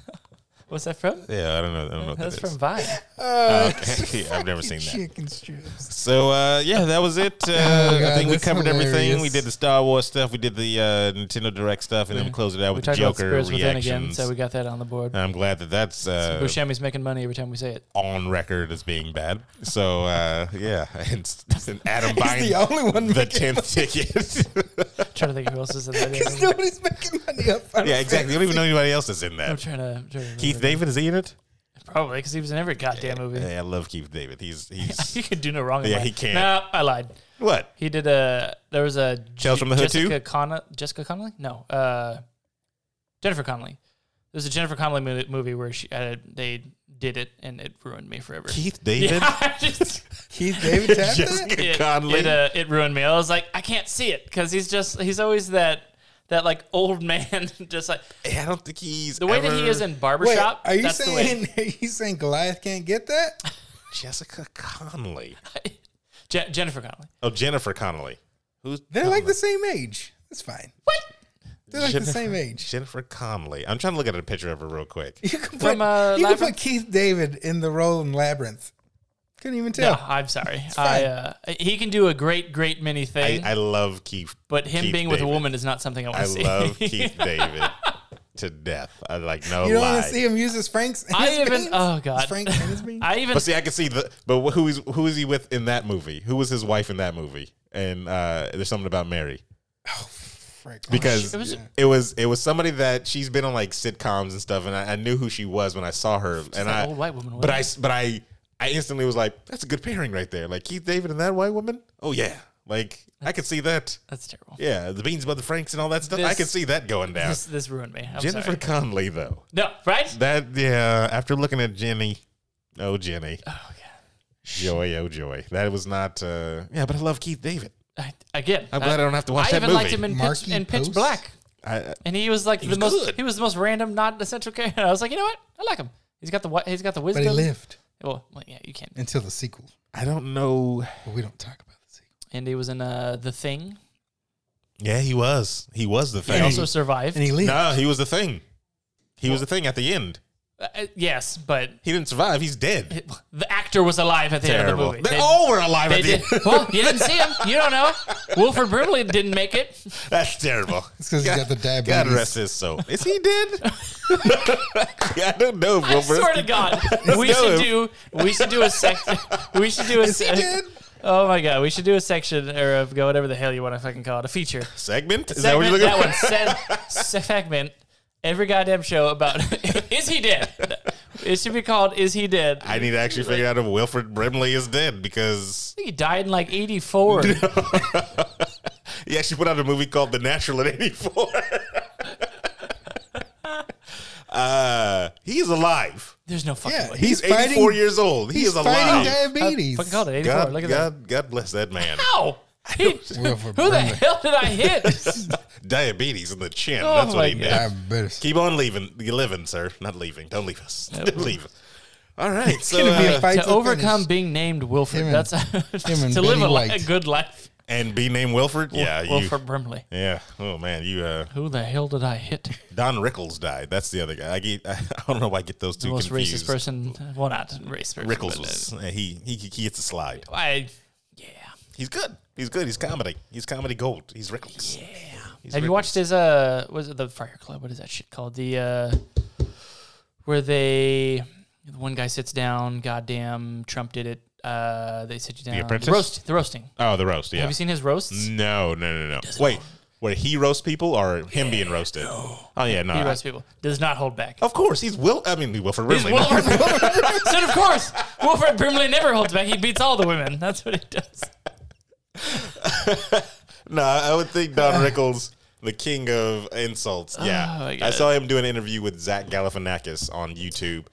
[SPEAKER 3] What's that from?
[SPEAKER 2] Yeah, I don't know. I don't know what
[SPEAKER 3] That's
[SPEAKER 2] that
[SPEAKER 3] from
[SPEAKER 2] is.
[SPEAKER 3] Vine.
[SPEAKER 2] Uh, okay. I've never seen that.
[SPEAKER 4] Chicken strips.
[SPEAKER 2] So uh, yeah, that was
[SPEAKER 3] Oh,
[SPEAKER 2] it. Uh,
[SPEAKER 4] God,
[SPEAKER 2] I think we
[SPEAKER 4] that's
[SPEAKER 2] covered everything.
[SPEAKER 4] hilarious.
[SPEAKER 2] We did the Star Wars stuff. We did the uh, Nintendo Direct stuff, and then we closed it out
[SPEAKER 3] We
[SPEAKER 2] with Oh, the
[SPEAKER 3] talked about
[SPEAKER 2] Joker
[SPEAKER 3] Spirits Within again,
[SPEAKER 2] reactions.
[SPEAKER 3] so we got that on the board.
[SPEAKER 2] I'm glad that that's uh,
[SPEAKER 3] Buscemi's making money every time we say it.
[SPEAKER 2] on record as being bad. So uh, yeah, and, and Adam buying
[SPEAKER 4] the only one
[SPEAKER 2] the
[SPEAKER 4] making
[SPEAKER 2] tenth ticket.
[SPEAKER 3] trying to think who else is in
[SPEAKER 4] Because
[SPEAKER 3] that.
[SPEAKER 4] nobody's making money up. front.
[SPEAKER 2] yeah, exactly. You don't even know anybody else that's in
[SPEAKER 3] I'm
[SPEAKER 2] that.
[SPEAKER 3] trying to. I'm trying to
[SPEAKER 2] Keith
[SPEAKER 3] remember.
[SPEAKER 2] David is he in it?
[SPEAKER 3] Probably because he was in every goddamn movie.
[SPEAKER 2] Hey, I love Keith David. He's he's
[SPEAKER 3] He could do no wrong. in
[SPEAKER 2] Yeah,
[SPEAKER 3] life.
[SPEAKER 2] he can't.
[SPEAKER 3] No, I lied.
[SPEAKER 2] what?
[SPEAKER 3] He did a. There was a.
[SPEAKER 2] Tales from the Hood
[SPEAKER 3] Jessica Connolly. Jessica Connolly? No. Uh, Jennifer Connolly. There's a Jennifer Connolly mo- movie where she uh, they did it and it ruined me forever.
[SPEAKER 2] Keith David.
[SPEAKER 3] Yeah, just-
[SPEAKER 4] Keith David tapped that?
[SPEAKER 2] Jessica
[SPEAKER 3] it,
[SPEAKER 2] Conley.
[SPEAKER 3] It, uh, it ruined me. I was like, I can't see it because he's just he's always that that like old man, just like
[SPEAKER 2] I don't think he's
[SPEAKER 3] the way that he
[SPEAKER 2] ever-
[SPEAKER 3] is in
[SPEAKER 4] Wait,
[SPEAKER 3] barbershop.
[SPEAKER 4] are you
[SPEAKER 3] that's the way.
[SPEAKER 4] saying are you saying Goliath can't get that?
[SPEAKER 2] Jessica Connolly.
[SPEAKER 3] Je- Jennifer Connelly?
[SPEAKER 2] Oh, Jennifer Connolly. Who's
[SPEAKER 4] They're like the same age. That's fine. What? They're like the
[SPEAKER 2] Jennifer-
[SPEAKER 4] same age.
[SPEAKER 2] Jennifer Comley. I'm trying to look at a picture of her real quick.
[SPEAKER 4] You can put,
[SPEAKER 3] From, uh,
[SPEAKER 4] you can put
[SPEAKER 3] Labyrinth?
[SPEAKER 4] Keith David in the role in Labyrinth. Couldn't even
[SPEAKER 3] No,
[SPEAKER 4] tell.
[SPEAKER 3] I'm sorry. I uh, he can do a great, great many
[SPEAKER 2] I,
[SPEAKER 3] things,
[SPEAKER 2] I love Keith.
[SPEAKER 3] but him
[SPEAKER 2] Keith
[SPEAKER 3] being with a
[SPEAKER 2] David.
[SPEAKER 3] woman is not something I want
[SPEAKER 2] I
[SPEAKER 3] to see.
[SPEAKER 2] love Keith David to death. I like no
[SPEAKER 4] You don't
[SPEAKER 2] lie.
[SPEAKER 4] want to see him use his Frank's.
[SPEAKER 3] I
[SPEAKER 4] his
[SPEAKER 3] even-
[SPEAKER 4] beans?
[SPEAKER 3] oh, God.
[SPEAKER 4] His Frank's and his beans?
[SPEAKER 3] I even
[SPEAKER 2] But see, I can see the. But wh- who is who is he with in that movie? Who was his wife in that movie? And uh, there's something about Mary
[SPEAKER 4] Frank.
[SPEAKER 2] because
[SPEAKER 3] Oh, It
[SPEAKER 2] it
[SPEAKER 3] was-
[SPEAKER 2] was, it was somebody that she's been on like sitcoms and stuff, and I, I knew who she was when I saw her. and
[SPEAKER 3] that
[SPEAKER 2] I
[SPEAKER 3] old white woman,
[SPEAKER 2] But
[SPEAKER 3] wasn't
[SPEAKER 2] I s- but I I instantly was like, that's a good pairing right there. Like Keith David and that white woman. Oh yeah, like I could see that.
[SPEAKER 3] that's terrible.
[SPEAKER 2] Yeah, the beans by the Franks and all that stuff. I
[SPEAKER 3] This-
[SPEAKER 2] could see that going down.
[SPEAKER 3] This, this ruined me. I'm
[SPEAKER 2] Jennifer
[SPEAKER 3] sorry.
[SPEAKER 2] Conley though.
[SPEAKER 3] No, right?
[SPEAKER 2] That yeah. After looking at Jenny, oh Jenny,
[SPEAKER 3] Oh, God.
[SPEAKER 2] joy, oh joy. That was not. uh Yeah, but I love Keith David.
[SPEAKER 3] I, again,
[SPEAKER 2] I'm glad I don't have to watch
[SPEAKER 3] I
[SPEAKER 2] that
[SPEAKER 3] even
[SPEAKER 2] movie.
[SPEAKER 3] liked him in pitch,
[SPEAKER 4] Marky
[SPEAKER 3] in pitch
[SPEAKER 4] Post?
[SPEAKER 3] Black,
[SPEAKER 2] I, I-
[SPEAKER 3] and he was like the
[SPEAKER 2] was
[SPEAKER 3] most.
[SPEAKER 2] good.
[SPEAKER 3] He was the most random, non-essential character. I was like, you know what? I like him. He's got the wi- he's got the
[SPEAKER 4] but
[SPEAKER 3] wisdom.
[SPEAKER 4] he lived
[SPEAKER 3] Well, well, yeah, you can't.
[SPEAKER 4] until the sequel.
[SPEAKER 2] I don't know.
[SPEAKER 4] But we don't talk about the sequel.
[SPEAKER 3] And he was in uh, the Thing.
[SPEAKER 2] Yeah, he was. He was the
[SPEAKER 3] He
[SPEAKER 2] thing.
[SPEAKER 3] also survived.
[SPEAKER 4] And he lived.
[SPEAKER 2] no, he was the thing. He was the thing at the end.
[SPEAKER 3] Uh, yes, but
[SPEAKER 2] He didn't survive. He's dead.
[SPEAKER 3] it- the actor was alive at the
[SPEAKER 2] Terrible.
[SPEAKER 3] end of the movie.
[SPEAKER 2] They, all were alive
[SPEAKER 3] They
[SPEAKER 2] at the
[SPEAKER 3] did.
[SPEAKER 2] end.
[SPEAKER 3] Well, you didn't see him. You don't know. Wilford Brimley didn't make it.
[SPEAKER 2] That's terrible.
[SPEAKER 4] It's because he got the diabetes.
[SPEAKER 2] God rest his soul. Is he dead? I don't know,
[SPEAKER 3] I
[SPEAKER 2] Wilbur.
[SPEAKER 3] swear to God, we
[SPEAKER 2] go
[SPEAKER 3] should
[SPEAKER 2] him.
[SPEAKER 3] do. We should do a section. We should do a.
[SPEAKER 4] Is he
[SPEAKER 3] se-
[SPEAKER 4] dead?
[SPEAKER 3] Oh my God, we should do a section or of go whatever the hell you want to fucking call it a feature.
[SPEAKER 2] Segment? Is that what
[SPEAKER 3] segment,
[SPEAKER 2] you're looking
[SPEAKER 3] that
[SPEAKER 2] for?
[SPEAKER 3] one se- se- segment every goddamn show about is he dead? It should be called is he dead? I
[SPEAKER 2] I need to actually figure out if Wilfred Brimley is dead because
[SPEAKER 3] think he died in like eighty four.
[SPEAKER 2] he actually put out a movie called The Natural in '84. uh, he's alive.
[SPEAKER 3] There's no fucking
[SPEAKER 4] Yeah,
[SPEAKER 3] way.
[SPEAKER 4] he's,
[SPEAKER 2] He's, 84
[SPEAKER 4] fighting.
[SPEAKER 2] years old. He
[SPEAKER 4] he's
[SPEAKER 2] is
[SPEAKER 4] fighting
[SPEAKER 2] alive.
[SPEAKER 4] diabetes.
[SPEAKER 3] Fucking called it eighty four.
[SPEAKER 2] God,
[SPEAKER 3] Look at that.
[SPEAKER 2] God, God bless that man.
[SPEAKER 3] Ow! He-
[SPEAKER 4] Wilford
[SPEAKER 3] who the
[SPEAKER 4] Brimley.
[SPEAKER 3] hell did I hit?
[SPEAKER 2] Diabetes in the chin.
[SPEAKER 3] Oh
[SPEAKER 2] That's
[SPEAKER 3] my
[SPEAKER 2] what he did.
[SPEAKER 4] Diabetes.
[SPEAKER 2] Keep on leaving. You're living, sir. Not leaving. Don't leave us. Don't leave us. All right. So,
[SPEAKER 4] gonna be a
[SPEAKER 2] uh,
[SPEAKER 4] fight
[SPEAKER 3] to
[SPEAKER 4] the
[SPEAKER 3] overcome
[SPEAKER 4] finish.
[SPEAKER 3] being named Wilfred.
[SPEAKER 4] Him and-
[SPEAKER 3] that's
[SPEAKER 4] and
[SPEAKER 3] to live
[SPEAKER 4] Betty
[SPEAKER 3] a, li-
[SPEAKER 4] White.
[SPEAKER 3] a good life.
[SPEAKER 2] and be named Wilfred. Yeah. you-
[SPEAKER 3] Wilford Brimley.
[SPEAKER 2] Yeah. Oh man, you uh,
[SPEAKER 3] Who the hell did I hit?
[SPEAKER 2] Don Rickles died. That's the other guy. I get. I don't know why I get those two
[SPEAKER 3] The most
[SPEAKER 2] confused.
[SPEAKER 3] racist person. Well, not racist person.
[SPEAKER 2] Rickles
[SPEAKER 3] but,
[SPEAKER 2] was. uh, He he he gets a slide.
[SPEAKER 3] uh, I, yeah.
[SPEAKER 2] He's good. He's good. He's comedy. He's comedy gold. He's Rickles.
[SPEAKER 3] Yeah.
[SPEAKER 2] He's
[SPEAKER 3] Have you
[SPEAKER 2] Rickles.
[SPEAKER 3] watched his uh was it the Fire Club? What is that shit called? The uh where they the one guy sits down, goddamn Trump did it. Uh they sit you down.
[SPEAKER 2] Apprentice?
[SPEAKER 3] roast the roasting.
[SPEAKER 2] Oh, the roast. Yeah.
[SPEAKER 3] Have you seen his roasts?
[SPEAKER 2] No, no, no, no. Wait, where he roasts people or him being roasted? Oh yeah, no.
[SPEAKER 3] He
[SPEAKER 2] I-
[SPEAKER 3] roasts people. Does not hold back.
[SPEAKER 2] of course, he's Will. I mean, Wilfred
[SPEAKER 3] He's
[SPEAKER 2] Oh, Brimley.
[SPEAKER 3] Wilford said, of course. Wilfred Brimley never holds back. He beats all the women. That's what he does.
[SPEAKER 2] No, I would think Don Rickles, the king of insults.
[SPEAKER 3] Oh,
[SPEAKER 2] Yeah,
[SPEAKER 3] my God.
[SPEAKER 2] I saw him do an interview with Zach Galifianakis on YouTube,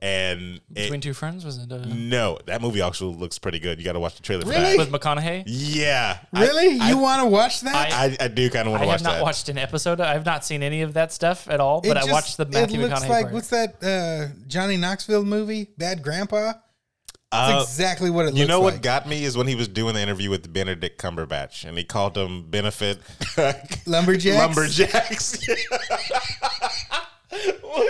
[SPEAKER 2] and it-
[SPEAKER 3] Between two friends was it uh,
[SPEAKER 2] no, that movie actually looks pretty good. You got to watch the trailer
[SPEAKER 4] Really?
[SPEAKER 2] for that.
[SPEAKER 3] with McConaughey?
[SPEAKER 2] Yeah, I-
[SPEAKER 4] Really?
[SPEAKER 2] I,
[SPEAKER 4] you want to watch that?
[SPEAKER 2] I, I do kind of want
[SPEAKER 3] I
[SPEAKER 2] to watch
[SPEAKER 3] have not
[SPEAKER 2] that.
[SPEAKER 3] watched an episode. I have not seen any of that stuff at all. But
[SPEAKER 4] It
[SPEAKER 3] I
[SPEAKER 4] just-
[SPEAKER 3] watched the Matthew
[SPEAKER 4] It looks
[SPEAKER 3] McConaughey.
[SPEAKER 4] like
[SPEAKER 3] part.
[SPEAKER 4] what's that uh, Johnny Knoxville movie? Bad Grandpa. That's
[SPEAKER 2] Uh,
[SPEAKER 4] exactly what it.
[SPEAKER 2] you
[SPEAKER 4] looks
[SPEAKER 2] know what
[SPEAKER 4] like.
[SPEAKER 2] got me is when he was doing the interview with Benedict Cumberbatch, and he called him Benefit
[SPEAKER 4] Lumberjacks?
[SPEAKER 2] Lumberjacks. when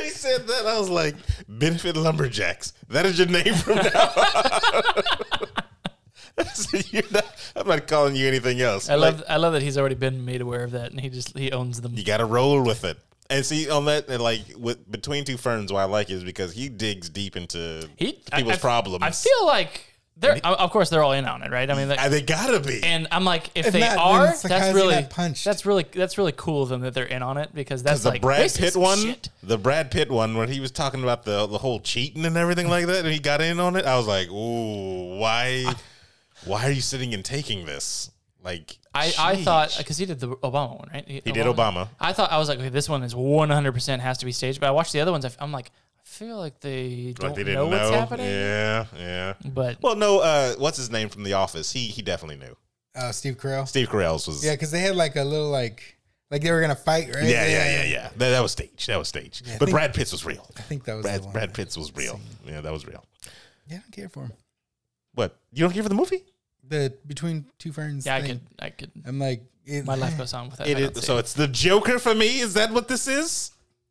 [SPEAKER 2] he said that, I was like, Benefit Lumberjacks. That is your name from now. on." So you're not, I'm not calling you anything else.
[SPEAKER 3] I
[SPEAKER 2] Like,
[SPEAKER 3] love I love that he's already been made aware of that and he just he owns them.
[SPEAKER 2] you got to roll with it. And see on that, and like with between two ferns, why I like it is because he digs deep into
[SPEAKER 3] He I-
[SPEAKER 2] people's
[SPEAKER 3] I,
[SPEAKER 2] problems.
[SPEAKER 3] I feel like they're I- of course they're all in on it, right? I mean, like,
[SPEAKER 2] Uh, they gotta be.
[SPEAKER 3] and I'm like, if,
[SPEAKER 4] If
[SPEAKER 3] they
[SPEAKER 4] not, then
[SPEAKER 3] are,
[SPEAKER 4] it's like, how
[SPEAKER 3] that's
[SPEAKER 4] is he
[SPEAKER 3] really
[SPEAKER 4] not punched?
[SPEAKER 3] that's really that's really cool of them that they're in on it because that's
[SPEAKER 2] the
[SPEAKER 3] like
[SPEAKER 2] Brad
[SPEAKER 3] this is
[SPEAKER 2] Pitt one,
[SPEAKER 3] shit.
[SPEAKER 2] the Brad Pitt one, where he was talking about the the whole cheating and everything like that, and he got in on it. I was like, "Ooh, why, why are you sitting and taking this?" Like,
[SPEAKER 3] I, I
[SPEAKER 2] sheesh.
[SPEAKER 3] thought because he did the Obama one, right?
[SPEAKER 2] he did Obama.
[SPEAKER 3] I thought I was like, okay, this one is 100 percent has to be staged. But I watched the other ones. I f- I'm like, I feel like they don't
[SPEAKER 2] Like they didn't
[SPEAKER 3] know,
[SPEAKER 2] know.
[SPEAKER 3] what's happening.
[SPEAKER 2] Yeah, yeah.
[SPEAKER 3] But
[SPEAKER 2] Well, no. Uh, what's his name from The Office? He he definitely knew.
[SPEAKER 4] Oh, Steve Carell.
[SPEAKER 2] Steve Carell's was.
[SPEAKER 4] Yeah, because they had like a little like like they were gonna fight, right?
[SPEAKER 2] yeah, yeah, yeah. yeah, That, that was staged. That was staged. but
[SPEAKER 4] think-
[SPEAKER 2] Brad Pitt's was real.
[SPEAKER 4] I think that was the
[SPEAKER 2] Brad
[SPEAKER 4] one.
[SPEAKER 2] Brad Pitt's was real. Yeah, that was real.
[SPEAKER 4] Yeah, I don't care for him.
[SPEAKER 2] What you don't care for the movie?
[SPEAKER 4] the between two ferns.
[SPEAKER 3] Yeah, I
[SPEAKER 4] thing.
[SPEAKER 3] could. I could.
[SPEAKER 4] I'm like, it, eh.
[SPEAKER 3] My life goes on without.
[SPEAKER 2] It
[SPEAKER 3] I
[SPEAKER 2] is,
[SPEAKER 3] don't see
[SPEAKER 2] so it's the Joker for me. Is that what this is?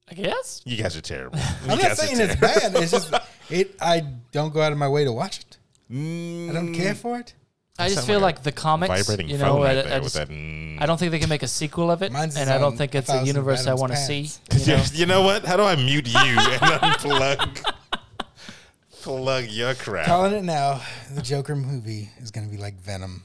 [SPEAKER 3] I guess.
[SPEAKER 2] You guys are terrible. You
[SPEAKER 4] I'm not
[SPEAKER 2] guys are
[SPEAKER 4] saying it's
[SPEAKER 2] terrible.
[SPEAKER 4] bad. It's just it. I don't go out of my way to watch it. I don't
[SPEAKER 2] Mm,
[SPEAKER 4] care for it.
[SPEAKER 3] I just
[SPEAKER 2] sound
[SPEAKER 3] feel
[SPEAKER 2] like
[SPEAKER 3] like the comics.
[SPEAKER 2] Vibrating
[SPEAKER 3] You
[SPEAKER 2] phone
[SPEAKER 3] know,
[SPEAKER 2] right
[SPEAKER 3] I,
[SPEAKER 2] there
[SPEAKER 3] I,
[SPEAKER 2] with
[SPEAKER 3] just,
[SPEAKER 2] that. mm.
[SPEAKER 3] I don't think they can make a sequel of it,
[SPEAKER 4] Mine's
[SPEAKER 3] and
[SPEAKER 4] is
[SPEAKER 3] I
[SPEAKER 4] on
[SPEAKER 3] don't think it's a
[SPEAKER 4] 1000
[SPEAKER 3] universe I
[SPEAKER 4] Adam's
[SPEAKER 3] want to
[SPEAKER 4] pants.
[SPEAKER 3] see.
[SPEAKER 2] You
[SPEAKER 3] You
[SPEAKER 2] know,
[SPEAKER 3] know?
[SPEAKER 2] what? How do I mute you and unplug? Plug your crap.
[SPEAKER 4] Calling it now. The Joker movie is gonna be like Venom.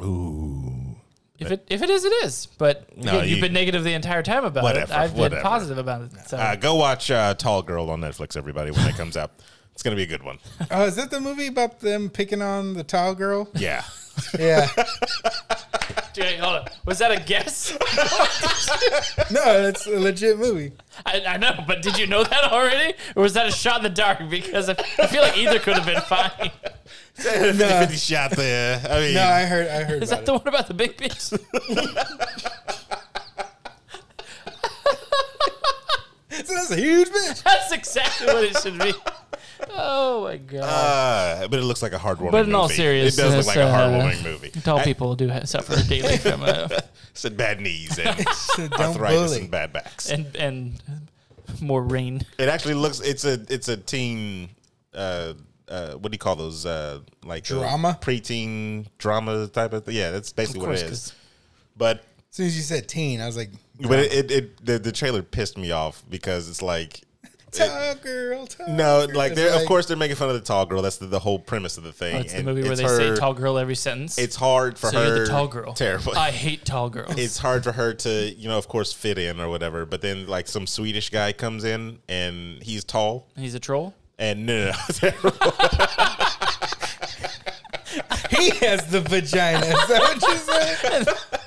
[SPEAKER 2] Ooh.
[SPEAKER 3] If it if it is, it is. But
[SPEAKER 2] No,
[SPEAKER 3] again,
[SPEAKER 2] you-
[SPEAKER 3] you've been negative the entire time about
[SPEAKER 2] Whatever,
[SPEAKER 3] it. I've been
[SPEAKER 2] whatever.
[SPEAKER 3] positive about it. So
[SPEAKER 2] Uh, go watch uh, Tall Girl on Netflix, everybody, when it comes out. It's going to be a good one.
[SPEAKER 4] Oh, is that the movie about them picking on the tall girl?
[SPEAKER 2] Yeah.
[SPEAKER 4] Yeah.
[SPEAKER 3] Dude, wait, hold on. Was that a guess?
[SPEAKER 4] no, it's a legit movie.
[SPEAKER 3] I, I know, but did you know that already, or was that a shot in the dark? Because I, I feel like either could have been fine.
[SPEAKER 4] No,
[SPEAKER 2] 50 shot there. I mean,
[SPEAKER 4] no, I heard, I heard
[SPEAKER 3] Is that
[SPEAKER 4] about it.
[SPEAKER 3] the one about the big bitch?
[SPEAKER 4] So that's a huge bitch.
[SPEAKER 3] That's exactly what it should be. Oh my god.
[SPEAKER 2] uh, but it looks like a heartwarming
[SPEAKER 3] But in
[SPEAKER 2] movie.
[SPEAKER 3] all
[SPEAKER 2] it does look
[SPEAKER 3] seriousness,
[SPEAKER 2] like a
[SPEAKER 3] uh,
[SPEAKER 2] heartwarming movie.
[SPEAKER 3] Tall people do ha- suffer daily from uh,
[SPEAKER 2] Said bad knees and
[SPEAKER 4] Don't
[SPEAKER 2] arthritis
[SPEAKER 4] bully.
[SPEAKER 2] and bad backs.
[SPEAKER 3] and and more rain.
[SPEAKER 2] It actually looks. It's a. It's a teen. Uh, uh, what do you call those? Uh, like uh,
[SPEAKER 4] Drama?
[SPEAKER 2] preteen drama type of thing. Yeah, that's basically
[SPEAKER 3] Of
[SPEAKER 2] what it
[SPEAKER 3] course,
[SPEAKER 2] is. But
[SPEAKER 4] As soon as you said teen, I was like,
[SPEAKER 2] but it, it, it the, the trailer pissed me off because it's like
[SPEAKER 4] tall girl, tall
[SPEAKER 2] no
[SPEAKER 4] girl."
[SPEAKER 2] like
[SPEAKER 4] It's
[SPEAKER 2] they're of course they're making fun of the tall girl. That's the, the whole premise of the thing.
[SPEAKER 3] That's Oh, the
[SPEAKER 2] and
[SPEAKER 3] movie where
[SPEAKER 2] it's
[SPEAKER 3] they
[SPEAKER 2] her-
[SPEAKER 3] say tall girl every sentence.
[SPEAKER 2] It's hard for
[SPEAKER 3] so
[SPEAKER 2] her.
[SPEAKER 3] you're the tall girl.
[SPEAKER 2] Terrible.
[SPEAKER 3] I hate tall girls.
[SPEAKER 2] it's hard for her to, you know, of course, fit in or whatever. But then, like, some Swedish guy comes in and he's tall.
[SPEAKER 3] He's a troll.
[SPEAKER 2] And no, no, no.
[SPEAKER 4] He has the vagina. Is that what you said?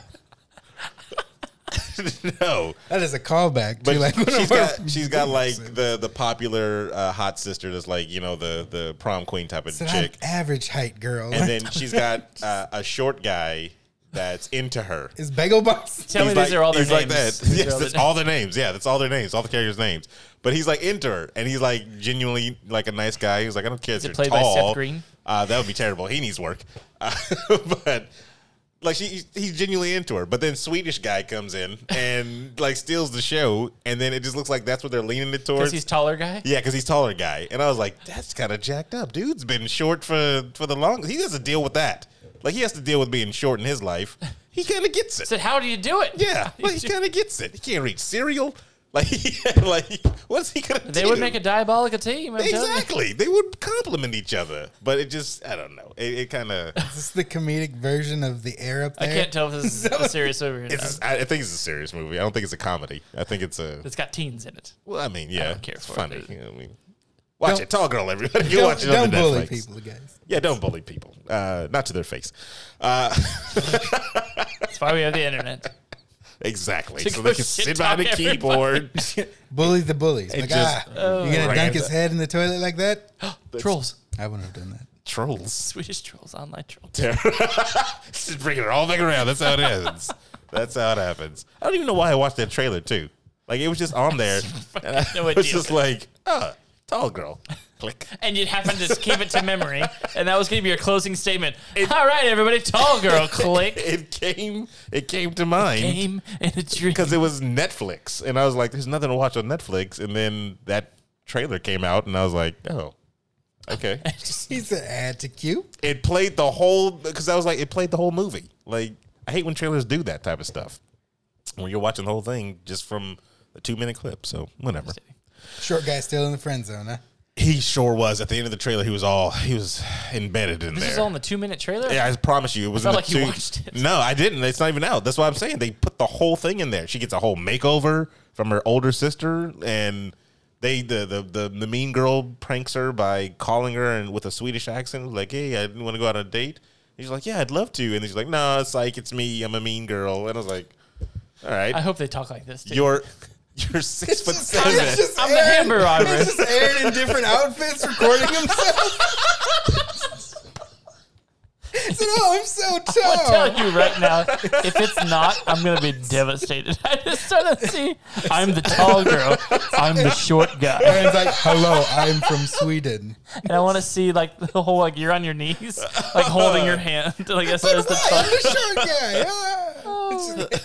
[SPEAKER 2] no.
[SPEAKER 4] That is a callback.
[SPEAKER 2] But
[SPEAKER 4] to like one
[SPEAKER 2] she's
[SPEAKER 4] of our-
[SPEAKER 2] got she's got like the the popular uh, hot sister that's like you know the the prom queen type of
[SPEAKER 4] Said, "I'm
[SPEAKER 2] chick,
[SPEAKER 4] average height girl.
[SPEAKER 2] and then she's got uh, a short guy that's into her.
[SPEAKER 4] is Bagel Boss?
[SPEAKER 3] Tell me
[SPEAKER 2] He's
[SPEAKER 3] these
[SPEAKER 2] like-
[SPEAKER 3] are all their
[SPEAKER 2] he's
[SPEAKER 3] names.
[SPEAKER 2] like that.
[SPEAKER 3] These are
[SPEAKER 2] Yes,
[SPEAKER 3] all
[SPEAKER 2] that's
[SPEAKER 3] their-
[SPEAKER 2] all their names. Yeah, that's all their names, all the characters' names. But he's like into her, and he's like genuinely like a nice guy. He was like, I don't care if
[SPEAKER 3] it
[SPEAKER 2] you're
[SPEAKER 3] played by
[SPEAKER 2] tall.
[SPEAKER 3] Seth Green?
[SPEAKER 2] Uh, that would be terrible. He needs work. Uh, but like she, he's genuinely into her. But then Swedish guy comes in and like steals the show, and then it just looks like that's what they're leaning it towards.
[SPEAKER 3] Because he's taller guy.
[SPEAKER 2] Yeah, because he's taller guy, and I was like, that's kind of jacked up. Dude's been short for for the long. He has to deal with that. Like he has to deal with being short in his life. He kind of gets it.
[SPEAKER 3] I said, how do you do it?
[SPEAKER 2] Yeah, like he kind of gets it. He can't reach cereal. Like, like what's he gonna do?
[SPEAKER 3] They would make a diabolical team. I'm telling you.
[SPEAKER 2] exactly. They would compliment each other, but it just I don't know. It, it kind of.
[SPEAKER 4] Is this the comedic version of the air up
[SPEAKER 3] I
[SPEAKER 4] there?
[SPEAKER 3] can't tell if this is a serious movie or not.
[SPEAKER 2] It's, I I think it's a serious movie. I don't think it's a comedy. I think it's a.
[SPEAKER 3] It's got teens in it.
[SPEAKER 2] Well, I mean, yeah,
[SPEAKER 3] don't care
[SPEAKER 2] it's
[SPEAKER 3] for it,
[SPEAKER 2] funny.
[SPEAKER 3] dude.
[SPEAKER 2] I mean, watch
[SPEAKER 4] Don't-
[SPEAKER 2] it, tall girl. Everybody, you
[SPEAKER 4] Don't,
[SPEAKER 2] watch it on
[SPEAKER 4] don't
[SPEAKER 2] the
[SPEAKER 4] bully
[SPEAKER 2] Netflix.
[SPEAKER 4] people, guys.
[SPEAKER 2] Yeah, don't bully people. Uh, not to their face. Uh,
[SPEAKER 3] That's why we have the internet.
[SPEAKER 2] exactly.
[SPEAKER 3] To
[SPEAKER 2] so
[SPEAKER 3] go
[SPEAKER 2] they can
[SPEAKER 3] shit
[SPEAKER 2] sit behind a
[SPEAKER 3] talk everybody.
[SPEAKER 2] keyboard.
[SPEAKER 4] Bully the bullies. Like,
[SPEAKER 2] just- Oh.
[SPEAKER 4] ah, you're gonna
[SPEAKER 2] Right.
[SPEAKER 4] dunk his head in the toilet like that?
[SPEAKER 3] Trolls.
[SPEAKER 4] I wouldn't have done that.
[SPEAKER 2] Trolls.
[SPEAKER 3] Swedish trolls. Online trolls.
[SPEAKER 2] Just bringing it all back around. That's how it ends. That's how it happens. I don't even know why I watched that trailer too. Like it was just on there. and I
[SPEAKER 3] no
[SPEAKER 2] was
[SPEAKER 3] idea.
[SPEAKER 2] just like, oh, tall girl. Click.
[SPEAKER 3] and you'd happen to keep it to memory, and that was going to be your closing statement. All right, everybody, tall girl, click
[SPEAKER 2] It came. It came to mind
[SPEAKER 3] game and a dream.
[SPEAKER 2] because it was Netflix, and I was like, "There's nothing to watch on Netflix." And then that trailer came out, and I was like, "Oh, okay."
[SPEAKER 4] He's an ad to cue.
[SPEAKER 2] it played the whole because I was like, it played the whole movie. Like I hate when trailers do that type of stuff when you're watching the whole thing just from a two minute clip. So whatever.
[SPEAKER 4] Short guy still in the friend zone, huh?
[SPEAKER 2] He sure was. At the end of the trailer, he was all he was embedded in
[SPEAKER 3] This
[SPEAKER 2] there.
[SPEAKER 3] is all in the two-minute trailer.
[SPEAKER 2] yeah, I promise you, it was
[SPEAKER 3] felt
[SPEAKER 2] in the
[SPEAKER 3] like you
[SPEAKER 2] two-
[SPEAKER 3] watched it.
[SPEAKER 2] No, I didn't. It's not even out. That's why I'm saying they put the whole thing in there. She gets a whole makeover from her older sister, and they the the the, the mean girl pranks her by calling her and with a Swedish accent, like, "Hey, I didn't want to go out on a date." And she's like, "Yeah, I'd love to," and then she's like, "No, it's like it's me. I'm a mean girl," and I was like, "All right,
[SPEAKER 3] I hope they talk like this. Too.
[SPEAKER 2] you're you're six foot
[SPEAKER 4] just-
[SPEAKER 2] seven.
[SPEAKER 4] it's just
[SPEAKER 3] I'm the
[SPEAKER 4] Aaron.
[SPEAKER 3] hammer robber.
[SPEAKER 4] He's just Aaron in different outfits recording himself. said, "Oh, I'm so
[SPEAKER 3] I'm
[SPEAKER 4] tall."
[SPEAKER 3] telling you right now, if it's not, I'm gonna be devastated. I just started to see. I'm the tall girl. I'm the short guy,
[SPEAKER 4] Aaron's like, "Hello, I'm from Sweden."
[SPEAKER 3] and I want to see like the whole like you're on your knees, like holding your hand. Like I said, as the
[SPEAKER 4] Hi,
[SPEAKER 3] tall.
[SPEAKER 4] I'm the short guy.
[SPEAKER 3] Oh
[SPEAKER 4] Hello. It's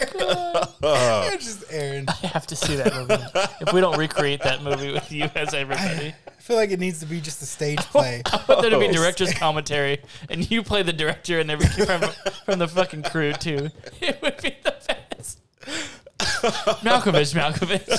[SPEAKER 4] just- it's just Aaron.
[SPEAKER 3] I have to see that movie. If we don't recreate that movie with you as everybody,
[SPEAKER 4] I feel like it needs to be just a stage play.
[SPEAKER 3] but there to be
[SPEAKER 2] Oh,
[SPEAKER 3] director's commentary, and you play the director and every from from the fucking crew too. It would be the best. Malkovich, Malkovich.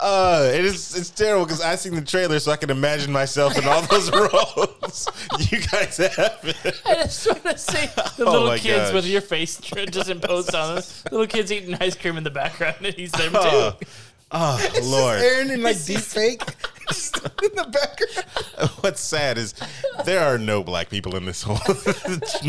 [SPEAKER 2] Uh, it is it's terrible because I seen the trailer, so I can imagine myself in all those roles. you guys have it.
[SPEAKER 3] I just want to see the
[SPEAKER 2] Oh
[SPEAKER 3] little
[SPEAKER 2] my
[SPEAKER 3] kids
[SPEAKER 2] gosh.
[SPEAKER 3] with your face tr- just imposed on us. Little kids eating ice cream in the background, and he's there too.
[SPEAKER 2] Uh, oh Lord,
[SPEAKER 4] Aaron in like deep fake just in the background.
[SPEAKER 2] what's sad is there are no black people in this whole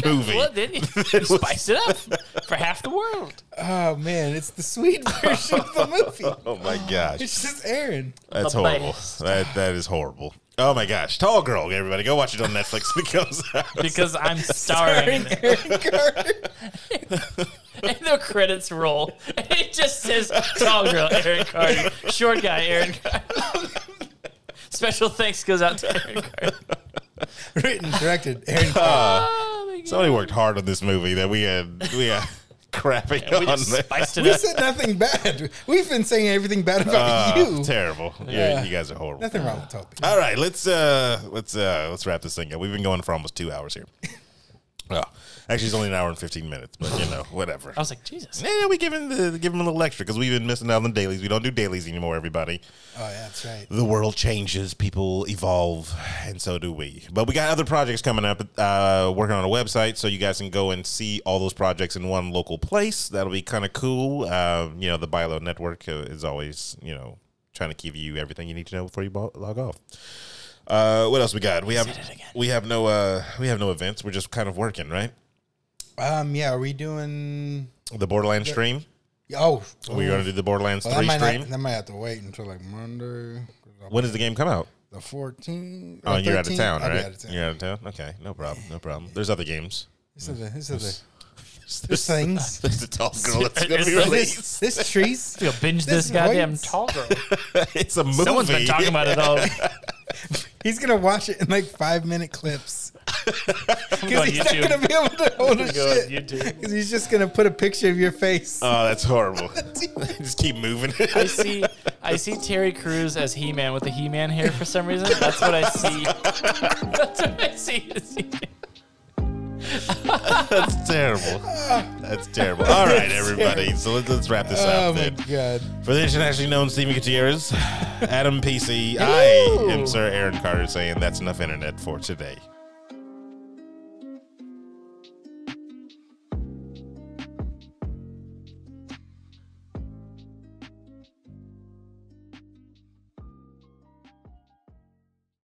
[SPEAKER 2] movie.
[SPEAKER 3] Well, then you you spice it up for half the world.
[SPEAKER 4] Oh man, it's the Swede version of the movie.
[SPEAKER 2] Oh my gosh,
[SPEAKER 4] It's just Aaron.
[SPEAKER 2] that's
[SPEAKER 3] The
[SPEAKER 2] horrible.
[SPEAKER 3] best.
[SPEAKER 2] That that is horrible. Oh my gosh, Tall Girl, everybody, go watch it on Netflix when it comes out.
[SPEAKER 3] Because I'm starring, in
[SPEAKER 4] Aaron,
[SPEAKER 3] it.
[SPEAKER 4] Aaron Carter.
[SPEAKER 3] and the credits roll, and it just says tall girl Aaron Carter, short guy Aaron Carter. Special thanks goes out to Aaron Carter.
[SPEAKER 4] Written, directed, Aaron Carter.
[SPEAKER 3] Oh my god!
[SPEAKER 2] Somebody worked hard on this movie that we had we had crapping
[SPEAKER 3] we
[SPEAKER 2] on.
[SPEAKER 3] just spiced it
[SPEAKER 4] We
[SPEAKER 3] up.
[SPEAKER 4] said nothing bad. We've been saying everything bad about
[SPEAKER 2] Uh,
[SPEAKER 4] you.
[SPEAKER 2] terrible.
[SPEAKER 4] Yeah.
[SPEAKER 2] Yeah, you guys are horrible.
[SPEAKER 4] Nothing wrong with Toby.
[SPEAKER 2] All right, let's uh let's uh let's wrap this thing up. We've been going for almost two hours here. oh, actually, it's only an hour and fifteen minutes, but you know, whatever.
[SPEAKER 3] I was like, Jesus.
[SPEAKER 2] Yeah, we give him the give him a little extra because we've been missing out on dailies. We don't do dailies anymore, everybody.
[SPEAKER 4] Oh, yeah, that's right.
[SPEAKER 2] The world changes, people evolve, and so do we. But we got other projects coming up. Uh, working on a website, so you guys can go and see all those projects in one local place. That'll be kind of cool. Uh, you know, the Bilo Network uh, is always you know trying to give you everything you need to know before you bo- log off. Uh, what else we got? We have we have no uh, we have no events. We're just kind of working, right?
[SPEAKER 4] Um, yeah, are we doing?
[SPEAKER 2] The Borderlands stream.
[SPEAKER 4] Oh,
[SPEAKER 2] We're going to do the Borderlands
[SPEAKER 4] Well, that
[SPEAKER 2] three
[SPEAKER 4] might
[SPEAKER 2] stream.
[SPEAKER 4] Not, that might have to wait until like Monday,
[SPEAKER 2] When does the game come out?
[SPEAKER 4] the 14th.
[SPEAKER 2] Oh, you're out of town,
[SPEAKER 4] Uh, I'll
[SPEAKER 2] right?
[SPEAKER 4] Be out of town.
[SPEAKER 2] You're out of town. Okay, no problem, no problem. There's other games.
[SPEAKER 4] This is the, this is the
[SPEAKER 2] There's,
[SPEAKER 4] things.
[SPEAKER 2] there's a tall girl that's gonna be
[SPEAKER 3] Is this-
[SPEAKER 2] released.
[SPEAKER 4] This, this trees.
[SPEAKER 3] Go binge this,
[SPEAKER 4] This
[SPEAKER 3] goddamn
[SPEAKER 4] white-
[SPEAKER 3] tall girl.
[SPEAKER 2] It's a movie.
[SPEAKER 3] Someone's been talking about it all.
[SPEAKER 4] He's gonna watch it in like five minute clips.
[SPEAKER 3] Go on
[SPEAKER 4] Because he's
[SPEAKER 3] YouTube.
[SPEAKER 4] not gonna be able to hold a
[SPEAKER 3] Go on
[SPEAKER 4] shit.
[SPEAKER 3] YouTube.
[SPEAKER 4] Because he's just gonna put a picture of your face.
[SPEAKER 2] Oh, that's horrible. Just keep moving.
[SPEAKER 3] I see I see Terry Crews as He Man with the He Man hair for some reason. That's what I see. That's what I see. as He-Man.
[SPEAKER 2] that's terrible. That's terrible. All right, everybody. So let's, let's wrap this
[SPEAKER 4] oh
[SPEAKER 2] up
[SPEAKER 4] my
[SPEAKER 2] then.
[SPEAKER 4] god.
[SPEAKER 2] For the internationally known Stephen Gutierrez, Adam PC, I am Sir Aaron Carter saying that's enough internet for today.